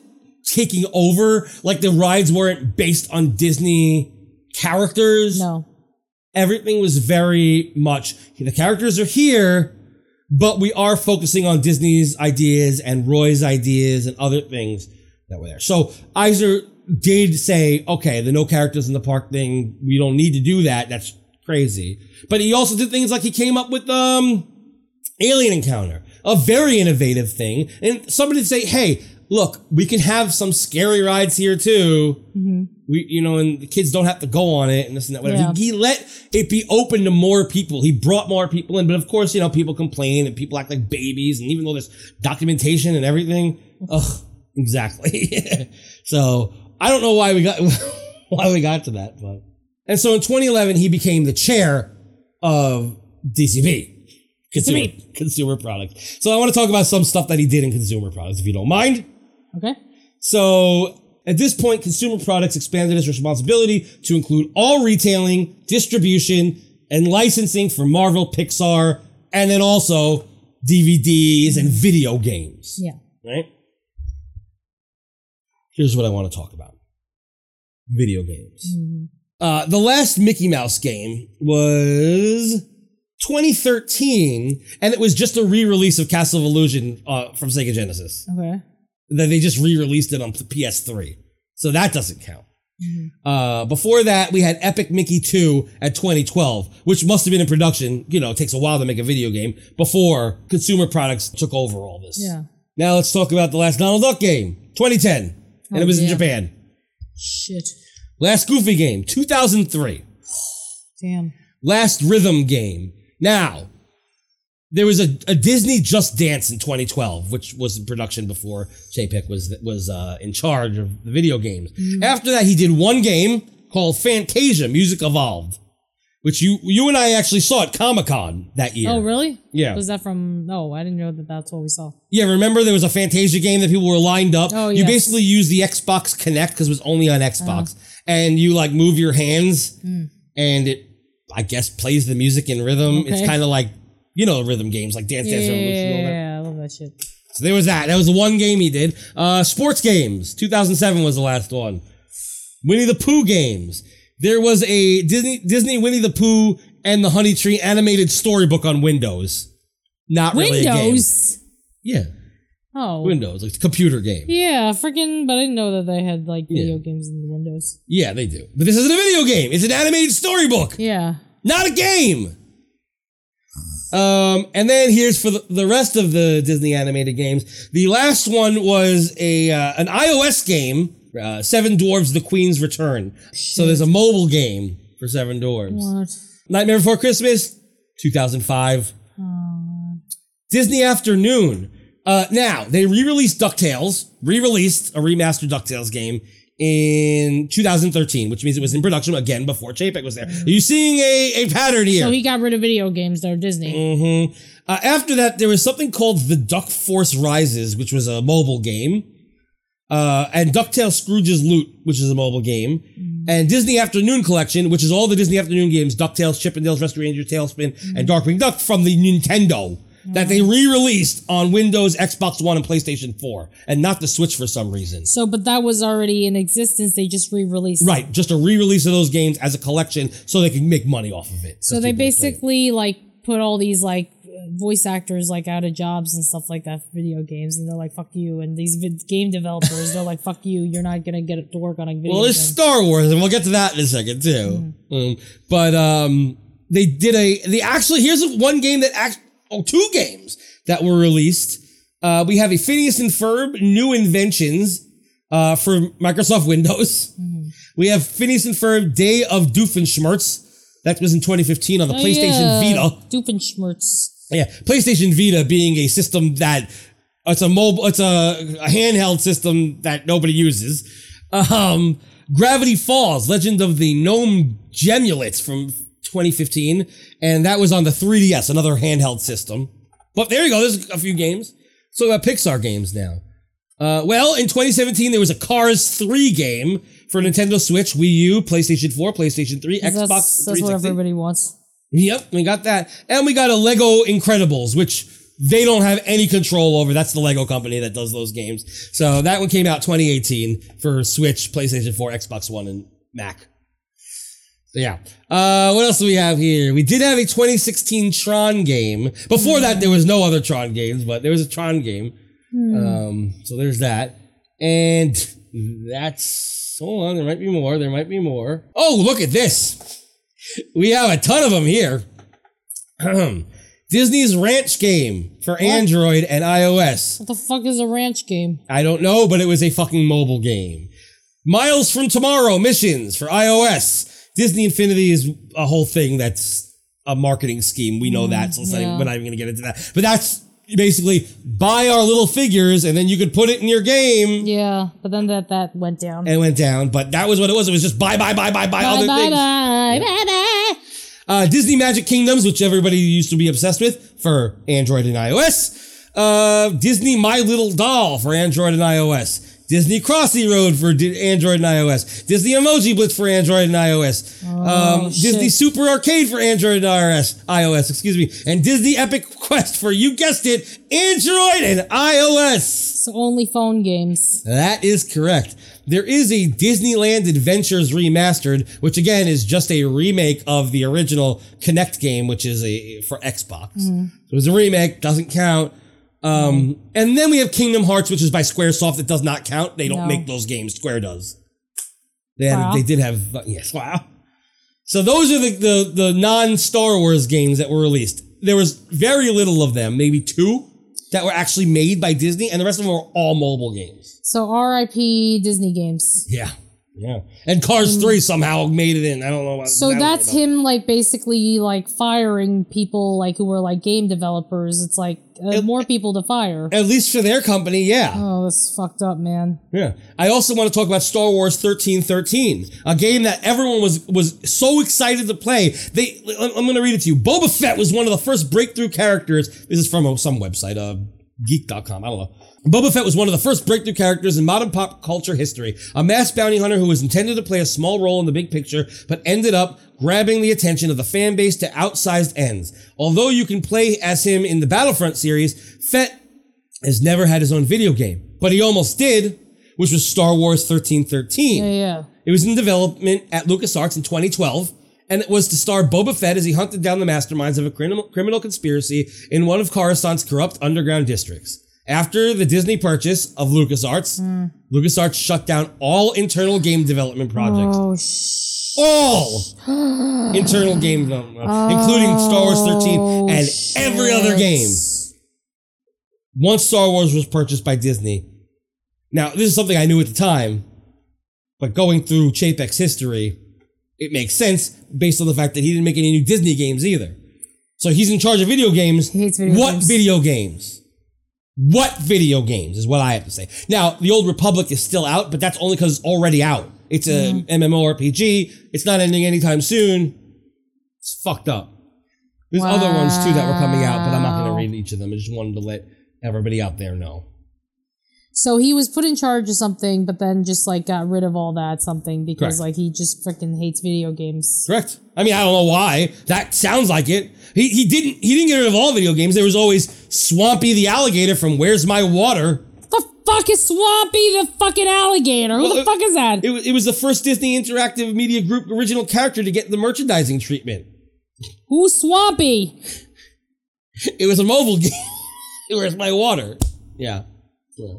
[SPEAKER 4] taking over. Like the rides weren't based on Disney characters.
[SPEAKER 5] No.
[SPEAKER 4] Everything was very much the characters are here, but we are focusing on Disney's ideas and Roy's ideas and other things that were there. So Eisner did say, okay, the no characters in the park thing, we don't need to do that. That's crazy. But he also did things like he came up with um Alien Encounter, a very innovative thing. And somebody would say, hey, look, we can have some scary rides here too. We, you know, and the kids don't have to go on it and this and that. Whatever.
[SPEAKER 5] Yeah.
[SPEAKER 4] He, he let it be open to more people. He brought more people in, but of course, you know, people complain and people act like babies. And even though there's documentation and everything, ugh, exactly. so I don't know why we got why we got to that, but and so in 2011 he became the chair of DCP consumer consumer products. So I want to talk about some stuff that he did in consumer products, if you don't mind.
[SPEAKER 5] Okay.
[SPEAKER 4] So at this point, consumer products expanded its responsibility to include all retailing, distribution, and licensing for Marvel, Pixar, and then also DVDs and video games.
[SPEAKER 5] Yeah.
[SPEAKER 4] Right? Here's what I want to talk about video games. Uh, the last Mickey Mouse game was 2013, and it was just a re release of Castle of Illusion uh, from Sega Genesis
[SPEAKER 5] Okay.
[SPEAKER 4] that they just re-released it on the PS3. So that doesn't count. Uh, before that, we had Epic Mickey 2 at 2012, which must have been in production. You know, it takes a while to make a video game before consumer products took over all this.
[SPEAKER 5] Yeah.
[SPEAKER 4] Now let's talk about the last Donald Duck game, 2010. and
[SPEAKER 5] Oh,
[SPEAKER 4] it was in
[SPEAKER 5] dear.
[SPEAKER 4] Japan.
[SPEAKER 5] Shit.
[SPEAKER 4] Last Goofy game, 2003.
[SPEAKER 5] Damn.
[SPEAKER 4] Last Rhythm Game. Now, there was a, a Disney Just Dance in 2012, which was in production before JPEG was was uh, in charge of the video games.
[SPEAKER 5] Mm.
[SPEAKER 4] After that, he did one game called Fantasia Music Evolved, which you you and I actually saw at Comic Con that year.
[SPEAKER 5] Oh, really?
[SPEAKER 4] Yeah.
[SPEAKER 5] Was that from? No, I didn't know that. That's what we saw.
[SPEAKER 4] Yeah, remember there was a Fantasia game that people were lined up.
[SPEAKER 5] Oh,
[SPEAKER 4] You
[SPEAKER 5] yes.
[SPEAKER 4] basically used the Xbox Connect because it was only on Xbox,
[SPEAKER 5] Uh-huh.
[SPEAKER 4] and you like move your hands,
[SPEAKER 5] Hmm.
[SPEAKER 4] and it, I guess, plays the music in rhythm.
[SPEAKER 5] Okay.
[SPEAKER 4] It's kind of like you know rhythm games like Dance Dance Revolution. and all that.
[SPEAKER 5] yeah, I love that shit.
[SPEAKER 4] So there was that. That was the one game he did. Uh, sports games. 2007 was the last one. Winnie the Pooh games. There was a Disney Disney Winnie the Pooh and the Honey Tree animated storybook on Windows. Not really a game.
[SPEAKER 5] Windows.
[SPEAKER 4] Yeah.
[SPEAKER 5] Oh.
[SPEAKER 4] Windows, like the computer game.
[SPEAKER 5] Yeah, freaking. But I didn't know that they had like video
[SPEAKER 4] Yeah.
[SPEAKER 5] games in the Windows.
[SPEAKER 4] Yeah, they do. But this isn't a video game. It's an animated storybook,
[SPEAKER 5] Yeah.
[SPEAKER 4] not a game. Um, and then here's for the, the rest of the Disney animated games. The last one was a uh, an iOS game, uh, Seven Dwarves: The Queen's Return. So there's a mobile game for Seven Dwarves.
[SPEAKER 5] What?
[SPEAKER 4] Nightmare Before Christmas, 2005.
[SPEAKER 5] Uh,
[SPEAKER 4] Disney Afternoon. Uh, now they re-released Ducktales, re-released a remastered Ducktales game in 2013, which means it was in production again before JPEG was there. Are you seeing a, a pattern here?
[SPEAKER 5] Mm-hmm. So he got rid of video games though, Disney.
[SPEAKER 4] hmm Uh, after that, there was something called the Duck Force Rises, which was a mobile game, uh, and Ducktales Scrooge's Loot, which is a mobile game,
[SPEAKER 5] Mm-hmm.
[SPEAKER 4] and Disney Afternoon Collection, which is all the Disney Afternoon games: Ducktales, Chippendales, Rescue Rangers, Tailspin,
[SPEAKER 5] Mm-hmm.
[SPEAKER 4] and Darkwing Duck from the Nintendo that they re-released on Windows, Xbox One, and PlayStation Four, and not the Switch for some reason.
[SPEAKER 5] So, but that was already in existence. They just re-released. it.
[SPEAKER 4] Right, just a re-release of those games as a collection, so they can make money off of it.
[SPEAKER 5] So they basically like put all these like voice actors like out of jobs and stuff like that for video games, and they're like, "Fuck you!" And these vid- game developers, they're like, "Fuck you! You're not gonna get to work on a video Mm-hmm.
[SPEAKER 4] Well,
[SPEAKER 5] game."
[SPEAKER 4] there's Star Wars, and we'll get to that in a second too. Um, but um, they did a. They actually here's one game that act. Oh, two games that were released. Uh, we have a Phineas and Ferb New Inventions uh, for Microsoft Windows.
[SPEAKER 5] Mm-hmm.
[SPEAKER 4] We have Phineas and Ferb Day of Doofenshmirtz. That was in 2015 on the
[SPEAKER 5] Oh,
[SPEAKER 4] PlayStation
[SPEAKER 5] yeah.
[SPEAKER 4] Vita.
[SPEAKER 5] Doofenshmirtz.
[SPEAKER 4] Yeah, PlayStation Vita being a system that it's a mobile, it's a, a handheld system that nobody uses. Um, Gravity Falls, Legend of the Gnome Gemulates from 2015, and that was on the 3DS, another handheld system. But there you go. There's a few games. So about Pixar games now. Uh, well, in 2017, there was a Cars 3 game for Nintendo Switch, Wii U, PlayStation 4, PlayStation 3,
[SPEAKER 5] That's-
[SPEAKER 4] Xbox
[SPEAKER 5] that's what
[SPEAKER 4] 360.
[SPEAKER 5] everybody wants.
[SPEAKER 4] Yep, we got that. And we got a Lego Incredibles, which they don't have any control over. That's the Lego company that does those games. So that one came out 2018 for Switch, PlayStation 4, Xbox One, and Mac. So yeah. Uh, what else do we have here? We did have a 2016 Tron game. Before that, there was no other Tron games, but there was a Tron game.
[SPEAKER 5] Hmm.
[SPEAKER 4] Um, so there's that. And that's, hold on, there might be more. There might be more. Oh, look at this. We have a ton of them here. Disney's Ranch game for Android and iOS.
[SPEAKER 5] What the fuck is a ranch game?
[SPEAKER 4] I don't know, but it was a fucking mobile game. Miles from Tomorrow missions for iOS. Disney Infinity is a whole thing that's a marketing scheme. We know that, so it's not even-
[SPEAKER 5] yeah.
[SPEAKER 4] we're not even going to get into that. But that's basically buy our little figures and then you could put it in your game.
[SPEAKER 5] Yeah, but then that that went down.
[SPEAKER 4] And it went down, but that was what it was. It was just buy, buy, buy, buy, buy,
[SPEAKER 5] bye
[SPEAKER 4] other
[SPEAKER 5] bye
[SPEAKER 4] things.
[SPEAKER 5] bye, bye bye.
[SPEAKER 4] Uh, Disney Magic Kingdoms, which everybody used to be obsessed with for Android and iOS. Uh, Disney My Little Doll for Android and iOS. Disney Crossy Road for di- Android and iOS. Disney Emoji Blitz for Android and iOS. um,
[SPEAKER 5] shit.
[SPEAKER 4] Disney Super Arcade for Android and iOS, iOS, excuse me. And Disney Epic Quest for, you guessed it, Android and iOS.
[SPEAKER 5] So only phone games.
[SPEAKER 4] That is correct. There is a Disneyland Adventures remastered, which again is just a remake of the original Connect game, which is a for Xbox.
[SPEAKER 5] Mm.
[SPEAKER 4] So it was a remake, doesn't count. Um,
[SPEAKER 5] Mm-hmm.
[SPEAKER 4] And then we have Kingdom Hearts, which is by SquareSoft. That does not count. They don't
[SPEAKER 5] No.
[SPEAKER 4] make those games. Square does. They had,
[SPEAKER 5] Wow.
[SPEAKER 4] they did have uh, yes wow. So those are the the, the non Star Wars games that were released. There was very little of them, maybe two that were actually made by Disney, and the rest of them were all mobile games.
[SPEAKER 5] So R.I.P. Disney games.
[SPEAKER 4] Yeah. Yeah. And Cars 3 somehow made it in. I don't know why.
[SPEAKER 5] Um, So that's him, like basically like firing people like who were like game developers. It's like uh, more people to fire.
[SPEAKER 4] At least for their company, yeah.
[SPEAKER 5] Oh, that's fucked up, man.
[SPEAKER 4] Yeah. I also want to talk about Star Wars 1313, a game that everyone was was so excited to play. They I'm going to read it to you. Boba Fett was one of the first breakthrough characters. This is from uh, some website, uh geek.com, I don't know. Boba Fett was one of the first breakthrough characters in modern pop culture history, a masked bounty hunter who was intended to play a small role in the big picture but ended up grabbing the attention of the fan base to outsized ends. Although you can play as him in the Battlefront series, Fett has never had his own video game, but he almost did, which was Star Wars 1313.
[SPEAKER 5] Yeah, yeah.
[SPEAKER 4] It was in development at LucasArts in 2012, and it was to star Boba Fett as he hunted down the masterminds of a criminal, criminal conspiracy in one of Coruscant's corrupt underground districts. After the Disney purchase of LucasArts, LucasArts shut down all internal game development projects.
[SPEAKER 5] Oh,
[SPEAKER 4] all internal game development, including Star Wars 13 and
[SPEAKER 5] Oh,
[SPEAKER 4] every other game. Once Star Wars was purchased by Disney, now this is something I knew at the time, but going through Chapek's history, it makes sense based on the fact that he didn't make any new Disney games either. So he's in charge of video games.
[SPEAKER 5] video
[SPEAKER 4] what
[SPEAKER 5] games.
[SPEAKER 4] video games? What video games is what I have to say. Now, the Old Republic is still out, but that's only because it's already out. It's a
[SPEAKER 5] Mm-hmm.
[SPEAKER 4] MMORPG. It's not ending anytime soon. It's fucked up. There's other ones too that were coming out, but I'm not going to
[SPEAKER 5] Wow.
[SPEAKER 4] read each of them. I just wanted to let everybody out there know.
[SPEAKER 5] So he was put in charge of something, but then just like got rid of all that something because
[SPEAKER 4] Correct.
[SPEAKER 5] like he just freaking hates video games.
[SPEAKER 4] Correct. I mean, I don't know why. That sounds like it. He, he didn't he didn't get rid of all video games. There was always Swampy the alligator from Where's My Water.
[SPEAKER 5] The fuck is Swampy the fucking alligator? Who the fuck is that?
[SPEAKER 4] It, wa- it was the first Disney Interactive Media Group original character to get the merchandising treatment.
[SPEAKER 5] Who's Swampy?
[SPEAKER 4] It was a mobile game. Where's my water? Yeah. Yeah.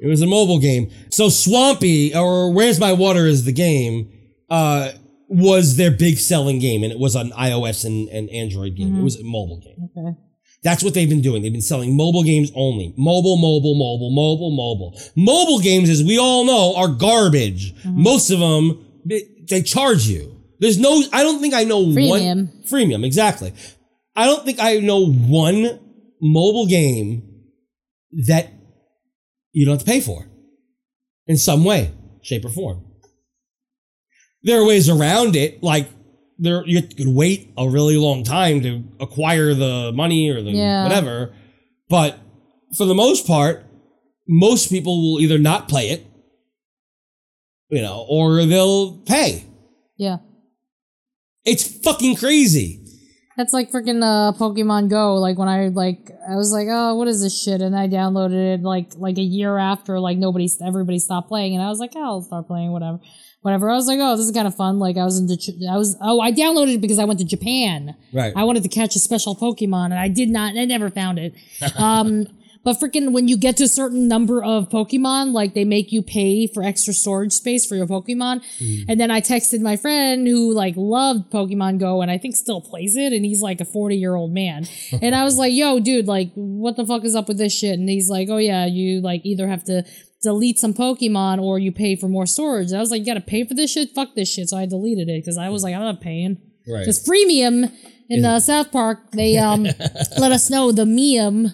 [SPEAKER 4] It was a mobile game. So Swampy or Where's My Water is the game uh, was their big selling game, and it was an iOS and, and Android game. It was a mobile game.
[SPEAKER 5] Mm-hmm. Okay.
[SPEAKER 4] That's what they've been doing. They've been selling mobile games only. Mobile, mobile, mobile, mobile, mobile. Mobile games, as we all know, are garbage.
[SPEAKER 5] Mm-hmm.
[SPEAKER 4] Most of them, they- they charge you. There's no, I don't think I know one.
[SPEAKER 5] Freemium.
[SPEAKER 4] Freemium, exactly. I don't think I know one mobile game that you don't have to pay for in some way, shape, or form. There are ways around it, like there you could wait a really long time to acquire the money or the
[SPEAKER 5] Yeah.
[SPEAKER 4] whatever. But for the most part, most people will either not play it, you know, or they'll pay.
[SPEAKER 5] Yeah.
[SPEAKER 4] It's fucking crazy.
[SPEAKER 5] That's like freaking uh, Pokemon Go. Like when I like, I was like, oh, what is this shit? And I downloaded it like like a year after. Like nobody, everybody stopped playing, and I was like, oh, I'll start playing whatever, whatever. I was like, oh, this is kind of fun. Like I was in, Det- I was, oh, I downloaded it because I went to Japan.
[SPEAKER 3] Right.
[SPEAKER 5] I wanted to catch a special Pokemon, and I did not. and I never found it. Um, but freaking when you get to a certain number of Pokemon, like they make you pay for extra storage space for your Pokemon.
[SPEAKER 3] Mm.
[SPEAKER 5] And then I texted my friend who like loved Pokemon Go and I think still plays it, and he's like a forty year old man. and I was like, "Yo, dude, like, what the fuck is up with this shit?" And he's like, "Oh yeah, you like either have to." Delete some Pokemon or you pay for more storage. And I was like, you gotta pay for this shit? Fuck this shit. So I deleted it because I was like, I'm not paying.
[SPEAKER 3] Right.
[SPEAKER 5] Because freemium in uh, South Park, they um, let us know the meme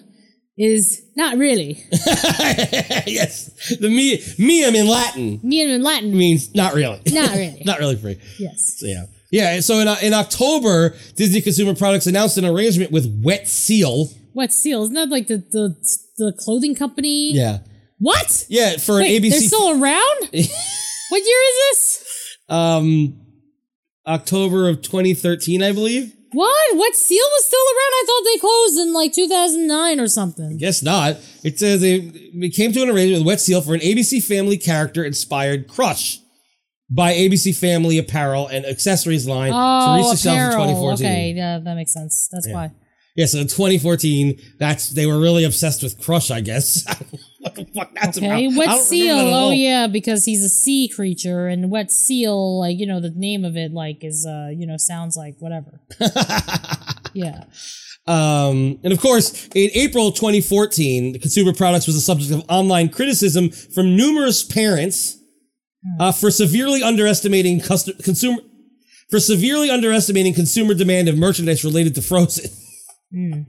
[SPEAKER 5] is not really.
[SPEAKER 4] yes, the me meum in Latin
[SPEAKER 5] Meme in Latin.
[SPEAKER 4] means not really,
[SPEAKER 5] Not really.
[SPEAKER 4] not really free.
[SPEAKER 5] Yes.
[SPEAKER 4] So, yeah, yeah. So in, uh, in October, Disney Consumer Products announced an arrangement with Wet Seal.
[SPEAKER 5] What seal? Isn't that like the the, the clothing company?
[SPEAKER 4] Yeah,
[SPEAKER 5] What?
[SPEAKER 4] yeah. For
[SPEAKER 5] Wait,
[SPEAKER 4] an ABC,
[SPEAKER 5] They're still around? what year is this?
[SPEAKER 4] um, October of 2013, I believe.
[SPEAKER 5] What? What seal was still around? I thought they closed in like 2009 or something.
[SPEAKER 4] Guess not. It says they it came to an arrangement with Wet Seal for an ABC Family character inspired crush by ABC Family apparel and accessories line
[SPEAKER 5] oh,
[SPEAKER 4] to reach the shelves in
[SPEAKER 5] apparel.
[SPEAKER 4] 2014.
[SPEAKER 5] Okay, yeah, that makes sense. That's
[SPEAKER 4] Yeah.
[SPEAKER 5] why.
[SPEAKER 4] Yeah, so in 2014, that's they were really obsessed with Crush, I guess.
[SPEAKER 5] Okay,
[SPEAKER 4] about- I
[SPEAKER 5] wet
[SPEAKER 4] don't
[SPEAKER 5] seal.
[SPEAKER 4] remember that at
[SPEAKER 5] Oh
[SPEAKER 4] all.
[SPEAKER 5] yeah, because he's a sea creature, and wet seal, like you know, the name of it, like is uh, you know, sounds like whatever. yeah.
[SPEAKER 4] Um, and of course, in April 2014, the consumer products was the subject of online criticism from numerous parents
[SPEAKER 5] Hmm.
[SPEAKER 4] uh, for severely underestimating custom, consumer for severely underestimating consumer demand of merchandise related to Frozen.
[SPEAKER 5] Hmm.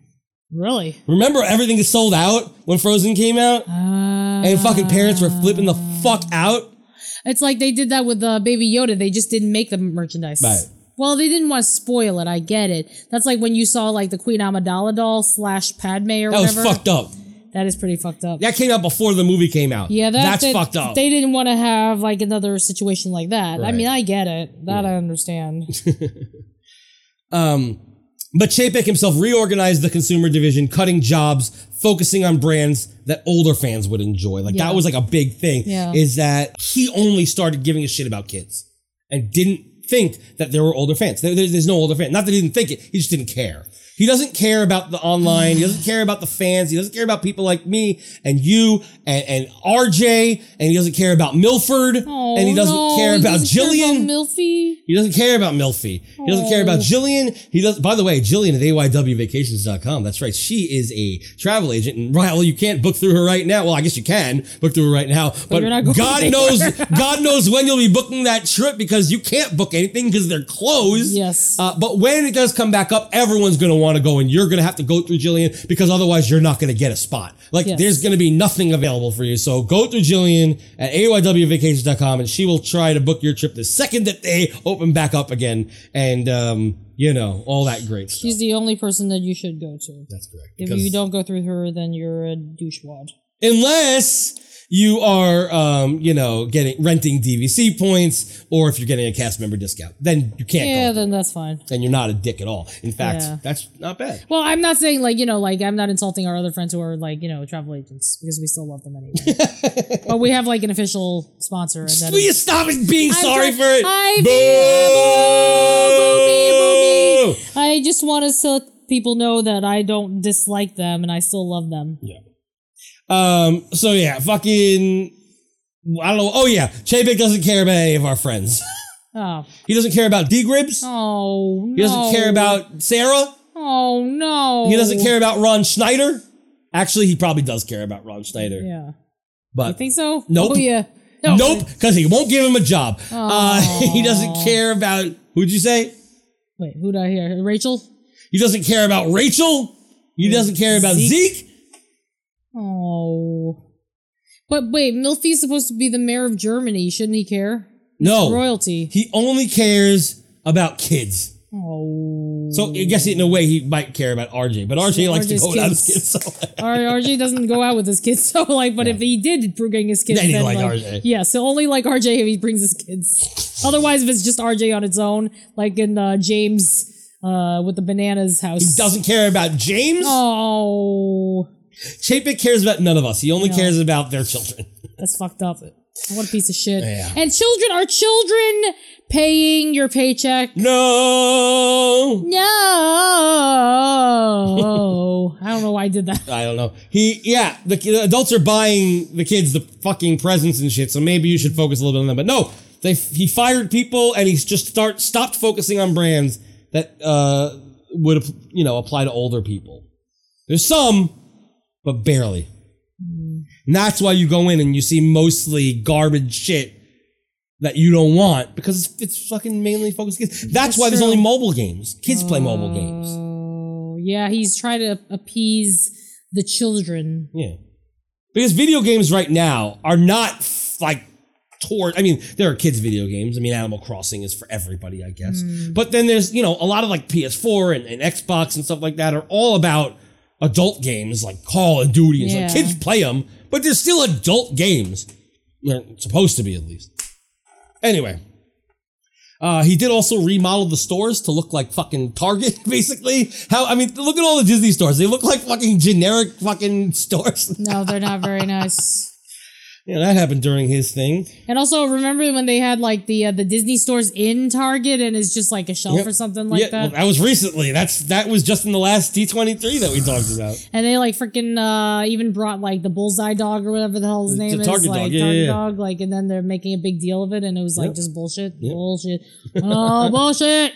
[SPEAKER 5] Really?
[SPEAKER 4] Remember, everything is sold out when Frozen came out, and fucking parents were flipping the fuck out.
[SPEAKER 5] Uh, It's like they did that with uh, Baby Yoda. They just didn't make the merchandise.
[SPEAKER 4] Right.
[SPEAKER 5] Well, they didn't want to spoil it. I get it. That's like when you saw like the Queen Amidala doll slash Padme or
[SPEAKER 4] That was
[SPEAKER 5] whatever.
[SPEAKER 4] fucked up.
[SPEAKER 5] That is pretty fucked up.
[SPEAKER 4] That came out before the movie came out.
[SPEAKER 5] Yeah, that,
[SPEAKER 4] that's
[SPEAKER 5] that-
[SPEAKER 4] fucked up.
[SPEAKER 5] They didn't want to have like another situation like that. I
[SPEAKER 4] Right.
[SPEAKER 5] mean, I get it. That I understand.
[SPEAKER 4] Um, but Chapek himself reorganized the consumer division, cutting jobs, focusing on brands that older fans would enjoy. Like
[SPEAKER 5] Yeah.
[SPEAKER 4] that was like a big thing.
[SPEAKER 5] Yeah.
[SPEAKER 4] Is that he only started giving a shit about kids and didn't think that there were older fans. There- there- there's no older fan. Not that he didn't think it, he just didn't care. He doesn't care about the online. He doesn't care about the fans. He doesn't care about people like me and you and, and RJ. And he doesn't care about Milford. and he doesn't
[SPEAKER 5] Oh, no,
[SPEAKER 4] care
[SPEAKER 5] he
[SPEAKER 4] about
[SPEAKER 5] doesn't care
[SPEAKER 4] Jillian.
[SPEAKER 5] about Milfy.
[SPEAKER 4] He doesn't care about Milfy. He doesn't care about
[SPEAKER 5] Oh.
[SPEAKER 4] Jillian. He does. By the way, Jillian at aywvacations.com. That's right. She is a travel agent. And Ryle, you can't book through her right now. Well, I guess you can book through her right now. But,
[SPEAKER 5] you're not going
[SPEAKER 4] God
[SPEAKER 5] anywhere.
[SPEAKER 4] knows, God knows when you'll be booking that trip because you can't book anything because they're closed.
[SPEAKER 5] Yes.
[SPEAKER 4] Uh, but when it does come back up, everyone's going to want to go and you're going to have to go through Jillian because otherwise you're not going to get a spot. Like
[SPEAKER 5] Yes.
[SPEAKER 4] there's going to be nothing available for you. So go through Jillian at aywvacations.com and she will try to book your trip the second that they open back up again. And, um, you know, all that great stuff.
[SPEAKER 5] She's the only person that you should go to.
[SPEAKER 4] That's correct.
[SPEAKER 5] If
[SPEAKER 4] Because-
[SPEAKER 5] you don't go through her, then you're a douchewad.
[SPEAKER 4] Unless you are, um, you know, getting renting DVC points or if you're getting a cast member discount, then you can't
[SPEAKER 5] Yeah,
[SPEAKER 4] go.
[SPEAKER 5] then that's fine.
[SPEAKER 4] And you're not a dick at all. In fact,
[SPEAKER 5] Yeah.
[SPEAKER 4] that's not bad.
[SPEAKER 5] Well, I'm not saying like you know, like I'm not insulting our other friends who are like you know travel agents because we still love them anyway. but we have like an official sponsor. And that
[SPEAKER 4] Will you
[SPEAKER 5] is-
[SPEAKER 4] stop it being
[SPEAKER 5] I'm
[SPEAKER 4] sorry
[SPEAKER 5] try-
[SPEAKER 4] for it?
[SPEAKER 5] I
[SPEAKER 4] Boo!
[SPEAKER 5] boo, boo, boo, boo, boo, boo, I just want to let people know that I don't dislike them and I still love them.
[SPEAKER 4] Yeah. Um. So yeah, fucking. I don't know. Oh yeah, Chapek doesn't care about any of our friends.
[SPEAKER 5] Oh.
[SPEAKER 4] He doesn't care about D Gribs.
[SPEAKER 5] Oh no.
[SPEAKER 4] He doesn't care about Sarah.
[SPEAKER 5] Oh no.
[SPEAKER 4] He doesn't care about Ron Schneider. Actually, he probably does care about Ron Schneider.
[SPEAKER 5] Yeah.
[SPEAKER 4] But
[SPEAKER 5] You think so?
[SPEAKER 4] Nope.
[SPEAKER 5] Oh yeah. No.
[SPEAKER 4] nope, because he won't give him a job. Uh, he doesn't
[SPEAKER 5] Aw.
[SPEAKER 4] care about. Who'd you say?
[SPEAKER 5] Wait, who do I hear? Rachel.
[SPEAKER 4] He doesn't care about Rachel. He doesn't care about
[SPEAKER 5] Mm. Zeke.
[SPEAKER 4] Zeke.
[SPEAKER 5] Oh. But wait, Milfi's supposed to be the mayor of Germany. Shouldn't he care?
[SPEAKER 4] No
[SPEAKER 5] royalty.
[SPEAKER 4] He only cares about kids.
[SPEAKER 5] Oh.
[SPEAKER 4] So I guess in a way he might care about RJ, but RJ likes to
[SPEAKER 5] RJ's
[SPEAKER 4] go without his
[SPEAKER 5] kids.
[SPEAKER 4] kids. So
[SPEAKER 5] Or RJ doesn't go out with his kids, so like, but if he did bring his kids,
[SPEAKER 4] Then he'd
[SPEAKER 5] then
[SPEAKER 4] like
[SPEAKER 5] like,
[SPEAKER 4] RJ.
[SPEAKER 5] yeah, so only like RJ if he brings his kids. Otherwise, if it's just RJ on its own, like in uh, James uh, with the bananas house,
[SPEAKER 4] he doesn't care about James.
[SPEAKER 5] Oh,
[SPEAKER 4] Chapek cares about none of us. He only
[SPEAKER 5] No.
[SPEAKER 4] cares about their children.
[SPEAKER 5] That's fucked up. What a piece of shit.
[SPEAKER 4] Yeah.
[SPEAKER 5] And children are children paying your paycheck.
[SPEAKER 4] No.
[SPEAKER 5] No. I don't know why I did that.
[SPEAKER 4] I don't know. He, yeah, the, the adults are buying the kids the fucking presents and shit. So maybe you should focus a little bit on them. But no, they he fired people and he's just start stopped focusing on brands that uh, would you know apply to older people. There's some, but barely. And that's why you go in and you see mostly garbage shit that you don't want because it's, it's fucking mainly focused kids. That's, why there's
[SPEAKER 5] true.
[SPEAKER 4] only mobile games. Kids play mobile games.
[SPEAKER 5] Oh, yeah, he's trying to appease the children.
[SPEAKER 4] Yeah. Because video games right now are not f- like toward. I mean, there are kids' video games. I mean, Animal Crossing is for everybody, I guess.
[SPEAKER 16] Mm.
[SPEAKER 4] But then there's, you know, a lot of like PS4 and, and Xbox and stuff like that are all about adult games like Call of Duty and stuff.
[SPEAKER 16] Yeah.
[SPEAKER 4] Kids play them, but they're still adult games. They're supposed to be, at least. Anyway. Uh, he did also remodel the stores to look like fucking Target, basically. How I mean, look at all the Disney stores; they look like fucking generic fucking stores.
[SPEAKER 5] No, they're not very nice.
[SPEAKER 4] Yeah, that happened during his thing.
[SPEAKER 5] And also, remember when they had like the uh, the Disney stores in Target, and it's just like a shelf
[SPEAKER 4] Yep.
[SPEAKER 5] or something like
[SPEAKER 4] Yeah,
[SPEAKER 5] that.
[SPEAKER 4] well, that was recently. That's that was just in the last D twenty three that we talked about.
[SPEAKER 5] And they like freaking uh, even brought like the bullseye dog or whatever the hell his
[SPEAKER 4] The-
[SPEAKER 5] name
[SPEAKER 4] the
[SPEAKER 5] is,
[SPEAKER 4] target
[SPEAKER 5] like
[SPEAKER 4] dog, yeah,
[SPEAKER 5] target
[SPEAKER 4] yeah, yeah.
[SPEAKER 5] dog, like, and then they're making a big deal of it, and it was like
[SPEAKER 4] Yep.
[SPEAKER 5] just bullshit,
[SPEAKER 4] Yep.
[SPEAKER 5] bullshit, oh bullshit.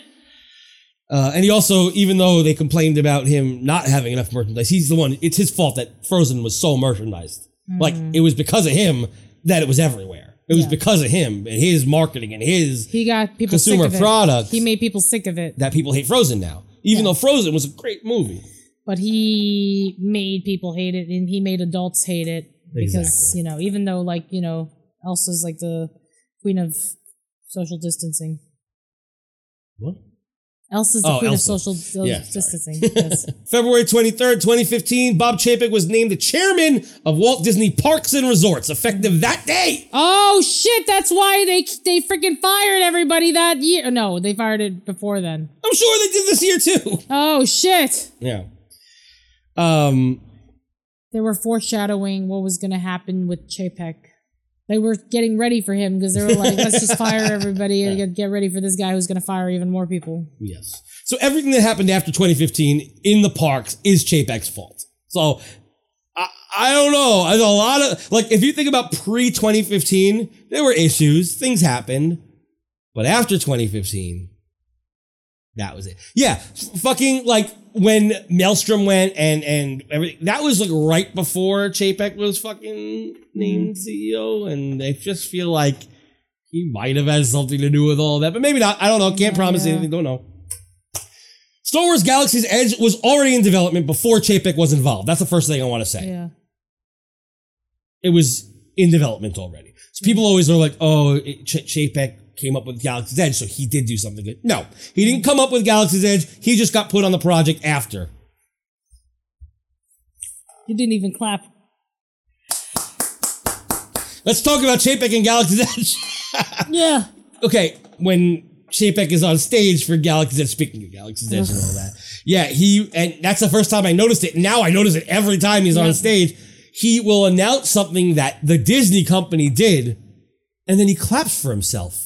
[SPEAKER 4] Uh, and he also, even though they complained about him not having enough merchandise, he's the one. It's his fault that Frozen was so merchandised. Like
[SPEAKER 5] Hmm.
[SPEAKER 4] it was because of him that it was everywhere. It was because of him and his marketing and his
[SPEAKER 5] He got people
[SPEAKER 4] Consumer
[SPEAKER 5] sick of
[SPEAKER 4] products.
[SPEAKER 5] It. He made people sick of it,
[SPEAKER 4] that people hate Frozen now. Even though Frozen was a great movie.
[SPEAKER 5] but he made people hate it, and he made adults hate it because
[SPEAKER 4] Exactly.
[SPEAKER 5] you know, even though like you know, Elsa's like the queen of social distancing.
[SPEAKER 4] What?
[SPEAKER 5] Elsa's the
[SPEAKER 4] Oh,
[SPEAKER 5] queen
[SPEAKER 4] Elsa.
[SPEAKER 5] of social
[SPEAKER 4] Yeah, sorry.
[SPEAKER 5] distancing. Yes.
[SPEAKER 4] February 23rd, 2015, Bob Chapek was named the chairman of Walt Disney Parks and Resorts, effective that day.
[SPEAKER 5] Oh shit! That's why they they freaking fired everybody that year. No, they fired it before then.
[SPEAKER 4] I'm sure they did this year too.
[SPEAKER 5] Oh shit!
[SPEAKER 4] Yeah. Um,
[SPEAKER 5] They were foreshadowing what was going to happen with Chapek. They were getting ready for him because they were like, "Let's just fire everybody and get, get ready for this guy who's going to fire even more people."
[SPEAKER 4] Yes. So everything that happened after 2015 in the parks is Chapek's fault. So I, I don't know. There's a lot of like if you think about pre 2015, there were issues, things happened, but after 2015, that was it. Yeah, f- fucking like when Maelstrom went and and everything. That was like right before Chapek was fucking named CEO, and I just feel like he might have had something to do with all that, but maybe not. I don't know. Can't promise anything. Don't know. Star Wars Galaxy's Edge was already in development before Chapek was involved. That's the first thing I want to say.
[SPEAKER 5] Yeah.
[SPEAKER 4] It was in development already. So people always are like, oh, it, Ch- Chapek came up with Galaxy's Edge, so he did do something good. No, he didn't come up with Galaxy's Edge. He just got put on the project after.
[SPEAKER 5] You didn't even clap.
[SPEAKER 4] Let's talk about Chapek and Galaxy's Edge.
[SPEAKER 5] yeah.
[SPEAKER 4] Okay, when Chapek is on stage for Galaxy's Edge, speaking of Galaxy's Edge and all that, yeah, he and that's the first time I noticed it. Now I notice it every time he's on stage. He will announce something that the Disney company did, and then he claps for himself.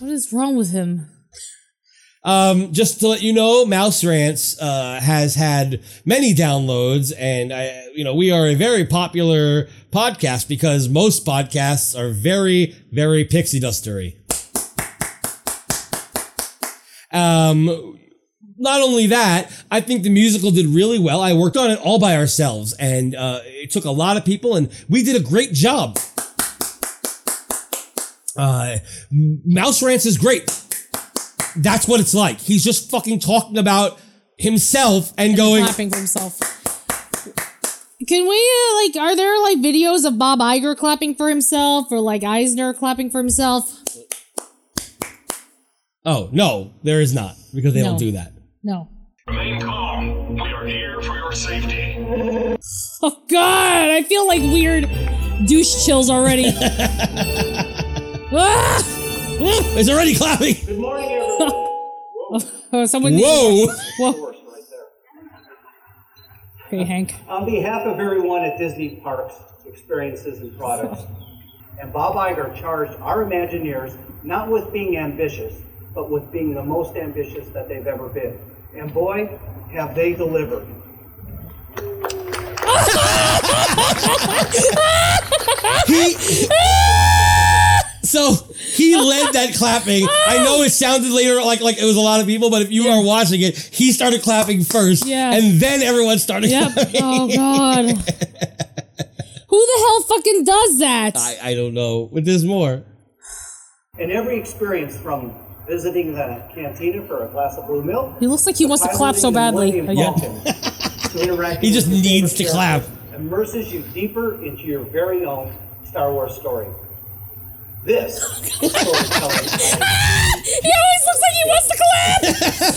[SPEAKER 5] What is wrong with him?
[SPEAKER 4] Um, just to let you know, Mouse Rants uh, has had many downloads, and I, you know, we are a very popular podcast because most podcasts are very, very pixie dustery. Um, not only that, I think the musical did really well. I worked on it all by ourselves, and uh, it took a lot of people, and we did a great job. Uh, Mouse Rants is great. That's what it's like. He's just fucking talking about himself and, going.
[SPEAKER 5] clapping for himself. Can we uh, like? Are there like videos of Bob Iger clapping for himself or like Eisner clapping for himself?
[SPEAKER 4] Oh no, there is not because they
[SPEAKER 5] No.
[SPEAKER 4] don't do that.
[SPEAKER 5] No.
[SPEAKER 16] Remain calm. We are here for your safety.
[SPEAKER 5] Oh God, I feel like weird douche chills already. ah!
[SPEAKER 4] It's already clapping.
[SPEAKER 5] Good morning, everyone. oh, someone.
[SPEAKER 4] Whoa.
[SPEAKER 5] Whoa. Okay, Hank.
[SPEAKER 18] On behalf of everyone at Disney Parks, Experiences, and Products, and Bob Iger charged our Imagineers not with being ambitious, but with being the most ambitious that they've ever been. And boy, have they delivered.
[SPEAKER 4] he so he led that clapping. I know it sounded later like like it was a lot of people, but if you are watching it, he started clapping first,
[SPEAKER 5] Yeah.
[SPEAKER 4] and then everyone started.
[SPEAKER 5] Yep.
[SPEAKER 4] clapping.
[SPEAKER 5] Oh God. Who the hell fucking does that?
[SPEAKER 4] I, I don't know, but there's more.
[SPEAKER 18] And every experience from visiting the cantina for a glass of blue milk.
[SPEAKER 5] He looks like he wants to clap so badly.
[SPEAKER 18] Yeah. to interacting
[SPEAKER 4] He just
[SPEAKER 18] with your
[SPEAKER 4] needs to
[SPEAKER 18] favorite
[SPEAKER 4] clap.
[SPEAKER 18] character Immerses you deeper into your very own Star Wars story. This is storytelling.
[SPEAKER 5] He always looks like he wants to clap.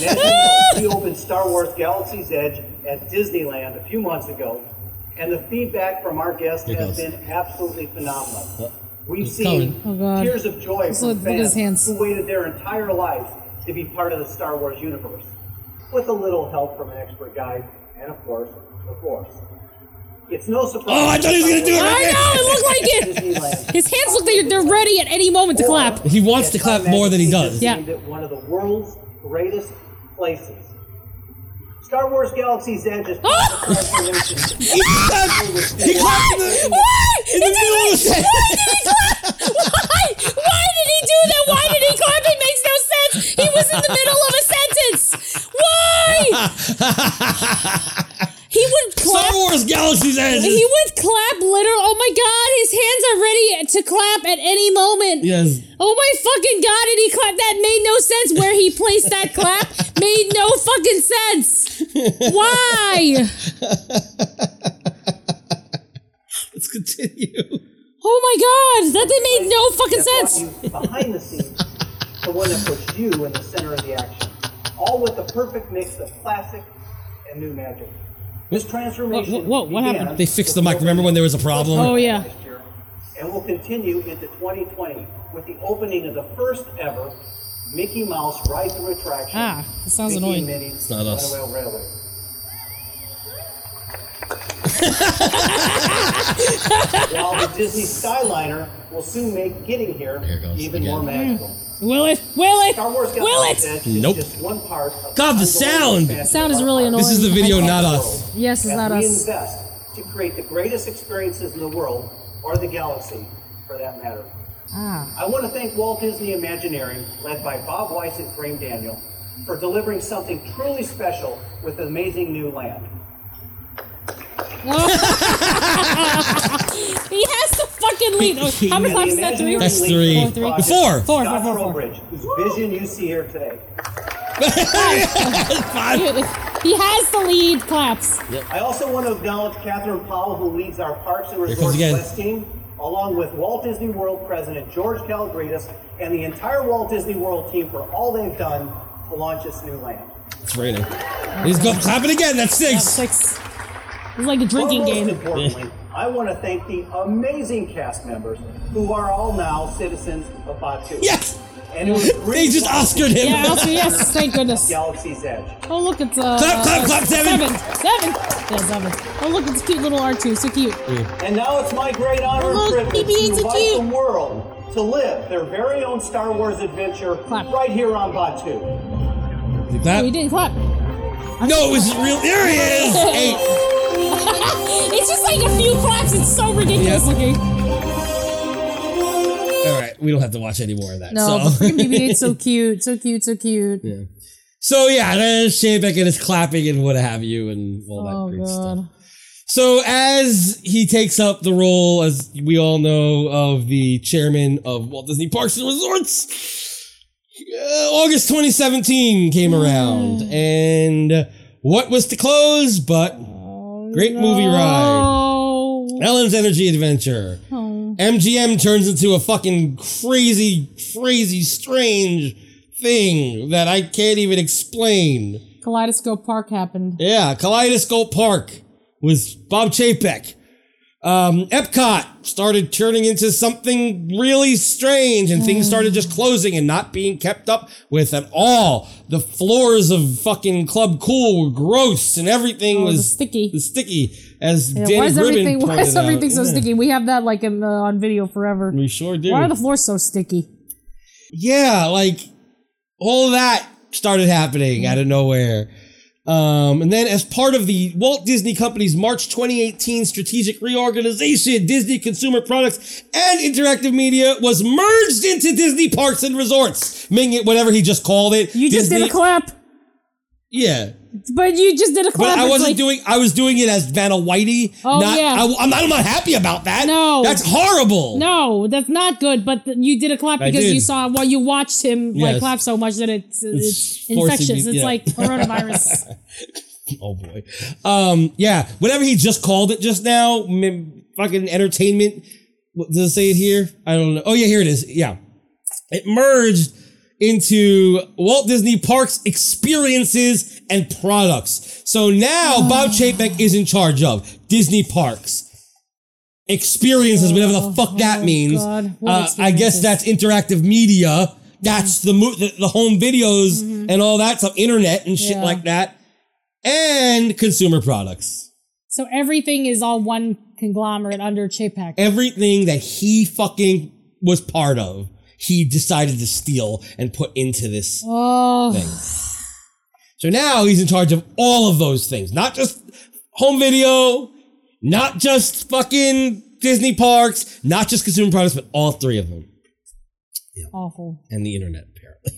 [SPEAKER 18] Imagine we opened Star Wars Galaxy's Edge at Disneyland a few months ago, and the feedback from our guests
[SPEAKER 5] Here
[SPEAKER 18] has
[SPEAKER 5] goes.
[SPEAKER 18] been absolutely
[SPEAKER 4] Oh,
[SPEAKER 18] phenomenal. We've
[SPEAKER 5] He's
[SPEAKER 18] seen
[SPEAKER 5] coming. Oh, God.
[SPEAKER 18] tears of joy
[SPEAKER 5] Just
[SPEAKER 18] from
[SPEAKER 5] look- look at
[SPEAKER 18] fans
[SPEAKER 5] his hands.
[SPEAKER 18] who waited their entire lives to be part of the Star Wars universe, with a little help from an expert guide and, of course, the Force. It's no surprise.
[SPEAKER 4] Oh, I thought he was gonna do it right
[SPEAKER 5] I know it looked like it.
[SPEAKER 18] Disneyland
[SPEAKER 5] His hands look like they're ready at any moment to clap.
[SPEAKER 4] He wants to clap more than he does.
[SPEAKER 5] Yeah.
[SPEAKER 18] named it one of the world's greatest places. Star Wars Galaxy's Edge is part of the transformation.
[SPEAKER 4] He clapped in the, in the middle of the set.
[SPEAKER 5] Why? Why did he do that? Why did he clap? It makes no sense. He was in the middle of a sentence. Why? he would clap.
[SPEAKER 4] Star Wars Galaxy's Edge.
[SPEAKER 5] He would clap literal. Oh my god, his hands are ready to clap at any moment.
[SPEAKER 4] Yes.
[SPEAKER 5] Oh my fucking god, and he clapped. That made no sense where he placed that clap. Made no fucking sense. Why?
[SPEAKER 4] Let's continue.
[SPEAKER 5] Oh my god, that did made no fucking sense.
[SPEAKER 18] behind the scenes, the one that puts you in the center of the action, all with the perfect mix of classic and new magic. This transformation began
[SPEAKER 4] They fixed the mic. Remember when there was a problem?
[SPEAKER 5] Oh,
[SPEAKER 18] last year, and will continue into 2020 with the opening of the first ever Mickey Mouse Ride Through Attraction.
[SPEAKER 5] Ah, that sounds
[SPEAKER 18] Mickey
[SPEAKER 5] annoying.
[SPEAKER 18] and Minnie's
[SPEAKER 4] It's not us.
[SPEAKER 18] Runaway Railway. While the Disney Skyliner will soon make getting here even more magical.
[SPEAKER 5] Will it? Will it?
[SPEAKER 18] Star Wars
[SPEAKER 5] Hmm. Will
[SPEAKER 18] Galaxy's
[SPEAKER 5] it?
[SPEAKER 18] Edge is
[SPEAKER 4] Nope.
[SPEAKER 18] Just one part of
[SPEAKER 4] God, the sound.
[SPEAKER 5] The sound is really annoying.
[SPEAKER 4] This is the video, not us.
[SPEAKER 5] Yes, it's
[SPEAKER 18] as
[SPEAKER 5] not
[SPEAKER 18] we
[SPEAKER 5] us.
[SPEAKER 18] invest to create the greatest experiences in the world or the galaxy, for that matter.
[SPEAKER 5] Ah.
[SPEAKER 18] I want to thank Walt Disney Imagineering, led by Bob Weiss and Graham Daniel, for delivering something truly special with an amazing new land.
[SPEAKER 5] he has to fucking lead. Oh, How many claps is that? Three?
[SPEAKER 4] That's three.
[SPEAKER 5] Four, three.
[SPEAKER 4] Four.
[SPEAKER 5] Four,
[SPEAKER 18] Scott
[SPEAKER 5] four, four, four.
[SPEAKER 18] Trowbridge, whose vision you see here today.
[SPEAKER 5] Five. He has the lead claps.
[SPEAKER 18] I also want to acknowledge Catherine Powell, who leads our Parks and
[SPEAKER 4] comes
[SPEAKER 18] Resorts
[SPEAKER 4] again.
[SPEAKER 18] West team, along with Walt Disney World President George Calgaritas and the entire Walt Disney World team for all they've done to launch this new land.
[SPEAKER 4] It's raining. He's going clapping again. That's six.
[SPEAKER 5] six. It's like a drinking
[SPEAKER 18] But
[SPEAKER 5] game.
[SPEAKER 18] Most importantly, I want to thank the amazing cast members who are all now citizens of Batu. Yes! And it was
[SPEAKER 4] They just Oscared him.
[SPEAKER 5] Yeah, Oscar, yes, thank goodness.
[SPEAKER 18] Galaxy's Edge.
[SPEAKER 5] Oh, look, it's uh,
[SPEAKER 18] Clap, clap, clap, seven.
[SPEAKER 5] Seven. Seven. Yeah, seven. Oh, look, it's cute little R2. So cute.
[SPEAKER 18] And now it's my great honor
[SPEAKER 5] Look,
[SPEAKER 18] and privilege
[SPEAKER 5] BB-8's
[SPEAKER 18] to
[SPEAKER 5] a
[SPEAKER 18] invite
[SPEAKER 5] Jeep.
[SPEAKER 18] the world to live their very own Star Wars adventure right here on Batu.
[SPEAKER 4] Did that?
[SPEAKER 5] Oh, he didn't clap.
[SPEAKER 4] No, it was real. There he is. Eight.
[SPEAKER 5] it's just like a few claps. It's so ridiculous looking.
[SPEAKER 4] All right, we don't have to watch any more of that.
[SPEAKER 5] No, but
[SPEAKER 4] so.
[SPEAKER 5] freaking BB-8's so cute. So cute. So cute.
[SPEAKER 4] Yeah. So yeah, then Shaybeck and his clapping and what have you and all that
[SPEAKER 5] Oh,
[SPEAKER 4] great
[SPEAKER 5] God.
[SPEAKER 4] stuff. So as he takes up the role, as we all know, of the chairman of Walt Disney Parks and Resorts, uh, August 2017 came
[SPEAKER 5] Mm.
[SPEAKER 4] around, and what was to close but
[SPEAKER 5] Oh,
[SPEAKER 4] great movie ride, Ellen's Energy Adventure.
[SPEAKER 5] Oh.
[SPEAKER 4] MGM turns into a fucking crazy, crazy, strange thing that I can't even explain.
[SPEAKER 5] Kaleidoscope Park happened.
[SPEAKER 4] Yeah, Kaleidoscope Park with Bob Chapek. Um, Epcot started turning into something really strange, and things started just closing and not being kept up with at all. The floors of fucking Club Cool were gross, and everything
[SPEAKER 5] Oh, it
[SPEAKER 4] was,
[SPEAKER 5] was sticky.
[SPEAKER 4] Sticky, as
[SPEAKER 5] Yeah,
[SPEAKER 4] Danny
[SPEAKER 5] why is
[SPEAKER 4] Gribben
[SPEAKER 5] everything why
[SPEAKER 4] pointed
[SPEAKER 5] is everything
[SPEAKER 4] out.
[SPEAKER 5] so
[SPEAKER 4] Yeah.
[SPEAKER 5] sticky? We have that like in the, on video forever.
[SPEAKER 4] We sure do.
[SPEAKER 5] Why are the floors so sticky?
[SPEAKER 4] yeah, like all that started happening out of nowhere. Um, and then, as part of the Walt Disney Company's March 2018 strategic reorganization, Disney Consumer Products and Interactive Media was merged into Disney Parks and Resorts, making it whatever he just called it.
[SPEAKER 5] You just did a clap,
[SPEAKER 4] Yeah.
[SPEAKER 5] but you just did a clap.
[SPEAKER 4] But I
[SPEAKER 5] It's
[SPEAKER 4] wasn't
[SPEAKER 5] like-
[SPEAKER 4] doing. I was doing it as Vanna Whitey.
[SPEAKER 5] Oh,
[SPEAKER 4] not,
[SPEAKER 5] yeah.
[SPEAKER 4] I, am not. I'm not happy about that.
[SPEAKER 5] No,
[SPEAKER 4] that's horrible.
[SPEAKER 5] No, that's not good. But th- you did a clap
[SPEAKER 4] I
[SPEAKER 5] because you
[SPEAKER 4] did.
[SPEAKER 5] saw well, you watched him
[SPEAKER 4] Yes.
[SPEAKER 5] like clap so much that it's, it's,
[SPEAKER 4] It's forcing
[SPEAKER 5] infectious.
[SPEAKER 4] you-
[SPEAKER 5] it's
[SPEAKER 4] yeah.
[SPEAKER 5] like coronavirus.
[SPEAKER 4] Oh boy. Um. Yeah. Whatever he just called it just now. m- Fucking entertainment. What, does it say it here? I don't know. Oh yeah, here it is. Yeah. It merged into Walt Disney Parks experiences and products. So now Bob Chapek is in charge of Disney Parks experiences, whatever the fuck that means.
[SPEAKER 5] God. What
[SPEAKER 4] Uh, I guess that's interactive media. That's the, mo- the the home videos and all that stuff, internet and shit
[SPEAKER 5] Yeah.
[SPEAKER 4] like that, and consumer products.
[SPEAKER 5] so everything is all one conglomerate under Chapek.
[SPEAKER 4] Everything that he fucking was part of, he decided to steal and put into this
[SPEAKER 5] Oh,
[SPEAKER 4] thing. So now he's in charge of all of those things, not just home video, not just fucking Disney parks, not just consumer products, but all three of them
[SPEAKER 5] awful.
[SPEAKER 4] and the internet, apparently.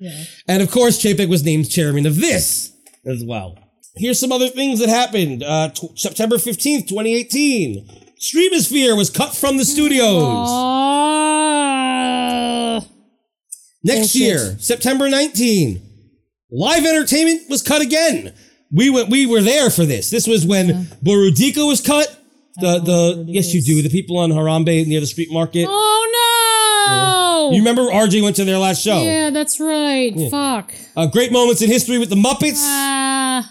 [SPEAKER 5] Yeah.
[SPEAKER 4] and of course, Chapek was named chairman of this as well. Here's some other things that happened. Uh, t- September 15th, 2018. Streamosphere was cut from the studios.
[SPEAKER 5] Ah.
[SPEAKER 4] Next
[SPEAKER 5] Bullshit.
[SPEAKER 4] year, September 19, live entertainment was cut again. We went, we were there for this. This was when Borudica was cut. The the yes, you do. The people on Harambe near the street market.
[SPEAKER 5] Oh no!
[SPEAKER 4] You remember RJ went to their last show.
[SPEAKER 5] Yeah, that's right.
[SPEAKER 4] Yeah.
[SPEAKER 5] Fuck.
[SPEAKER 4] Uh, great moments in history with the Muppets,
[SPEAKER 5] Ah.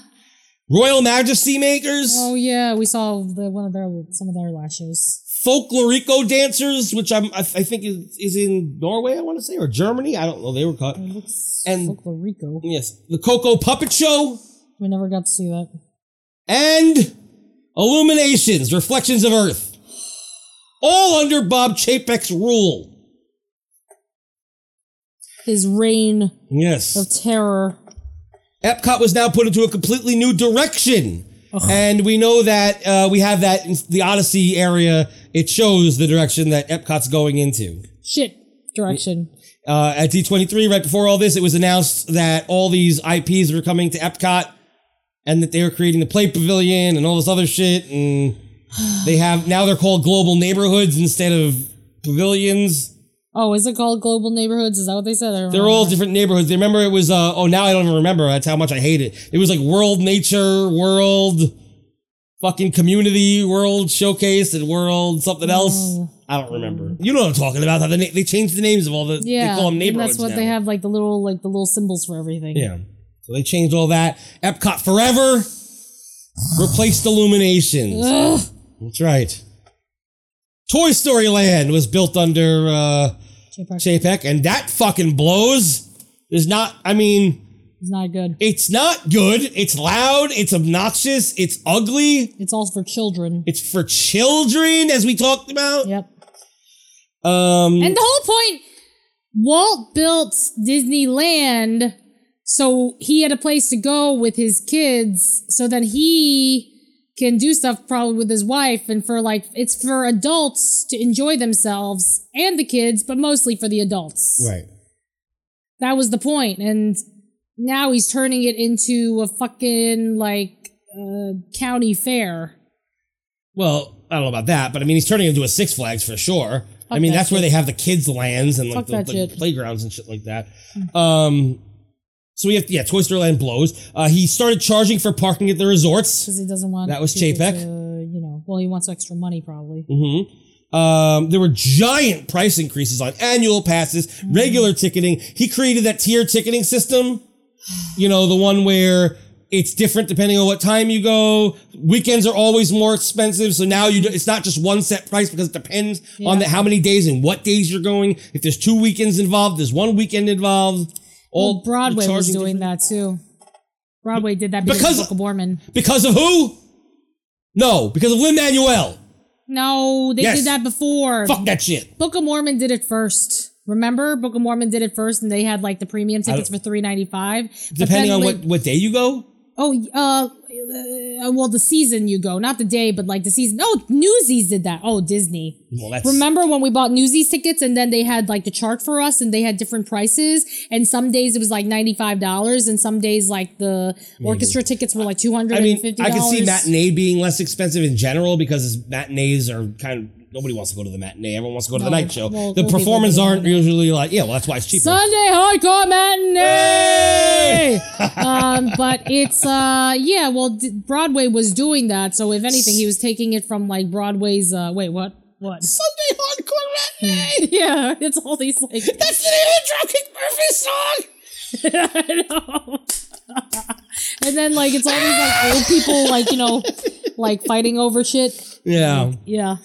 [SPEAKER 4] Royal Majesty Makers,
[SPEAKER 5] oh yeah, we saw the, one of their some of their last shows.
[SPEAKER 4] Folklorico Dancers, which I'm I, I think is, is in Norway, I want to say, or Germany. I don't know. They were cut. and
[SPEAKER 5] Folklorico.
[SPEAKER 4] Yes, the Coco Puppet Show.
[SPEAKER 5] We never got to see that.
[SPEAKER 4] and Illuminations, Reflections of Earth. All under Bob Chapek's rule.
[SPEAKER 5] His reign
[SPEAKER 4] Yes.
[SPEAKER 5] of terror.
[SPEAKER 4] Epcot was now put into a completely new direction. And we know that uh, we have that in the Odyssey area. It shows the direction that Epcot's going into.
[SPEAKER 5] Shit direction.
[SPEAKER 4] Uh, at D23, right before all this, it was announced that all these IPs were coming to Epcot and that they were creating the Play Pavilion and all this other shit. And they have now they're called global neighborhoods instead of pavilions.
[SPEAKER 5] Oh, is it called Global Neighborhoods? Is that what they said? I don't
[SPEAKER 4] They're all
[SPEAKER 5] remember.
[SPEAKER 4] different neighborhoods. They remember it was uh oh now I don't even remember. That's how much I hate it. It was like World Nature, World fucking community, World Showcase, and World something else. I don't remember. You know what I'm talking about? How the na- they changed the names of all the
[SPEAKER 5] Yeah,
[SPEAKER 4] they call them
[SPEAKER 5] and
[SPEAKER 4] neighborhoods.
[SPEAKER 5] that's what
[SPEAKER 4] now.
[SPEAKER 5] they have like the little like the little symbols for everything.
[SPEAKER 4] Yeah. So they changed all that. Epcot Forever replaced Illuminations.
[SPEAKER 5] Ugh.
[SPEAKER 4] That's right. Toy Story Land was built under uh, Chapek, and that fucking blows. There's not, I mean,
[SPEAKER 5] It's not good.
[SPEAKER 4] it's not good. It's loud. It's obnoxious. It's ugly.
[SPEAKER 5] It's all for children.
[SPEAKER 4] It's for children, as we talked about.
[SPEAKER 5] Yep.
[SPEAKER 4] Um,
[SPEAKER 5] And the whole point Walt built Disneyland so he had a place to go with his kids so that he can do stuff probably with his wife and for like it's for adults to enjoy themselves and the kids but mostly for the adults.
[SPEAKER 4] right.
[SPEAKER 5] That was the point and now he's turning it into a fucking like uh, county fair.
[SPEAKER 4] Well, I don't know about that, but I mean, he's turning into a Six Flags for sure. I
[SPEAKER 5] Fuck
[SPEAKER 4] mean,
[SPEAKER 5] that
[SPEAKER 4] that's where
[SPEAKER 5] shit.
[SPEAKER 4] they have the kids' lands and
[SPEAKER 5] Fuck
[SPEAKER 4] like the,
[SPEAKER 5] that
[SPEAKER 4] the
[SPEAKER 5] shit.
[SPEAKER 4] playgrounds and shit like that. Um, so we have yeah, Toy Story Land blows. Uh, he started charging for parking at the resorts.
[SPEAKER 5] Because he doesn't want
[SPEAKER 4] That was
[SPEAKER 5] people
[SPEAKER 4] Chapek.
[SPEAKER 5] to, you know, well, he wants extra money probably.
[SPEAKER 4] Mm-hmm. Um, there were giant price increases on annual passes, regular
[SPEAKER 5] Mm.
[SPEAKER 4] ticketing. He created that tier ticketing system. You know, the one where it's different depending on what time you go. Weekends are always more expensive. So now you, do, it's not just one set price because it depends on
[SPEAKER 5] Yeah.
[SPEAKER 4] the, how many days and what days you're going. If there's two weekends involved, there's one weekend involved. All
[SPEAKER 5] Well, Broadway was
[SPEAKER 4] charging
[SPEAKER 5] doing that too. Broadway did that because,
[SPEAKER 4] Because-
[SPEAKER 5] of Book of Mormon.
[SPEAKER 4] Because of who? No, because of Lin Manuel.
[SPEAKER 5] No, they
[SPEAKER 4] Yes.
[SPEAKER 5] did that before.
[SPEAKER 4] Fuck that shit.
[SPEAKER 5] Book of Mormon did it first. Remember, Book of Mormon did it first, and they had like the premium
[SPEAKER 4] I don't-
[SPEAKER 5] tickets for three ninety five.
[SPEAKER 4] Depending on what, what day you go.
[SPEAKER 5] Oh, uh, uh, well, the season you go, not the day, but like the season. Oh, Newsies did that. Oh, Disney.
[SPEAKER 4] Well, that's
[SPEAKER 5] Remember when we bought Newsies tickets and then they had like the chart for us and they had different prices and some days it was like ninety five dollars and some days like the orchestra tickets were like two hundred
[SPEAKER 4] I
[SPEAKER 5] and
[SPEAKER 4] mean,
[SPEAKER 5] fifty
[SPEAKER 4] I
[SPEAKER 5] dollars.
[SPEAKER 4] can see matinee being less expensive in general because matinees are kind of nobody wants to go to the matinee. Everyone wants to go to the
[SPEAKER 5] No,
[SPEAKER 4] night show.
[SPEAKER 5] well,
[SPEAKER 4] the
[SPEAKER 5] we'll be
[SPEAKER 4] performers
[SPEAKER 5] going
[SPEAKER 4] aren't
[SPEAKER 5] to
[SPEAKER 4] usually like, yeah, well, that's why it's cheaper.
[SPEAKER 5] Sunday hardcore matinee. um, but it's uh, yeah. Well, d- Broadway was doing that, so if anything, he was taking it from like Broadway's. Uh, wait, what? What?
[SPEAKER 4] Sunday hardcore
[SPEAKER 5] matinee. yeah, it's all these like. That's
[SPEAKER 4] the name of the Dropkick Murphys song.
[SPEAKER 5] I know. and then like it's all these like old people like you know like fighting over shit.
[SPEAKER 4] yeah.
[SPEAKER 5] Yeah.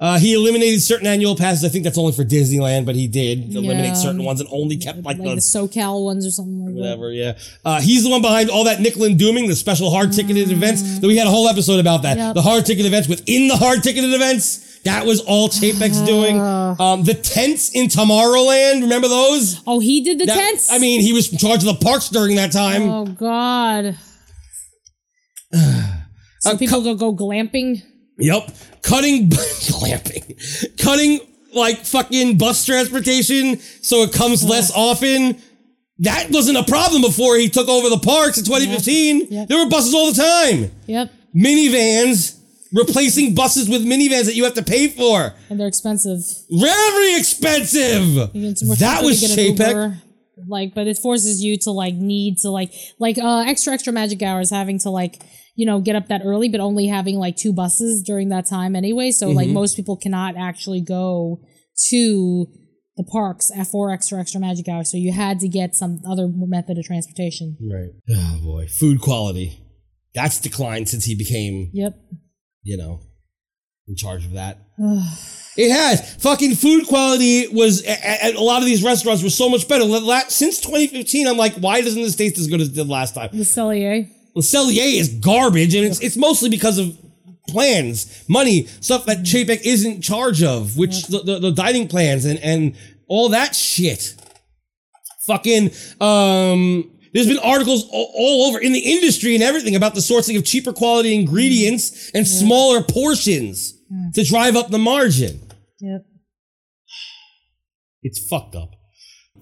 [SPEAKER 4] Uh, he eliminated certain annual passes. I think that's only for Disneyland, but he did eliminate
[SPEAKER 5] Yeah.
[SPEAKER 4] certain ones and only kept like,
[SPEAKER 5] Like the
[SPEAKER 4] the
[SPEAKER 5] SoCal ones or something like that.
[SPEAKER 4] whatever. Yeah, uh, he's the one behind all that nickel and dooming, the special hard ticketed events. That we had a whole episode about that.
[SPEAKER 5] Mm. Yep.
[SPEAKER 4] The hard ticketed events within the hard ticketed events. That was all Chapex doing. Um, the tents in Tomorrowland. Remember those?
[SPEAKER 5] Oh, he did the
[SPEAKER 4] That-
[SPEAKER 5] tents?
[SPEAKER 4] I mean, he was in charge of the parks during that time.
[SPEAKER 5] Oh God. so people go go glamping.
[SPEAKER 4] Yep. Cutting glamping. Cutting like fucking bus transportation so it comes less often. That wasn't a problem before he took over the parks in 2015. There were buses all the time.
[SPEAKER 5] Yep.
[SPEAKER 4] Minivans, replacing buses with minivans that you have to pay for.
[SPEAKER 5] And they're expensive.
[SPEAKER 4] Very expensive.
[SPEAKER 5] We're
[SPEAKER 4] That
[SPEAKER 5] trying to
[SPEAKER 4] was
[SPEAKER 5] get an
[SPEAKER 4] Chapek.
[SPEAKER 5] Uber, Like, but it forces you to like need to like like uh extra extra magic hours having to like you know get up that early, but only having like two buses during that time anyway. So like
[SPEAKER 4] Mhm.
[SPEAKER 5] most people cannot actually go to the parks at for extra extra magic hours. So you had to get some other method of transportation.
[SPEAKER 4] Right. Oh boy. Food quality. That's declined since he became,
[SPEAKER 5] Yep.
[SPEAKER 4] you know, in charge of that. It has fucking food quality was at, a lot of these restaurants were so much better La- la- since 2015. I'm like, why doesn't this taste as good as it did last time?
[SPEAKER 5] Le Cellier.
[SPEAKER 4] Le Cellier is garbage, and it's it's mostly because of plans, money, stuff that Chapek is in charge of, which the, the the dining plans and and all that shit. Fucking um. There's been articles all, all over in the industry and everything about the sourcing of cheaper quality ingredients and smaller portions to drive up the margin.
[SPEAKER 5] Yep.
[SPEAKER 4] It's fucked up.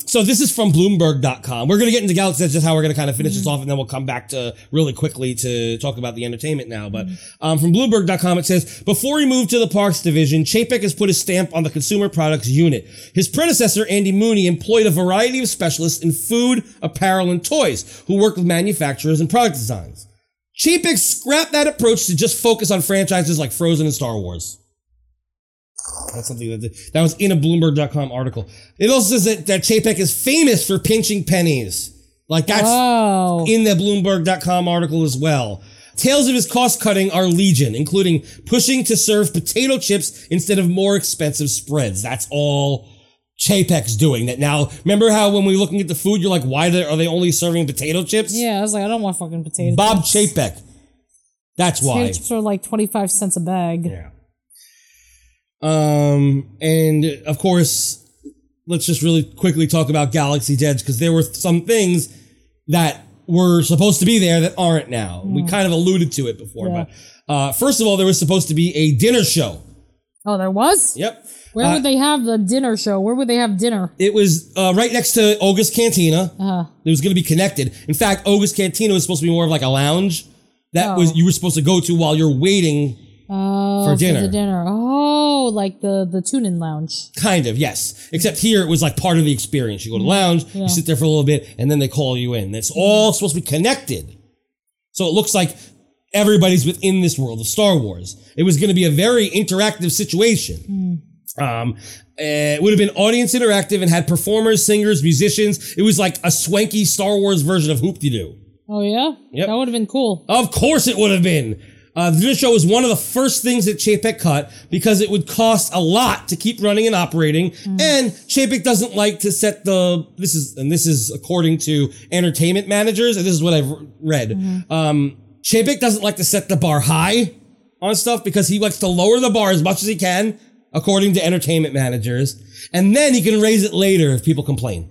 [SPEAKER 4] So this is from Bloomberg.com. We're going to get into Galaxy Edge, just how we're going to kind of finish this off, and then we'll come back to really quickly to talk about the entertainment now. But um, from Bloomberg.com, it says, before he moved to the Parks Division, Chapek has put his stamp on the Consumer Products Unit. His predecessor, Andy Mooney, employed a variety of specialists in food, apparel, and toys who worked with manufacturers and product designs. Chapek scrapped that approach to just focus on franchises like Frozen and Star Wars. That's something that, that was in a Bloomberg.com article. It also says that, that Chapek is famous for pinching pennies. Like that's in the Bloomberg.com article as well. Tales of his cost cutting are legion, including pushing to serve potato chips instead of more expensive spreads. That's all Chapek's doing. That now, remember how when we were looking at the food, you're like, why they- are they only serving potato chips?
[SPEAKER 5] Yeah, I was like, I don't want fucking potatoes.
[SPEAKER 4] Bob Chapek. That's why.
[SPEAKER 5] Potato chips are like twenty five cents a bag.
[SPEAKER 4] Yeah. Um, and of course, let's just really quickly talk about Galaxy's Edge because there were some things that were supposed to be there that aren't now. We
[SPEAKER 5] Yeah.
[SPEAKER 4] kind of alluded to it before,
[SPEAKER 5] Yeah.
[SPEAKER 4] but uh, first of all, there was supposed to be a dinner show.
[SPEAKER 5] Oh, there was.
[SPEAKER 4] Yep.
[SPEAKER 5] Where
[SPEAKER 4] Uh,
[SPEAKER 5] would they have the dinner show? Where would they have dinner?
[SPEAKER 4] It was uh, right next to Olga's Cantina. It was going to be connected. In fact, Olga's Cantina was supposed to be more of like a lounge that was you were supposed to go to while you're waiting
[SPEAKER 5] Oh,
[SPEAKER 4] For
[SPEAKER 5] for,
[SPEAKER 4] dinner.
[SPEAKER 5] the dinner. Oh, like the the tune-in lounge.
[SPEAKER 4] Kind of, yes. Except here it was like part of the experience. You go to the lounge,
[SPEAKER 5] Yeah.
[SPEAKER 4] you sit there for a little bit, and then they call you in. It's all supposed to be connected. So it looks like everybody's within this world of Star Wars. It was going to be a very interactive situation. Um, eh, it would have been audience interactive and had performers, singers, musicians. It was like a swanky Star Wars version of Hoop De Doo.
[SPEAKER 5] Oh yeah, that would have been cool.
[SPEAKER 4] Of course, it would have been. Uh, this show was one of the first things that Chapek cut because it would cost a lot to keep running and operating. And Chapek doesn't like to set the this is and this is according to entertainment managers, and this is what I've read. Um, Chapek doesn't like to set the bar high on stuff because he likes to lower the bar as much as he can, according to entertainment managers, and then he can raise it later if people complain.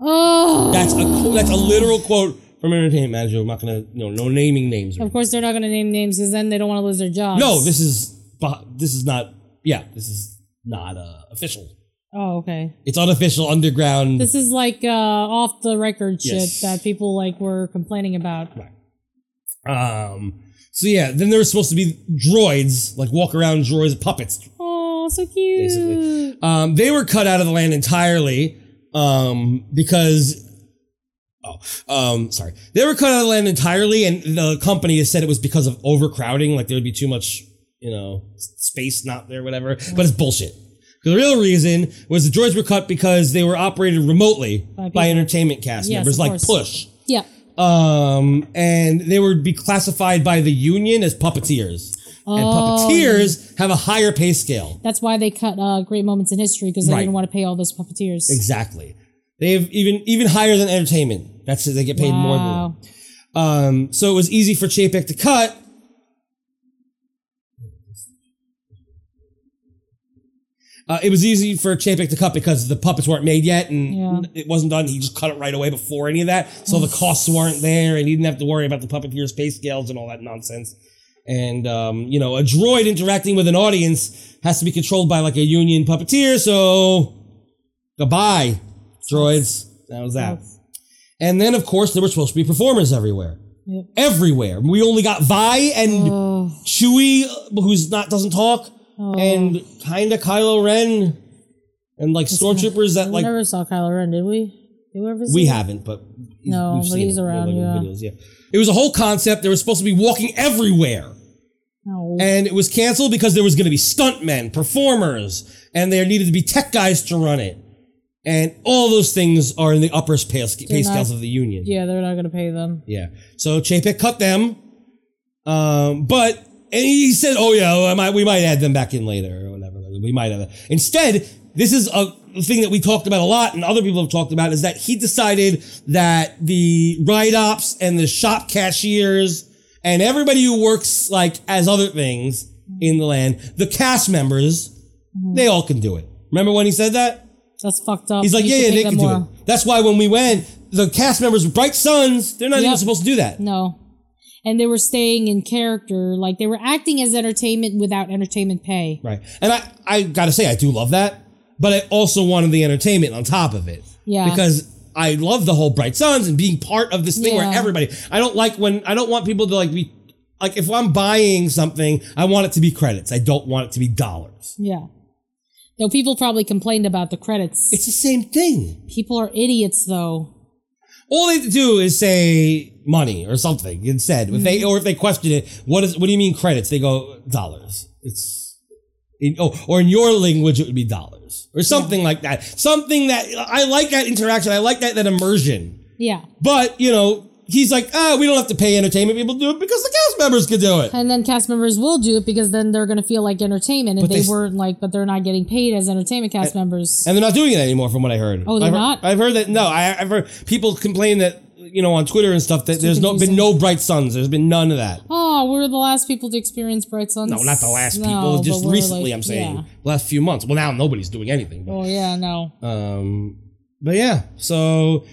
[SPEAKER 5] Oh,
[SPEAKER 4] That's a qu- that's a literal quote from entertainment manager. I'm not gonna no no naming names.
[SPEAKER 5] Of course, they're not going to name names because then they don't want to lose their jobs.
[SPEAKER 4] No, this is beh- this is not. Yeah, this is not uh, official.
[SPEAKER 5] Oh, okay.
[SPEAKER 4] It's unofficial underground.
[SPEAKER 5] This is like uh, off the record shit
[SPEAKER 4] Yes.
[SPEAKER 5] that people like were complaining about.
[SPEAKER 4] um. So yeah, then there was supposed to be droids, like walk around droids, puppets.
[SPEAKER 5] Oh, so cute.
[SPEAKER 4] Basically. Um, they were cut out of the land entirely. Um, because oh, um, sorry, they were cut out of the land entirely, and the company has said it was because of overcrowding, like there would be too much, you know, s- space not there, whatever. But it's bullshit. The real reason was the droids were cut because they were operated remotely
[SPEAKER 5] By
[SPEAKER 4] by,
[SPEAKER 5] people.
[SPEAKER 4] entertainment cast
[SPEAKER 5] Yes,
[SPEAKER 4] members,
[SPEAKER 5] of
[SPEAKER 4] like
[SPEAKER 5] course.
[SPEAKER 4] Push.
[SPEAKER 5] Yeah.
[SPEAKER 4] Um, and they would be classified by the union as puppeteers. And
[SPEAKER 5] Oh.
[SPEAKER 4] puppeteers have a higher pay scale.
[SPEAKER 5] That's why they cut uh, great moments in history because they
[SPEAKER 4] Right.
[SPEAKER 5] didn't want to pay all those puppeteers.
[SPEAKER 4] Exactly. They've even even higher than entertainment. That's it. They get paid
[SPEAKER 5] Wow.
[SPEAKER 4] more than. Um, so it was easy for Chapek to cut. Uh, it was easy for Chapek to cut because the puppets weren't made yet and it wasn't done. He just cut it right away before any of that. So the costs weren't there and he didn't have to worry about the puppeteer's pay scales and all that nonsense. And, um, you know, a droid interacting with an audience has to be controlled by like a union puppeteer. So goodbye, droids. That was that. And then, of course, there were supposed to be performers everywhere.
[SPEAKER 5] Yep. Oh.
[SPEAKER 4] Everywhere. We only got Vi and Chewie, who's not doesn't talk, and kinda Kylo Ren, and like stormtroopers that
[SPEAKER 5] Oh. we
[SPEAKER 4] like
[SPEAKER 5] never saw Kylo Ren, did we? Did we ever? see
[SPEAKER 4] we
[SPEAKER 5] it?
[SPEAKER 4] haven't, but
[SPEAKER 5] No,
[SPEAKER 4] we've
[SPEAKER 5] but
[SPEAKER 4] seen
[SPEAKER 5] he's
[SPEAKER 4] it.
[SPEAKER 5] around,
[SPEAKER 4] We've
[SPEAKER 5] yeah.
[SPEAKER 4] looked at videos, yeah. It was a whole concept. They were supposed to be walking everywhere.
[SPEAKER 5] No.
[SPEAKER 4] And it was canceled because there was going to be stuntmen, performers, and there needed to be tech guys to run it. And all those things are in the upper pay, sc-
[SPEAKER 5] They're
[SPEAKER 4] pay scales
[SPEAKER 5] not-
[SPEAKER 4] of the union.
[SPEAKER 5] Yeah, they're not going to pay them.
[SPEAKER 4] Yeah. So Chapek cut them. Um, but and he said, "Oh yeah, well, I might, we might add them back in later or whatever. Like, we might have." Instead, this is a thing that we talked about a lot, and other people have talked about is that he decided that the write ops and the shop cashiers and everybody who works like as other things in the land, the cast members,
[SPEAKER 5] Mm-hmm.
[SPEAKER 4] they all can do it. Remember when he said that?
[SPEAKER 5] That's fucked up.
[SPEAKER 4] He's like,
[SPEAKER 5] You
[SPEAKER 4] yeah,
[SPEAKER 5] should
[SPEAKER 4] yeah,
[SPEAKER 5] pay
[SPEAKER 4] they
[SPEAKER 5] them
[SPEAKER 4] can do
[SPEAKER 5] more.
[SPEAKER 4] it. That's why when we went, the cast members, were Bright Sons, they're not
[SPEAKER 5] Yep.
[SPEAKER 4] even supposed to do that.
[SPEAKER 5] No. And they were staying in character, like they were acting as entertainment without entertainment pay.
[SPEAKER 4] Right. And I, I gotta say, I do love that, but I also wanted the entertainment on top of it.
[SPEAKER 5] Yeah.
[SPEAKER 4] Because I love the whole Bright Suns and being part of this thing
[SPEAKER 5] Yeah.
[SPEAKER 4] where everybody, I don't like when, I don't want people to like be, like if I'm buying something, I want it to be credits. I don't want it to be dollars.
[SPEAKER 5] Yeah. Though people probably complained about the credits. It's
[SPEAKER 4] the same thing.
[SPEAKER 5] People are idiots, though.
[SPEAKER 4] All they have to do is say money or something instead. If
[SPEAKER 5] Mm-hmm.
[SPEAKER 4] they, or if they question it, what is, what do you mean credits? They go dollars. It's, in, oh, or in your language, it would be dollars or something like that. Something that I like that interaction. I like that, that immersion.
[SPEAKER 5] Yeah.
[SPEAKER 4] But you know, he's like, ah, we don't have to pay entertainment people to do it because the cast members can do it.
[SPEAKER 5] And then cast members will do it because then they're going to feel like entertainment, and
[SPEAKER 4] But
[SPEAKER 5] they,
[SPEAKER 4] they- Eh,
[SPEAKER 5] weren't like, but they're not getting paid as entertainment cast members.
[SPEAKER 4] And they're not doing it anymore, from what I heard.
[SPEAKER 5] Oh, they're
[SPEAKER 4] I've heard-
[SPEAKER 5] not?
[SPEAKER 4] I've heard that. No, I, I've heard people complain that you know on Twitter and stuff that
[SPEAKER 5] too
[SPEAKER 4] there's no been
[SPEAKER 5] confusing.
[SPEAKER 4] no bright suns. There's been none of that.
[SPEAKER 5] Oh, we're the last people to experience bright suns.
[SPEAKER 4] No, not the last
[SPEAKER 5] No,
[SPEAKER 4] people.
[SPEAKER 5] but
[SPEAKER 4] Just
[SPEAKER 5] we're,
[SPEAKER 4] recently,
[SPEAKER 5] like,
[SPEAKER 4] I'm saying
[SPEAKER 5] yeah.
[SPEAKER 4] last few months. Well, now nobody's doing anything.
[SPEAKER 5] Oh yeah, no.
[SPEAKER 4] Um, but yeah, so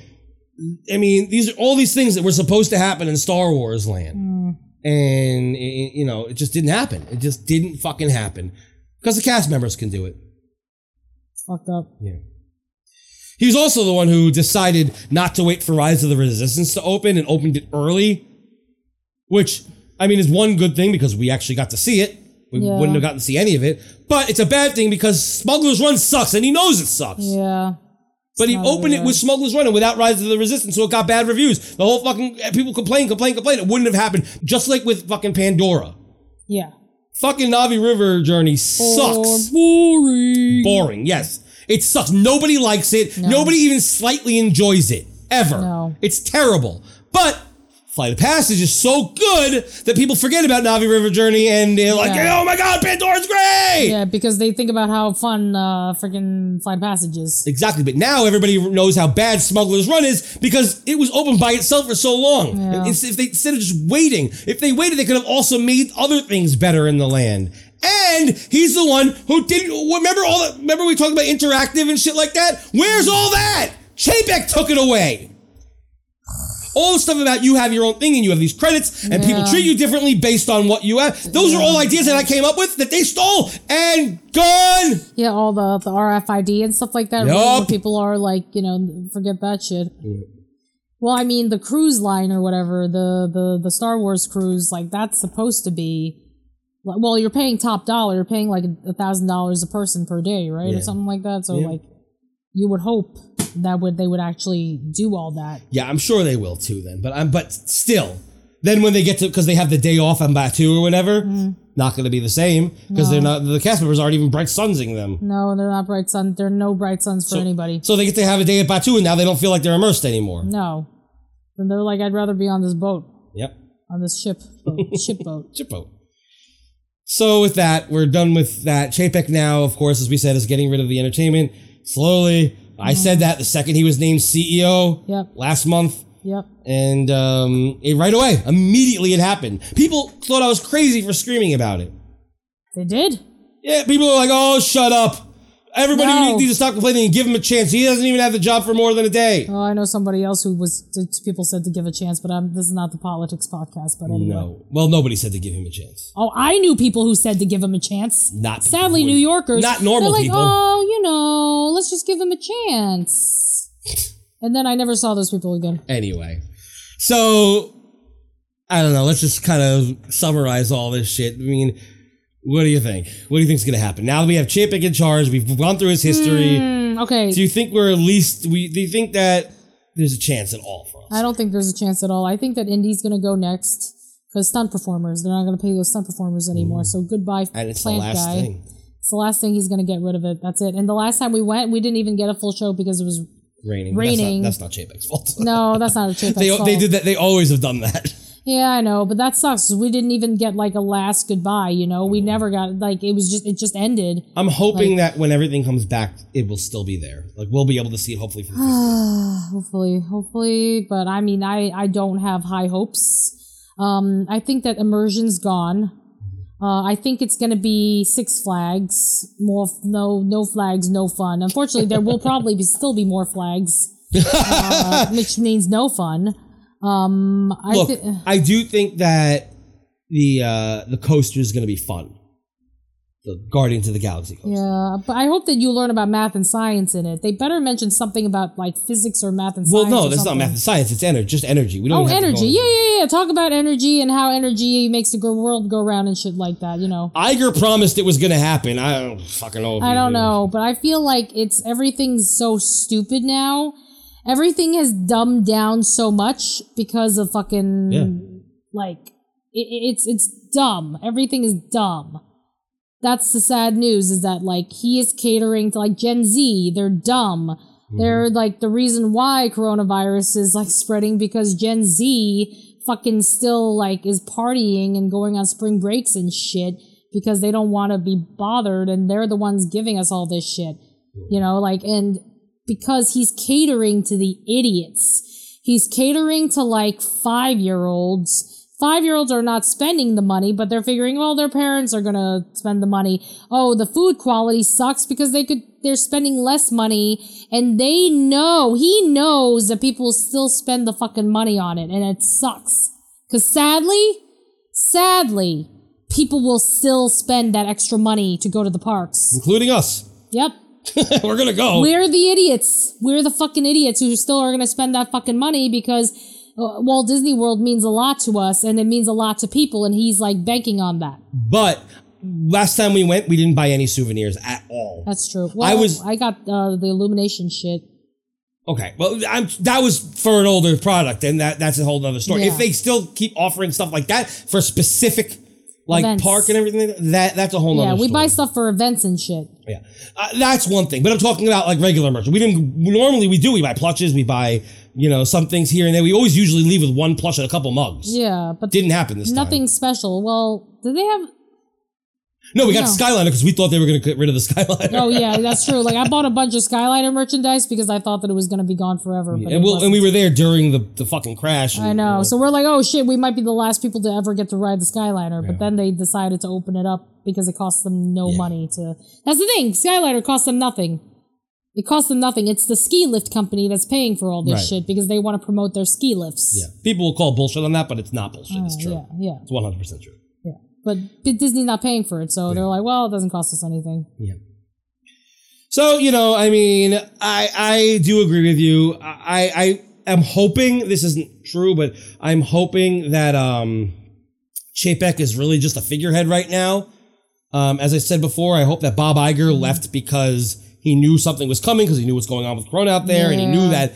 [SPEAKER 4] I mean, these are all these things that were supposed to happen in Star Wars land.
[SPEAKER 5] Mm.
[SPEAKER 4] and i- i- you know it just didn't happen it just didn't fucking happen because the cast members can do it
[SPEAKER 5] Fucked up.
[SPEAKER 4] yeah he was also the one who decided not to wait for rise of the resistance to open and opened it early which i mean is one good thing because we actually got to see it we
[SPEAKER 5] Yeah.
[SPEAKER 4] wouldn't have gotten to see any of it but it's a bad thing because smugglers run sucks and he knows it sucks
[SPEAKER 5] Yeah.
[SPEAKER 4] But he opened it with Smuggler's Run and without Rise of the Resistance, so it got bad reviews. The whole fucking people complain, complain, complain. It wouldn't have happened. Just like with fucking Pandora.
[SPEAKER 5] Yeah.
[SPEAKER 4] Fucking Navi River Journey sucks.
[SPEAKER 5] boring.
[SPEAKER 4] Boring, yes. It sucks. Nobody likes it. Nobody even slightly enjoys it. Ever. It's terrible. But Flight of Passage is so good that people forget about Navi River Journey and they're like,
[SPEAKER 5] Yeah.
[SPEAKER 4] oh my god, Pandora's great!
[SPEAKER 5] Yeah, because they think about how fun uh freaking Flight of Passage is.
[SPEAKER 4] Exactly, but now everybody knows how bad Smuggler's Run is because it was open by itself for so long.
[SPEAKER 5] Yeah.
[SPEAKER 4] It's- if they, instead of just waiting, if they waited, they could have also made other things better in the land. And he's the one who didn't remember all that. Remember we talked about interactive and shit like that. Where's all that? Chapek took it away. All the stuff about you have your own thing and you have these credits and people
[SPEAKER 5] Yeah.
[SPEAKER 4] treat you differently based on what you have. Those are all ideas that I came up with that they stole and gone.
[SPEAKER 5] Yeah, all the, the RFID and stuff like that. where
[SPEAKER 4] Yup.
[SPEAKER 5] People are like, you know, forget that shit. Well, I mean, the cruise line or whatever, the, the, the Star Wars cruise, like that's supposed to be. Well, you're paying top dollar. You're paying like a thousand dollars a person per day, right,
[SPEAKER 4] Yeah.
[SPEAKER 5] or something like that. So,
[SPEAKER 4] Yeah.
[SPEAKER 5] like, you would hope that would they would actually do all that.
[SPEAKER 4] Yeah, I'm sure they will too. Then, but I'm but still, then when they get to because they have the day off on Batu or whatever, not going to be the same because they're
[SPEAKER 5] Mm-hmm. No.
[SPEAKER 4] not the cast members aren't even bright sunsing them.
[SPEAKER 5] No, they're not bright sun. There are no bright suns for anybody.
[SPEAKER 4] So they get to have a day at Batu and now they don't feel like they're immersed anymore.
[SPEAKER 5] No, then they're like, I'd rather be on this boat,
[SPEAKER 4] Yep,
[SPEAKER 5] on this ship, boat, ship boat.
[SPEAKER 4] Ship boat. So with that, we're done with that. Chapek now, of course, as we said, is getting rid of the entertainment slowly. I said that the second he was named CEO
[SPEAKER 5] Mm-hmm. Yep.
[SPEAKER 4] last month.
[SPEAKER 5] Yep.
[SPEAKER 4] And um, it, right away, immediately it happened. People thought I was crazy for screaming about it.
[SPEAKER 5] They did.
[SPEAKER 4] Yeah, people are like, oh, shut up. Everybody
[SPEAKER 5] No.
[SPEAKER 4] needs to stop complaining and give him a chance. He doesn't even have the job for more than a day.
[SPEAKER 5] Oh, I know somebody else who was. that People said to give a chance, but I'm, this is not the politics podcast. But anyway.
[SPEAKER 4] No. Well, nobody said to give him a chance.
[SPEAKER 5] Oh, I knew people who said to give him a chance.
[SPEAKER 4] Not people
[SPEAKER 5] sadly New Yorkers.
[SPEAKER 4] not normal
[SPEAKER 5] They're like,
[SPEAKER 4] people.
[SPEAKER 5] oh, you know, let's just give him a chance. And then I never saw those people again.
[SPEAKER 4] Anyway. So, I don't know. Let's just kind of summarize all this shit. I mean, what do you think? What do you think's going to happen? Now that we have Chapek in charge, we've gone through his history.
[SPEAKER 5] Hmm, okay.
[SPEAKER 4] Do you think we're at least, we, do you think that there's a chance at all for us?
[SPEAKER 5] I don't think there's a chance at all. I think that Indy's going to go next because stunt performers. They're not going to pay those stunt performers anymore. So goodbye,
[SPEAKER 4] Mm. And it's the
[SPEAKER 5] plant
[SPEAKER 4] last
[SPEAKER 5] guy.
[SPEAKER 4] thing.
[SPEAKER 5] It's the last thing he's going to get rid of it. That's it. And the last time we went, we didn't even get a full show because it was.
[SPEAKER 4] Raining.
[SPEAKER 5] Raining.
[SPEAKER 4] That's not, that's not Chapek's fault.
[SPEAKER 5] No, that's not a chip.
[SPEAKER 4] They, they did that. They always have done that.
[SPEAKER 5] Yeah, I know, but that sucks. 'cause We didn't even get like a last goodbye. You know, we never got like it was just it just ended.
[SPEAKER 4] I'm hoping
[SPEAKER 5] Like-
[SPEAKER 4] that when everything comes back, it will still be there. Like we'll be able to see it hopefully. From
[SPEAKER 5] hopefully, hopefully, but I mean, I I don't have high hopes. Um, I think that immersion's gone. Uh, I think it's going to be Six Flags. More f- no no flags, no fun. Unfortunately, there will probably be, still be more flags, uh, which means no fun. Um, I
[SPEAKER 4] Look,
[SPEAKER 5] thi-
[SPEAKER 4] I do think that the uh, the coaster is going to be fun. The Guardians of the Galaxy. coaster.
[SPEAKER 5] Yeah, but I hope that you learn about math and science in it. They better mention something about like physics or math and
[SPEAKER 4] Well,
[SPEAKER 5] science.
[SPEAKER 4] no,
[SPEAKER 5] or
[SPEAKER 4] that's not
[SPEAKER 5] something.
[SPEAKER 4] math and science. It's energy, just energy. We don't.
[SPEAKER 5] Oh,
[SPEAKER 4] have to go
[SPEAKER 5] energy.
[SPEAKER 4] into-
[SPEAKER 5] Yeah, yeah, yeah. Talk about energy and how energy makes the gr- world go round and shit like that, you know.
[SPEAKER 4] Iger promised it was going to happen. I don't fucking know. if
[SPEAKER 5] I
[SPEAKER 4] he
[SPEAKER 5] don't
[SPEAKER 4] did.
[SPEAKER 5] know, but I feel like it's everything's so stupid now. Everything has dumbed down so much because of fucking
[SPEAKER 4] Yeah.
[SPEAKER 5] like it, it- it's it's dumb. Everything is dumb. That's the sad news is that like he is catering to like Gen Z. They're dumb.
[SPEAKER 4] Mm-hmm.
[SPEAKER 5] They're like the reason why coronavirus is like spreading because Gen Z fucking still like is partying and going on spring breaks and shit because they don't want to be bothered and they're the ones giving us all this shit. You know, like and because he's catering to the idiots. He's catering to like five year olds. Five year olds are not spending the money, but they're figuring, well, their parents are gonna spend the money. Oh, the food quality sucks because they could, they're spending less money and they know, he knows that people still spend the fucking money on it and it sucks. Cause sadly, sadly, people will still spend that extra money to go to the parks.
[SPEAKER 4] Including us,
[SPEAKER 5] Yep.
[SPEAKER 4] we're going to go.
[SPEAKER 5] We're the idiots. We're the fucking idiots who still are going to spend that fucking money because uh, Walt Disney World means a lot to us and it means a lot to people, and he's like banking on that.
[SPEAKER 4] But last time we went, we didn't buy any souvenirs at all.
[SPEAKER 5] That's true.
[SPEAKER 4] I
[SPEAKER 5] Well, I
[SPEAKER 4] was-
[SPEAKER 5] was. I got uh, the illumination shit.
[SPEAKER 4] Okay, well, I'm, that was for an older product, and that, that's a whole other story.
[SPEAKER 19] Yeah.
[SPEAKER 4] If they still keep offering stuff like that for specific, like
[SPEAKER 5] Events.
[SPEAKER 4] park and everything, that that's a whole
[SPEAKER 5] yeah,
[SPEAKER 4] nother
[SPEAKER 5] we
[SPEAKER 4] story.
[SPEAKER 5] buy stuff for events and shit.
[SPEAKER 4] Yeah, uh, that's one thing. But I'm talking about like regular merch. We didn't normally we do. We buy plushes. We buy you know some things here and there. We always usually leave with one plush and a couple mugs.
[SPEAKER 5] Yeah, but
[SPEAKER 4] Didn't happen this time.
[SPEAKER 5] nothing special. Well, do they have?
[SPEAKER 4] No, we got
[SPEAKER 5] no.
[SPEAKER 4] Skyliner because we thought they were going to get rid of the Skyliner.
[SPEAKER 5] Oh yeah, that's true. Like I bought a bunch of Skyliner merchandise because I thought that it was gonna be gone forever. But
[SPEAKER 4] and,
[SPEAKER 5] it
[SPEAKER 4] we'll,
[SPEAKER 5] wasn't.
[SPEAKER 4] and we were there during the, the fucking crash. and-
[SPEAKER 5] I know. So we're like, oh shit, we might be the last people to ever get to ride the Skyliner. But then they decided to open it up because it costs them no money to. That's the thing. Skyliner costs them nothing. It costs them nothing. It's the ski lift company that's paying for all this
[SPEAKER 4] Right.
[SPEAKER 5] shit because they want to promote their ski lifts.
[SPEAKER 4] Yeah, people will call bullshit on that, but it's not bullshit. it's
[SPEAKER 5] Uh,
[SPEAKER 4] true.
[SPEAKER 5] yeah, yeah.
[SPEAKER 4] It's 100 percent true.
[SPEAKER 5] But, but Disney's not paying for it, so they're like, well, it doesn't cost us anything.
[SPEAKER 4] So you know, I mean, I I do agree with you. I I am hoping this isn't true, but I'm hoping that um, Chapek is really just a figurehead right now. Um, as I said before, I hope that Bob Iger left because he knew something was coming because he knew what's going on with Corona out there, and he knew
[SPEAKER 19] Yeah.
[SPEAKER 4] that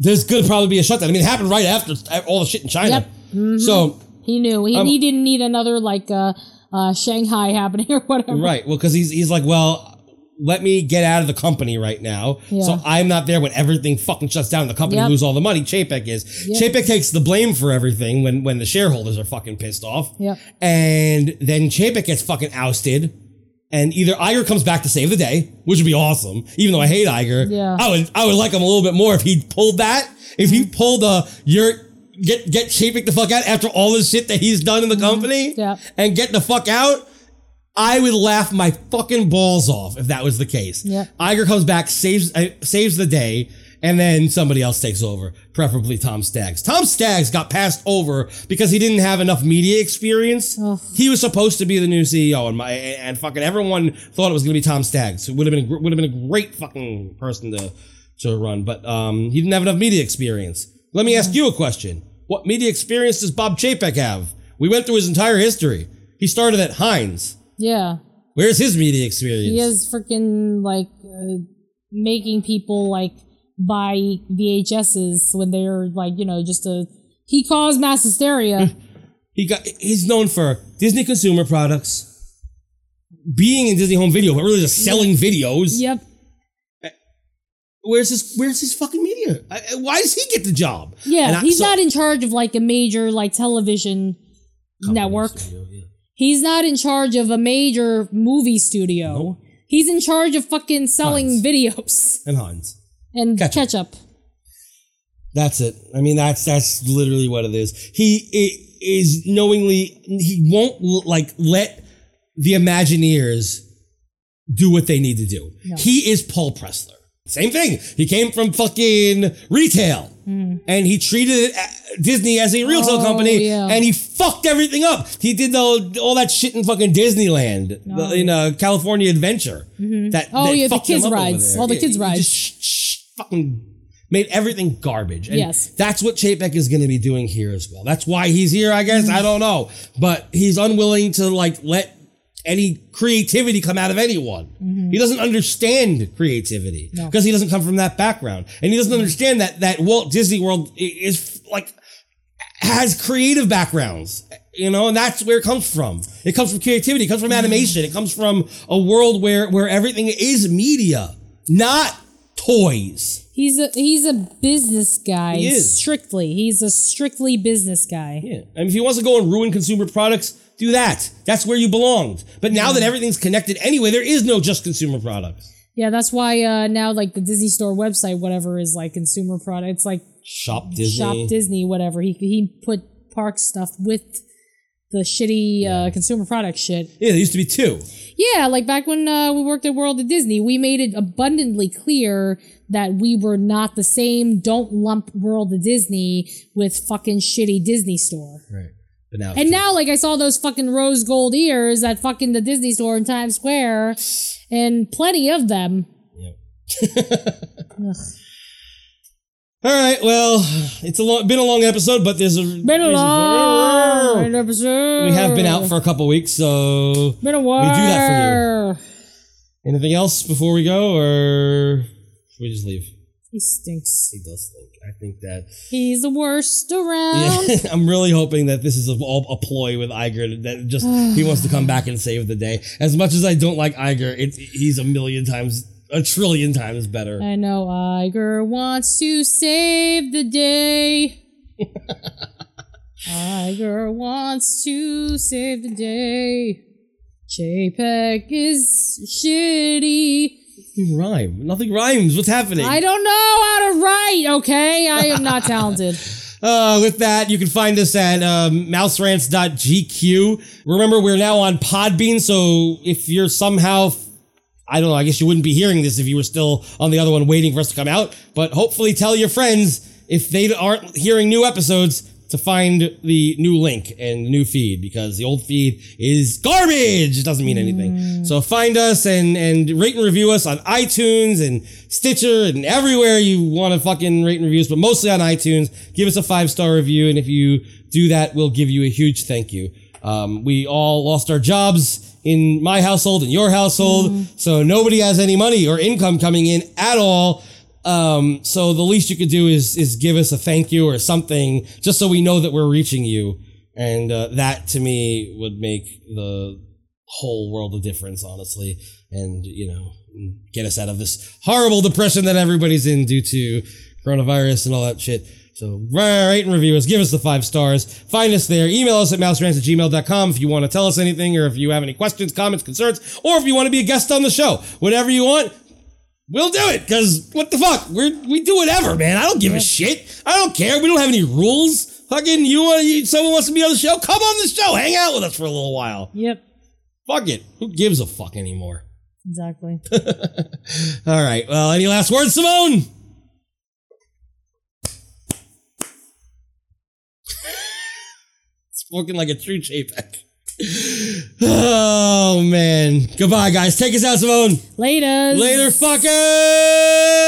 [SPEAKER 4] there's gonna probably be a shutdown. I mean, it happened right after all the shit in China.
[SPEAKER 5] Mhm.
[SPEAKER 4] So
[SPEAKER 5] he knew he,
[SPEAKER 4] Um,
[SPEAKER 5] he didn't need another like uh, uh, Shanghai happening or whatever.
[SPEAKER 4] Right. Well, because he's he's like, well, let me get out of the company right now,
[SPEAKER 5] Yeah.
[SPEAKER 4] so I'm not there when everything fucking shuts down. and The company
[SPEAKER 5] Yep.
[SPEAKER 4] lose all the money. Chapek is.
[SPEAKER 5] Yep.
[SPEAKER 4] Chapek takes the blame for everything when when the shareholders are fucking pissed off,
[SPEAKER 5] Yep.
[SPEAKER 4] and then Chapek gets fucking ousted. And either Iger comes back to save the day, which would be awesome. Even though I hate Iger,
[SPEAKER 19] Yeah.
[SPEAKER 4] I would I would like him a little bit more if he pulled that. If he pulled uh, your get get Chapek the fuck out after all this shit that he's done in the
[SPEAKER 5] Mm-hmm.
[SPEAKER 4] company, and get the fuck out. I would laugh my fucking balls off if that was the case.
[SPEAKER 19] Yeah.
[SPEAKER 4] Iger comes back, saves uh, saves the day, and then somebody else takes over, preferably Tom Staggs. Tom Staggs got passed over because he didn't have enough media
[SPEAKER 5] Oh.
[SPEAKER 4] experience. He was supposed to be the new CEO, and my and fucking everyone thought it was going to be Tom Staggs, who would have been a gr- would have been a great fucking person to to run, but um, he didn't have enough media experience. Let me ask you a question: What media experience does Bob Chapek have? We went through his entire history. He started at Heinz.
[SPEAKER 5] Yeah.
[SPEAKER 4] Where's his media experience?
[SPEAKER 5] He is freaking like uh, making people like buy VHSs when they're like, you know, just a. He caused mass hysteria.
[SPEAKER 4] He got he's known for Disney consumer products, being in Disney home video, but really just selling videos.
[SPEAKER 5] Yep.
[SPEAKER 4] Where's his Where's his fucking media? I, I- why does he get the job? And
[SPEAKER 5] yeah,
[SPEAKER 4] I-
[SPEAKER 5] he's
[SPEAKER 4] so-
[SPEAKER 5] not in charge of like a major like television network. He's not in charge of a major movie studio. He's in charge of fucking selling videos
[SPEAKER 4] and Hans.
[SPEAKER 5] and
[SPEAKER 4] Ketchup.
[SPEAKER 5] ketchup.
[SPEAKER 4] That's it. I mean, that's that's literally what it is. He i- is knowingly he won't l- like let the Imagineers do what they need to do.
[SPEAKER 19] No.
[SPEAKER 4] He is Paul Pressler. Same thing. He came from fucking retail.
[SPEAKER 5] Hmm.
[SPEAKER 4] and he treated it, a- Disney as a real estate
[SPEAKER 19] Oh,
[SPEAKER 4] company,
[SPEAKER 19] yeah.
[SPEAKER 4] and he fucked everything up. He did all, all that shit in fucking Disneyland,
[SPEAKER 5] No.
[SPEAKER 4] the- in uh, California Adventure.
[SPEAKER 5] Mhm.
[SPEAKER 4] That
[SPEAKER 5] oh
[SPEAKER 4] that
[SPEAKER 5] yeah, the
[SPEAKER 4] fucked him
[SPEAKER 5] kids
[SPEAKER 4] up over
[SPEAKER 5] rides,
[SPEAKER 4] there.
[SPEAKER 5] all the
[SPEAKER 4] Yeah,
[SPEAKER 5] kids
[SPEAKER 4] he
[SPEAKER 5] rides.
[SPEAKER 4] just fucking made everything garbage. And
[SPEAKER 5] Yes.
[SPEAKER 4] that's what Chapek is going to be doing here as well. That's why he's here, I guess. I don't know, but he's unwilling to like let any creativity come out of anyone.
[SPEAKER 19] Mhm.
[SPEAKER 4] He doesn't understand creativity
[SPEAKER 19] No.
[SPEAKER 4] because he doesn't come from that background, and he doesn't understand that that Walt Disney World i- is like has creative backgrounds. You know, and that's where it comes from. It comes from creativity. It comes
[SPEAKER 5] Mm-hmm.
[SPEAKER 4] from animation. It comes from a world where where everything is media, not toys.
[SPEAKER 5] He's a he's a business guy.
[SPEAKER 4] He is.
[SPEAKER 5] Strictly, he's a strictly business guy.
[SPEAKER 4] Yeah. I mean, if he wants to go and ruin consumer products, do that. That's where you belonged. But now
[SPEAKER 5] Mm-hmm.
[SPEAKER 4] that everything's connected anyway, there is no just consumer products.
[SPEAKER 5] Yeah, that's why uh, now like the Disney Store website, whatever is like consumer product. It's like
[SPEAKER 4] Shop Disney.
[SPEAKER 5] Shop Disney, whatever. He he put park stuff with the shitty uh, consumer product shit.
[SPEAKER 4] Yeah, there used to be two.
[SPEAKER 5] Yeah, like back when uh, we worked at World of Disney, we made it abundantly clear that we were not the same. Don't lump World of Disney with fucking shitty Disney Store.
[SPEAKER 4] Right. But now,
[SPEAKER 5] And now, like, I saw those fucking rose gold ears at fucking the Disney store in Times Square, and plenty of them.
[SPEAKER 4] All right. Well, it's a long, been a long episode, but there's a
[SPEAKER 5] Been a
[SPEAKER 4] reason for-
[SPEAKER 5] long episode.
[SPEAKER 4] We have been out for a couple weeks, so
[SPEAKER 5] Been a
[SPEAKER 4] We do that for you.
[SPEAKER 5] while.
[SPEAKER 4] Anything else before we go, or should we just leave?
[SPEAKER 5] He stinks.
[SPEAKER 4] He does stink. I think that.
[SPEAKER 5] He's the worst around.
[SPEAKER 4] Yeah, I'm really hoping that this is a, all a ploy with Iger. That just he wants to come back and save the day. As much as I don't like Iger, it, he's a million times, a trillion times better.
[SPEAKER 5] I know Iger wants to save the day. Iger wants to save the day. JPEG is shitty.
[SPEAKER 4] Nothing rhyme. Nothing rhymes. What's happening?
[SPEAKER 5] I don't know how to write, okay? I am not talented.
[SPEAKER 4] Uh, with that, you can find us at um, mouserants.gq. Remember, we're now on Podbean, so if you're somehow, I don't know, I guess you wouldn't be hearing this if you were still on the other one waiting for us to come out, but hopefully tell your friends if they aren't hearing new episodes to find the new link and the new feed because the old feed is garbage. It doesn't mean anything. So find us and and rate and review us on iTunes and Stitcher and everywhere you want to fucking rate and review us, but mostly on iTunes. Give us a five star review, and if you do that, we'll give you a huge thank you. Um, we all lost our jobs in my household and your household, so nobody has any money or income coming in at all. Um, so the least you could do is is give us a thank you or something, just so we know that we're reaching you. And uh, that to me would make the whole world a difference, honestly. And you know, get us out of this horrible depression that everybody's in due to coronavirus and all that shit. So rate and review us, give us the five stars, find us there, email us at mouserants at gmail.com if you want to tell us anything or if you have any questions, comments, concerns, or if you want to be a guest on the show. Whatever you want, We'll do it because what the fuck? We're we do whatever, man. I don't give a shit. I don't care. We don't have any rules. Fucking you want you, someone wants to be on the show? Come on the show. Hang out with us for a little while.
[SPEAKER 5] Yep.
[SPEAKER 4] Fuck it. Who gives a fuck anymore?
[SPEAKER 5] Exactly.
[SPEAKER 4] All right. Well, any last words, Simone? Spoken like a true JPEG. Oh man. Goodbye, guys. Take us out, Simone.
[SPEAKER 5] Later.
[SPEAKER 4] Later, fuckers.
[SPEAKER 6] Uh-huh.